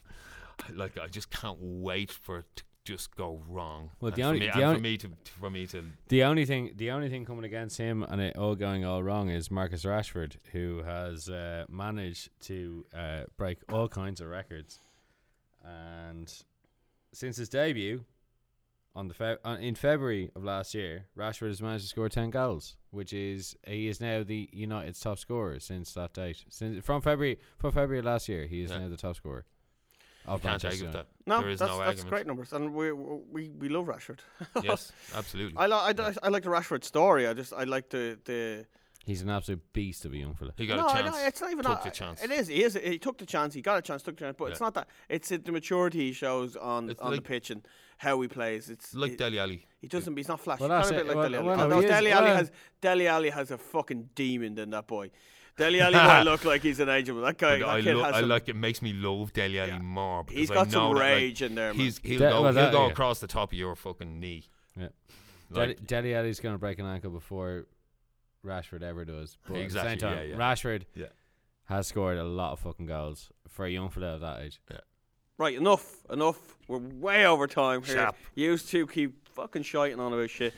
[SPEAKER 5] Like I just can't wait for it to just go wrong.
[SPEAKER 6] Well,
[SPEAKER 5] and
[SPEAKER 6] the
[SPEAKER 5] for
[SPEAKER 6] only-
[SPEAKER 5] me-
[SPEAKER 6] the
[SPEAKER 5] and
[SPEAKER 6] only-
[SPEAKER 5] for me to for me to
[SPEAKER 6] The only thing, the only thing coming against him and it all going all wrong is Marcus Rashford, who has uh, managed to uh, break all kinds of records, and since his debut on the Fe- on, in February of last year, Rashford has managed to score ten goals, which is he is now the United's top scorer since that date. Since from February from February last year, he is
[SPEAKER 5] Yeah.
[SPEAKER 6] now the top scorer. Of
[SPEAKER 5] can't
[SPEAKER 6] Manchester
[SPEAKER 5] argue with that.
[SPEAKER 6] United.
[SPEAKER 4] No,
[SPEAKER 5] there is
[SPEAKER 4] that's,
[SPEAKER 5] no
[SPEAKER 4] that's
[SPEAKER 5] argument.
[SPEAKER 4] great numbers, and we we, we love Rashford.
[SPEAKER 5] yes, absolutely.
[SPEAKER 4] I, li- I, d- I like the Rashford story. I just I like the the
[SPEAKER 6] He's an absolute beast of a young fella.
[SPEAKER 5] he got
[SPEAKER 4] no,
[SPEAKER 5] a
[SPEAKER 4] I
[SPEAKER 5] chance.
[SPEAKER 4] know, it's not even
[SPEAKER 5] took
[SPEAKER 4] a,
[SPEAKER 5] the chance.
[SPEAKER 4] It is. He is. He took the chance. He got a chance. Took the chance. But it's
[SPEAKER 5] Yeah.
[SPEAKER 4] not that. It's uh, the maturity he shows on
[SPEAKER 5] It's
[SPEAKER 4] on the
[SPEAKER 5] like-
[SPEAKER 4] pitch and how he plays. It's
[SPEAKER 5] like
[SPEAKER 4] it-
[SPEAKER 5] Deli Ali.
[SPEAKER 4] He doesn't. He's not flashy.
[SPEAKER 6] Well,
[SPEAKER 4] kind
[SPEAKER 6] that's
[SPEAKER 4] of a bit like
[SPEAKER 6] it. Well,
[SPEAKER 4] Deli Ali.
[SPEAKER 6] well, no,
[SPEAKER 4] Although
[SPEAKER 6] he is-
[SPEAKER 4] Deli Ali
[SPEAKER 6] well-
[SPEAKER 4] has Deli Ali has a fucking demon in that boy. Deli Ali might look like he's an angel, but that guy,
[SPEAKER 5] But
[SPEAKER 4] that
[SPEAKER 5] I,
[SPEAKER 4] kid
[SPEAKER 5] lo-
[SPEAKER 4] has
[SPEAKER 5] I
[SPEAKER 4] some,
[SPEAKER 5] like it makes me love Deli Ali more because
[SPEAKER 4] He's
[SPEAKER 5] I
[SPEAKER 4] got
[SPEAKER 5] know
[SPEAKER 4] some
[SPEAKER 5] that, like,
[SPEAKER 4] rage in there. Man.
[SPEAKER 5] He's he'll
[SPEAKER 6] That-
[SPEAKER 5] go,
[SPEAKER 6] well,
[SPEAKER 5] he'll
[SPEAKER 6] that-
[SPEAKER 5] go
[SPEAKER 6] yeah.
[SPEAKER 5] across the top of your fucking knee.
[SPEAKER 6] Yeah.
[SPEAKER 5] Like,
[SPEAKER 6] Deli, Deli Ali's going to break an ankle before Rashford ever does. But
[SPEAKER 5] Exactly,
[SPEAKER 6] at the same time,
[SPEAKER 5] yeah, yeah.
[SPEAKER 6] Rashford
[SPEAKER 5] Yeah.
[SPEAKER 6] has scored a lot of fucking goals for a young fella of that age.
[SPEAKER 4] Right, enough, enough. We're way over time here.
[SPEAKER 5] Sharp.
[SPEAKER 4] You two keep fucking shiting on about shit.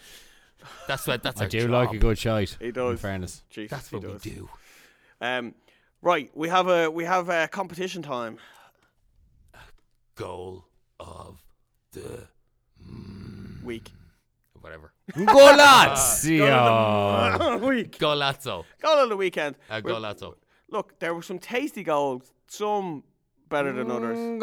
[SPEAKER 5] that's what that's
[SPEAKER 6] I
[SPEAKER 5] our
[SPEAKER 6] do
[SPEAKER 5] job.
[SPEAKER 6] like a good shite.
[SPEAKER 4] He does.
[SPEAKER 6] In fairness.
[SPEAKER 4] Jesus,
[SPEAKER 5] That's
[SPEAKER 4] he
[SPEAKER 5] what we
[SPEAKER 4] does.
[SPEAKER 5] do.
[SPEAKER 4] Um, right, we have a we have a competition time.
[SPEAKER 5] Goal of the
[SPEAKER 4] Week.
[SPEAKER 5] whatever. Ah,
[SPEAKER 4] Ah,
[SPEAKER 6] Golazio!
[SPEAKER 4] week.
[SPEAKER 5] Golazzo.
[SPEAKER 4] Goal of the weekend.
[SPEAKER 5] A
[SPEAKER 4] We're-
[SPEAKER 5] golazzo.
[SPEAKER 4] Look, there were some tasty goals. Some better than
[SPEAKER 5] Mm,
[SPEAKER 4] others.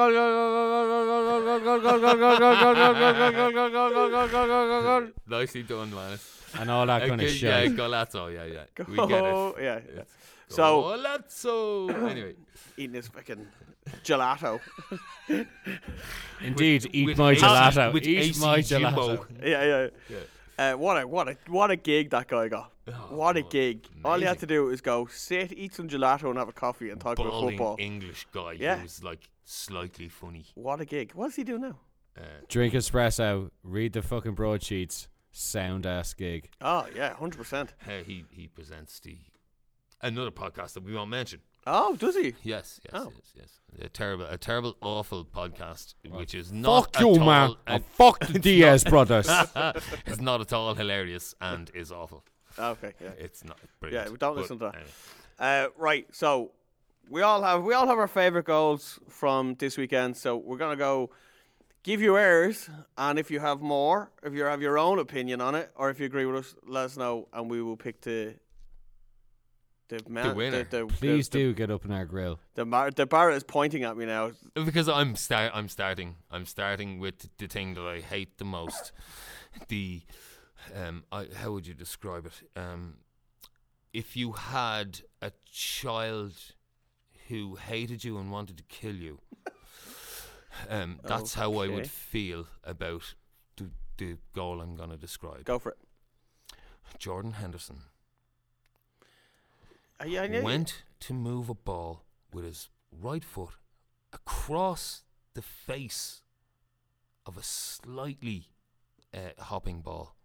[SPEAKER 5] Nicely done, Linus.
[SPEAKER 6] and all that kind of
[SPEAKER 5] Okay, yeah,
[SPEAKER 6] shit.
[SPEAKER 5] golazzo. Yeah, yeah. We get
[SPEAKER 4] Oh,
[SPEAKER 5] it.
[SPEAKER 4] yeah, yeah.
[SPEAKER 5] It's
[SPEAKER 4] So-
[SPEAKER 5] golazzo. anyway,
[SPEAKER 4] Eating this fucking gelato.
[SPEAKER 6] Indeed, eat
[SPEAKER 5] with
[SPEAKER 6] my
[SPEAKER 5] AC
[SPEAKER 6] gelato.
[SPEAKER 5] with
[SPEAKER 6] Eat
[SPEAKER 5] AC
[SPEAKER 6] my
[SPEAKER 5] Jimbo.
[SPEAKER 6] gelato.
[SPEAKER 4] yeah, yeah. Uh, what a what a what a gig that guy got. what a gig. All he had to
[SPEAKER 5] amazing.
[SPEAKER 4] do was go sit, eat some gelato and have a coffee and talk about
[SPEAKER 5] Balding
[SPEAKER 4] football.
[SPEAKER 5] English guy
[SPEAKER 4] Yeah.
[SPEAKER 5] who was like slightly funny.
[SPEAKER 4] What a gig. What does he do now?
[SPEAKER 6] Drink espresso. Read the fucking broadsheets. Sound ass gig.
[SPEAKER 4] Oh yeah, hundred percent.
[SPEAKER 5] Uh, he he presents the another podcast that we won't mention.
[SPEAKER 4] Oh, does he?
[SPEAKER 5] Yes, yes,
[SPEAKER 4] Oh.
[SPEAKER 5] yes, yes. A terrible, a terrible, awful podcast, which is not
[SPEAKER 6] Fuck
[SPEAKER 5] at
[SPEAKER 6] you,
[SPEAKER 5] all,
[SPEAKER 6] man.
[SPEAKER 5] uh,
[SPEAKER 6] And fuck the Diaz brothers.
[SPEAKER 4] Oh,
[SPEAKER 5] it's not at all hilarious and is awful.
[SPEAKER 4] Okay. Yeah.
[SPEAKER 5] It's not brilliant.
[SPEAKER 4] we don't
[SPEAKER 5] but
[SPEAKER 4] listen to that.
[SPEAKER 5] anyway.
[SPEAKER 4] Uh, right. So we all have we all have our favorite goals from this weekend. So we're gonna go give you ours, and if you have more, if you have your own opinion on it, or if you agree with us, let us know, and we will pick the. The, man,
[SPEAKER 5] winner.
[SPEAKER 4] The, the,
[SPEAKER 6] Please
[SPEAKER 4] the,
[SPEAKER 6] do get up in our grill.
[SPEAKER 4] The, mar- the Barrett is pointing at me now.
[SPEAKER 5] because I'm start I'm starting I'm starting with the thing that I hate the most. The um I how would you describe it? Um if you had a child who hated you and wanted to kill you. Um that's how I
[SPEAKER 4] Okay.
[SPEAKER 5] would feel about the, the goal I'm going to describe.
[SPEAKER 4] Go for it.
[SPEAKER 5] Jordan Henderson
[SPEAKER 4] Uh, yeah, I knew-
[SPEAKER 5] went to move a ball with his right foot across the face of a slightly uh, hopping ball.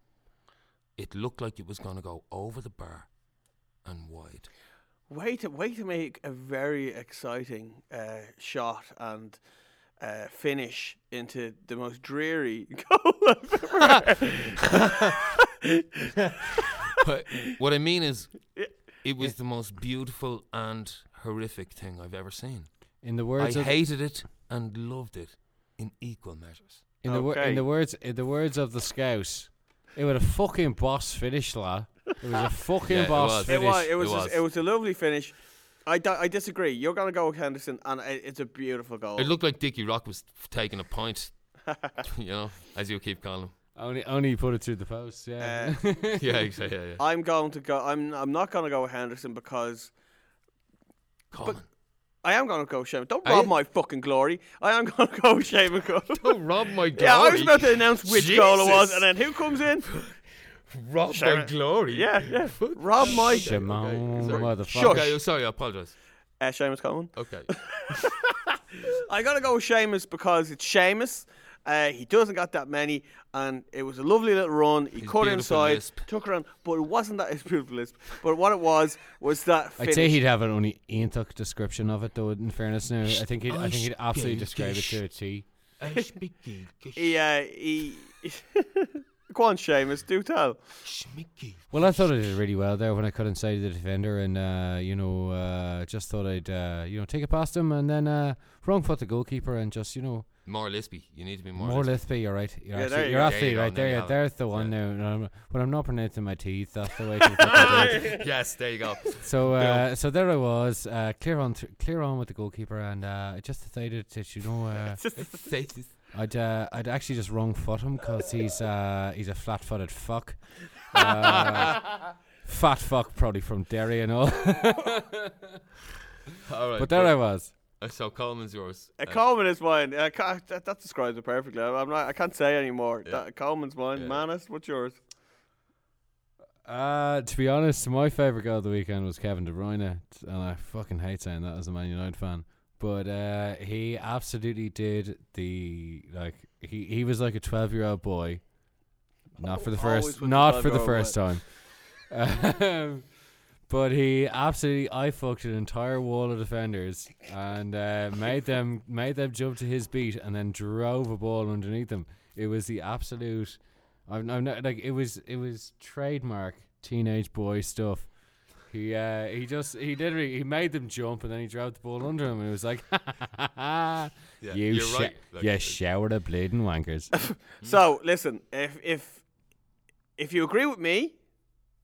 [SPEAKER 5] It looked like it was going to go over the bar and wide.
[SPEAKER 4] Way to way to make a very exciting uh, shot and uh, finish into the most dreary goal I've
[SPEAKER 5] but what I mean is, it was the most beautiful and horrific thing I've ever seen.
[SPEAKER 6] In the words
[SPEAKER 5] I
[SPEAKER 6] of
[SPEAKER 5] hated it and loved it in equal measures.
[SPEAKER 6] in the, wor-
[SPEAKER 4] Okay.
[SPEAKER 6] in the words in the words of the scouse, it was a fucking boss finish, lad. It was a fucking
[SPEAKER 5] Yeah, it
[SPEAKER 6] boss
[SPEAKER 5] was.
[SPEAKER 4] It
[SPEAKER 6] finish.
[SPEAKER 4] was. It
[SPEAKER 5] It
[SPEAKER 4] was. a- It was,
[SPEAKER 5] was.
[SPEAKER 4] a lovely finish. I, di- I disagree. You're gonna go with Henderson, and it, it's a beautiful goal.
[SPEAKER 5] It looked like Dickie Rock was f- taking a point, you know, as you keep calling
[SPEAKER 6] Only only put it through the post. Yeah.
[SPEAKER 5] him. Yeah, exactly. Yeah, yeah.
[SPEAKER 4] I'm going to go. I'm. I'm not gonna go with Henderson because
[SPEAKER 5] Colin.
[SPEAKER 4] I am gonna go with Shaman. Don't
[SPEAKER 5] Are
[SPEAKER 4] rob
[SPEAKER 5] you?
[SPEAKER 4] my fucking glory. I am gonna go with Shaman. Goal.
[SPEAKER 5] Oh, rob my glory.
[SPEAKER 4] yeah, I was about to announce which goal it was,
[SPEAKER 5] Jesus.
[SPEAKER 4] and then who comes in?
[SPEAKER 5] rob my glory.
[SPEAKER 4] Yeah, yeah. Rob my
[SPEAKER 6] Shimon,
[SPEAKER 5] sorry.
[SPEAKER 6] motherfucker.
[SPEAKER 5] Okay, oh, sorry, I apologize.
[SPEAKER 4] uh, Seamus Coleman.
[SPEAKER 5] Okay.
[SPEAKER 4] I gotta go with Seamus because it's Seamus. Uh, he doesn't got that many, and it was a lovely little run. He
[SPEAKER 5] His
[SPEAKER 4] caught it
[SPEAKER 5] beautiful
[SPEAKER 4] inside,
[SPEAKER 5] lisp.
[SPEAKER 4] took her on, but it wasn't that his beautiful lisp. But what it was was that.
[SPEAKER 6] I'd say
[SPEAKER 4] finish.
[SPEAKER 6] he'd have an only antic description of it, though. In fairness, now I think he'd I think he'd absolutely
[SPEAKER 5] Ice
[SPEAKER 6] describe it
[SPEAKER 5] skate.
[SPEAKER 6] to a T.
[SPEAKER 4] He, uh, he. Go on, Seamus. Do tell. Uh,
[SPEAKER 6] Well, I thought I did really well there when I cut inside the defender, and uh, you know, uh, just thought I'd uh, you know take it past him, and then uh, wrong foot the goalkeeper, and just you know
[SPEAKER 5] More Lispy. You need to be more.
[SPEAKER 6] more
[SPEAKER 5] Lispy.
[SPEAKER 6] Lithby. You're right. You're
[SPEAKER 4] Yeah,
[SPEAKER 6] absolutely,
[SPEAKER 4] there you
[SPEAKER 6] you're
[SPEAKER 4] go.
[SPEAKER 6] absolutely
[SPEAKER 5] There you go,
[SPEAKER 6] right.
[SPEAKER 5] now
[SPEAKER 6] There,
[SPEAKER 5] you
[SPEAKER 6] yeah,
[SPEAKER 5] have it.
[SPEAKER 6] there's the one now. and I'm- When I'm not pronouncing my teeth, that's the way to fucking do it.
[SPEAKER 5] yes, there you go.
[SPEAKER 6] So, uh, so there I was, uh, clear on, th- clear on with the goalkeeper, and uh, I just decided that you know. Uh, I'd uh, I'd actually just wrong foot him because he's uh, he's a flat footed fuck. Uh, fat fuck, probably from Derry and all.
[SPEAKER 5] All right.
[SPEAKER 6] But there I was.
[SPEAKER 5] uh, so Coleman's yours.
[SPEAKER 4] A Coleman is mine. Uh, Ca- that, that describes it perfectly. I- I'm not. I can't say anymore. That, Coleman's mine.
[SPEAKER 5] Yeah.
[SPEAKER 4] Manus, what's yours?
[SPEAKER 6] Uh, to be honest, my favourite goal of the weekend was Kevin De Bruyne, and I fucking hate saying that as a Man United fan. But uh, he absolutely did the like he, he was like a twelve year old boy. Not for the
[SPEAKER 4] Always
[SPEAKER 6] first
[SPEAKER 4] was a
[SPEAKER 6] not for the
[SPEAKER 4] 12-year-old
[SPEAKER 6] first time. Um, but he absolutely I fucked an entire wall of defenders and uh, made them made them jump to his beat and then drove a ball underneath them. It was the absolute I'm, I'm not like it was it was trademark teenage boy stuff. He uh, he just he literally he made them jump and then he drove the ball under him and it was like
[SPEAKER 5] Yeah,
[SPEAKER 6] you
[SPEAKER 5] you're
[SPEAKER 6] sho-
[SPEAKER 5] right. Like,
[SPEAKER 6] you
[SPEAKER 5] uh,
[SPEAKER 6] showered a bleeding wankers.
[SPEAKER 4] So listen, if if if you agree with me,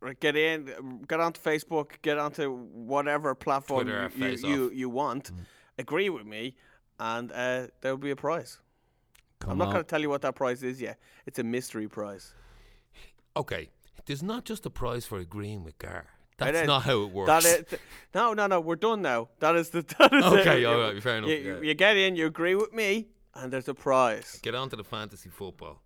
[SPEAKER 4] right, get in, get onto Facebook, get onto whatever platform
[SPEAKER 5] Twitter,
[SPEAKER 4] you,
[SPEAKER 5] Face
[SPEAKER 4] you, you you want.
[SPEAKER 5] Mm.
[SPEAKER 4] Agree with me, and uh, there will be a prize. I'm
[SPEAKER 6] Come
[SPEAKER 4] not
[SPEAKER 6] on.
[SPEAKER 4] going to tell you what that prize is yet. It's a mystery prize.
[SPEAKER 5] Okay. There's not just a prize for agreeing with Gar.
[SPEAKER 4] It
[SPEAKER 5] That's
[SPEAKER 4] is-
[SPEAKER 5] not how it works.
[SPEAKER 4] That is, no, no, no. We're done now. That is the. That is
[SPEAKER 5] Okay,
[SPEAKER 4] it.
[SPEAKER 5] all
[SPEAKER 4] You-
[SPEAKER 5] right, fair enough,
[SPEAKER 4] You,
[SPEAKER 5] yeah.
[SPEAKER 4] you get in, you agree with me, and there's a prize.
[SPEAKER 5] Get on to the fantasy football.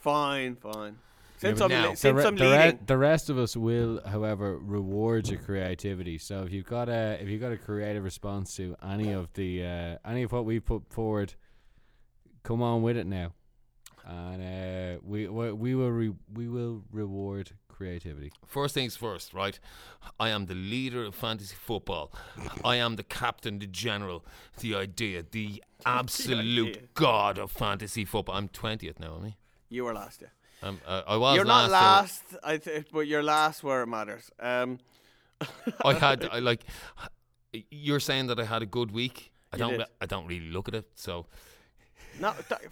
[SPEAKER 4] Fine, fine. Since
[SPEAKER 5] but
[SPEAKER 4] I'm,
[SPEAKER 5] now-
[SPEAKER 4] le-
[SPEAKER 5] The
[SPEAKER 6] the,
[SPEAKER 4] since
[SPEAKER 6] re-
[SPEAKER 4] I'm
[SPEAKER 6] the, re-
[SPEAKER 4] leading,
[SPEAKER 6] the rest of us will, however, reward your creativity. So if you've got a if you've got a creative response to any of the uh, any of what we put forward, come on with it now, and uh, we, we we will re- we will reward creativity.
[SPEAKER 5] First things first, right? I am the leader of fantasy football. I am the captain, the general, the idea, the absolute
[SPEAKER 4] idea.
[SPEAKER 5] god of fantasy football. I'm 20th now, am I?
[SPEAKER 4] you were last. Yeah.
[SPEAKER 5] I'm, uh, I was
[SPEAKER 4] You're not
[SPEAKER 5] last.
[SPEAKER 4] last, I th- but you're last where it matters. Um,
[SPEAKER 5] I had I like you're saying that I had a good week. I
[SPEAKER 4] You
[SPEAKER 5] don't
[SPEAKER 4] did.
[SPEAKER 5] re- I don't really look at it. So
[SPEAKER 4] no, th-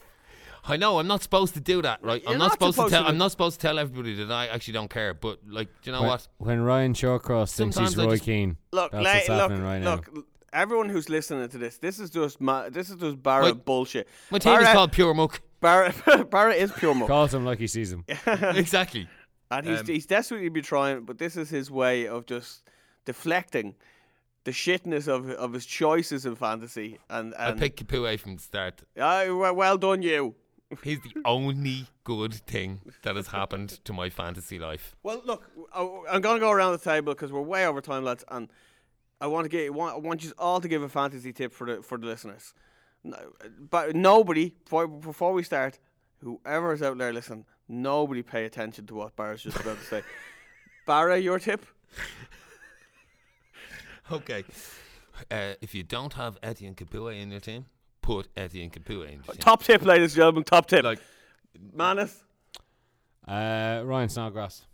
[SPEAKER 5] I know I'm not supposed to do that, right?
[SPEAKER 4] You're
[SPEAKER 5] I'm
[SPEAKER 4] not
[SPEAKER 5] not supposed,
[SPEAKER 4] supposed
[SPEAKER 5] to
[SPEAKER 4] to
[SPEAKER 5] tell
[SPEAKER 4] do-
[SPEAKER 5] I'm not supposed to tell everybody that I actually don't care, but like do you know
[SPEAKER 6] when,
[SPEAKER 5] what?
[SPEAKER 6] when Ryan Shawcross thinks he's
[SPEAKER 5] Sometimes I
[SPEAKER 6] Roy
[SPEAKER 5] just-
[SPEAKER 6] Keane,
[SPEAKER 4] look,
[SPEAKER 6] that's
[SPEAKER 4] la-
[SPEAKER 6] what's
[SPEAKER 4] look,
[SPEAKER 6] happening right
[SPEAKER 4] look. l- Everyone who's listening to this, this is just ma- this is just Barra
[SPEAKER 5] Wait.
[SPEAKER 4] bullshit.
[SPEAKER 5] My team is
[SPEAKER 4] Barra-
[SPEAKER 5] called Pure Muck.
[SPEAKER 4] Barra, Barra is pure
[SPEAKER 6] now.
[SPEAKER 4] muck,
[SPEAKER 6] Calls him like he sees him.
[SPEAKER 5] exactly.
[SPEAKER 4] and he's he's desperately be trying, but this is his way of just deflecting the shitness of of his choices in fantasy. And,
[SPEAKER 5] I
[SPEAKER 4] and
[SPEAKER 5] picked Kapue from the start.
[SPEAKER 4] Ah, well- well done, you.
[SPEAKER 5] He's the only good thing that has happened to my fantasy life.
[SPEAKER 4] Well, look, I- I'm going to go around the table because we're way over time, lads, and I want to get want, I want you all to give a fantasy tip for the for the listeners. No, but nobody before, before we start, whoever is out there, listen, nobody pay attention to what Barra's just about to say. Barra, your tip?
[SPEAKER 5] Okay. Uh, if you don't have Etienne Kapue in your team, put Etienne Kapue in your team.
[SPEAKER 4] Top tip, ladies and gentlemen. Top tip.
[SPEAKER 5] Like-
[SPEAKER 4] Manus.
[SPEAKER 6] Uh, Ryan Snodgrass.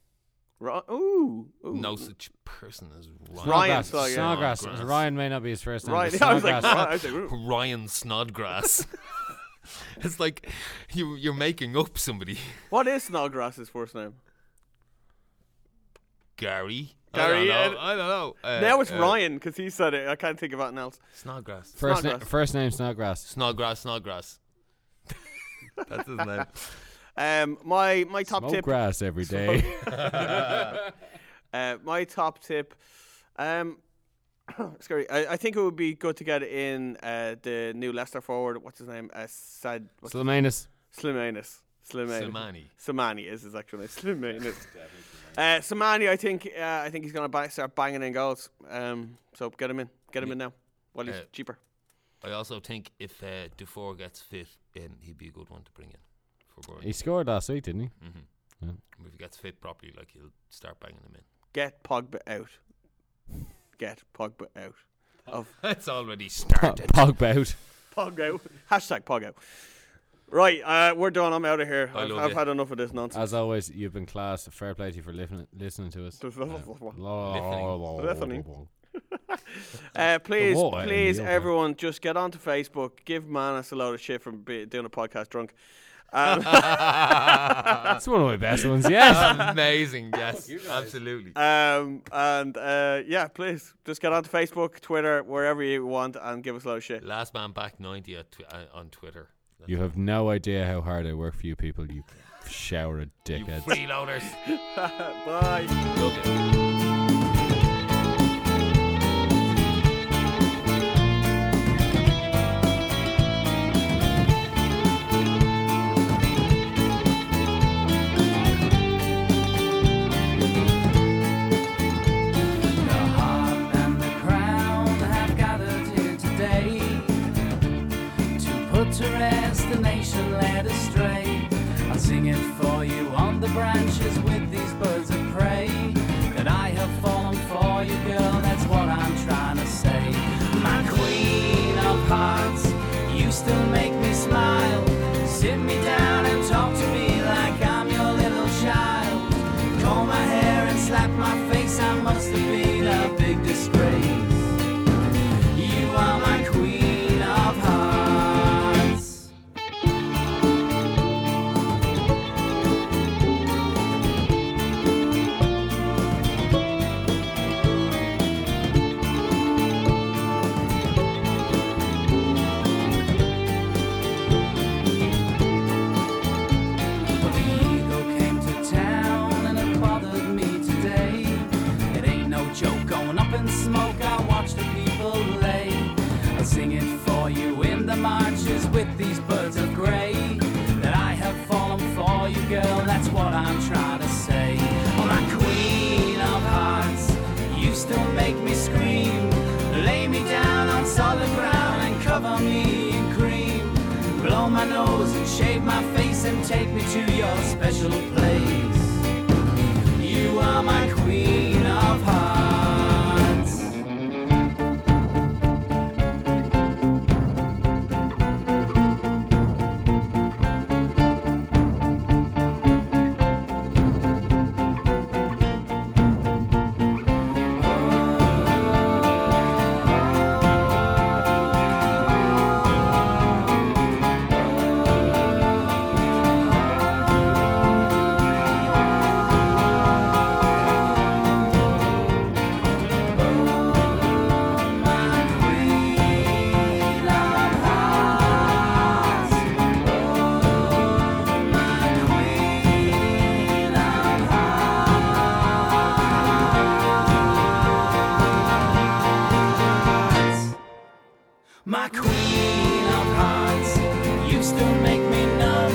[SPEAKER 4] Ro- ooh, ooh.
[SPEAKER 5] No such person as Ryan.
[SPEAKER 4] Ryan,
[SPEAKER 6] Snodgrass.
[SPEAKER 4] sorry, yeah.
[SPEAKER 6] Snodgrass.
[SPEAKER 5] Snodgrass.
[SPEAKER 6] Ryan may not be his first name.
[SPEAKER 4] Right,
[SPEAKER 6] but
[SPEAKER 4] I was like,
[SPEAKER 6] Snodgrass-
[SPEAKER 4] right, I was like, ooh.
[SPEAKER 5] Ryan Snodgrass. it's like you you're making up somebody.
[SPEAKER 4] what is Snodgrass's first name?
[SPEAKER 5] Gary.
[SPEAKER 4] Gary,
[SPEAKER 5] I don't
[SPEAKER 4] uh,
[SPEAKER 5] know. I don't know. Uh,
[SPEAKER 4] now it's
[SPEAKER 5] uh,
[SPEAKER 4] Ryan because he said it. I can't think of anything else.
[SPEAKER 5] Snodgrass.
[SPEAKER 6] First, na-
[SPEAKER 4] Snodgrass.
[SPEAKER 6] first name Snodgrass.
[SPEAKER 5] Snodgrass. Snodgrass. That's his name.
[SPEAKER 4] Um, my my top
[SPEAKER 6] Smoke
[SPEAKER 4] tip.
[SPEAKER 6] grass every day.
[SPEAKER 4] Uh, my top tip, um, sorry, I, I think it would be good to get in uh, the new Leicester forward. What's his name? Uh, Sad what's-
[SPEAKER 6] Slimanus.
[SPEAKER 4] Slimanus. Slimanus.
[SPEAKER 5] Simani.
[SPEAKER 4] Samani is his actual name. Slimanus. uh, Samani, I think uh, I think he's gonna ba- start banging in goals. Um, so get him in, get him in now while he's
[SPEAKER 5] Uh,
[SPEAKER 4] cheaper.
[SPEAKER 5] I also think if uh, Dufour gets fit, in, he'd be a good one to bring in for Burnley.
[SPEAKER 6] He scored last week, didn't he?
[SPEAKER 5] If he gets fit properly, like he'll start banging him in.
[SPEAKER 4] Get Pogba out. Get Pogba out. Of
[SPEAKER 5] It's already
[SPEAKER 6] Po-
[SPEAKER 5] started.
[SPEAKER 6] Pogba out.
[SPEAKER 4] Pog out. Hashtag Pog out. Right, uh, we're done. I'm out of here.
[SPEAKER 5] I
[SPEAKER 4] I've,
[SPEAKER 5] love
[SPEAKER 4] I've
[SPEAKER 5] you.
[SPEAKER 4] had enough of this nonsense.
[SPEAKER 6] As always, you've been class. Fair play to you for listening, listening to us. Uh,
[SPEAKER 4] Listening. Uh, please,
[SPEAKER 6] water in
[SPEAKER 4] please,
[SPEAKER 6] the oven.
[SPEAKER 4] everyone, just get onto Facebook. Give Manus a load of shit from be, doing a podcast drunk. Um,
[SPEAKER 6] That's one of my best ones. Yes.
[SPEAKER 5] Amazing, yes, absolutely.
[SPEAKER 4] um, and uh, yeah, please, just get onto Facebook, Twitter, wherever you want, and give us a load of shit.
[SPEAKER 5] Last man back ninety at tw- uh, on Twitter.
[SPEAKER 6] you have no idea how hard I work for you people. You shower of
[SPEAKER 5] You
[SPEAKER 6] dickheads.
[SPEAKER 5] freeloaders.
[SPEAKER 4] Bye.
[SPEAKER 5] Love you.
[SPEAKER 7] crown have gathered here today to put to rest the nation led astray. I'll sing it for you on the branches with these birds of prey. That I have fallen for you, girl, that's what I'm trying to say. My queen of hearts, you still make me smile. Sit me down and talk to me like I'm your little child. Comb my hair and slap my face, I must have been a big disgrace. You are my queen of hearts. But the ego came to town and it bothered me today. It ain't no joke going up in smoke. I watch the people lay. I'll sing it for you in the marches with these birds of grey. That I have fallen for you, girl. That's what I'm trying to say. Oh, my queen of hearts, you still make me scream. Lay me down on solid ground and cover me in cream. Blow my nose and shave my face and take me to your special place. You are my queen of hearts. My queen of hearts, you still make me numb.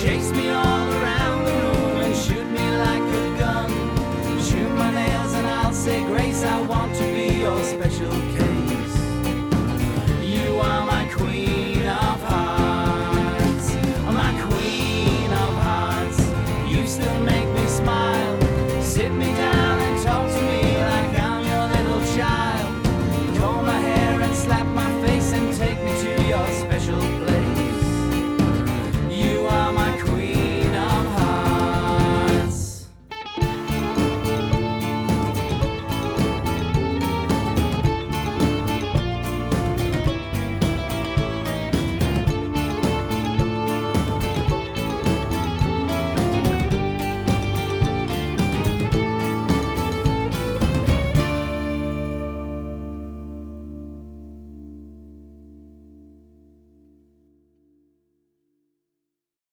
[SPEAKER 7] Chase me all around the room and shoot me like a gun. Shoot my nails and I'll say grace. I want to be your special case.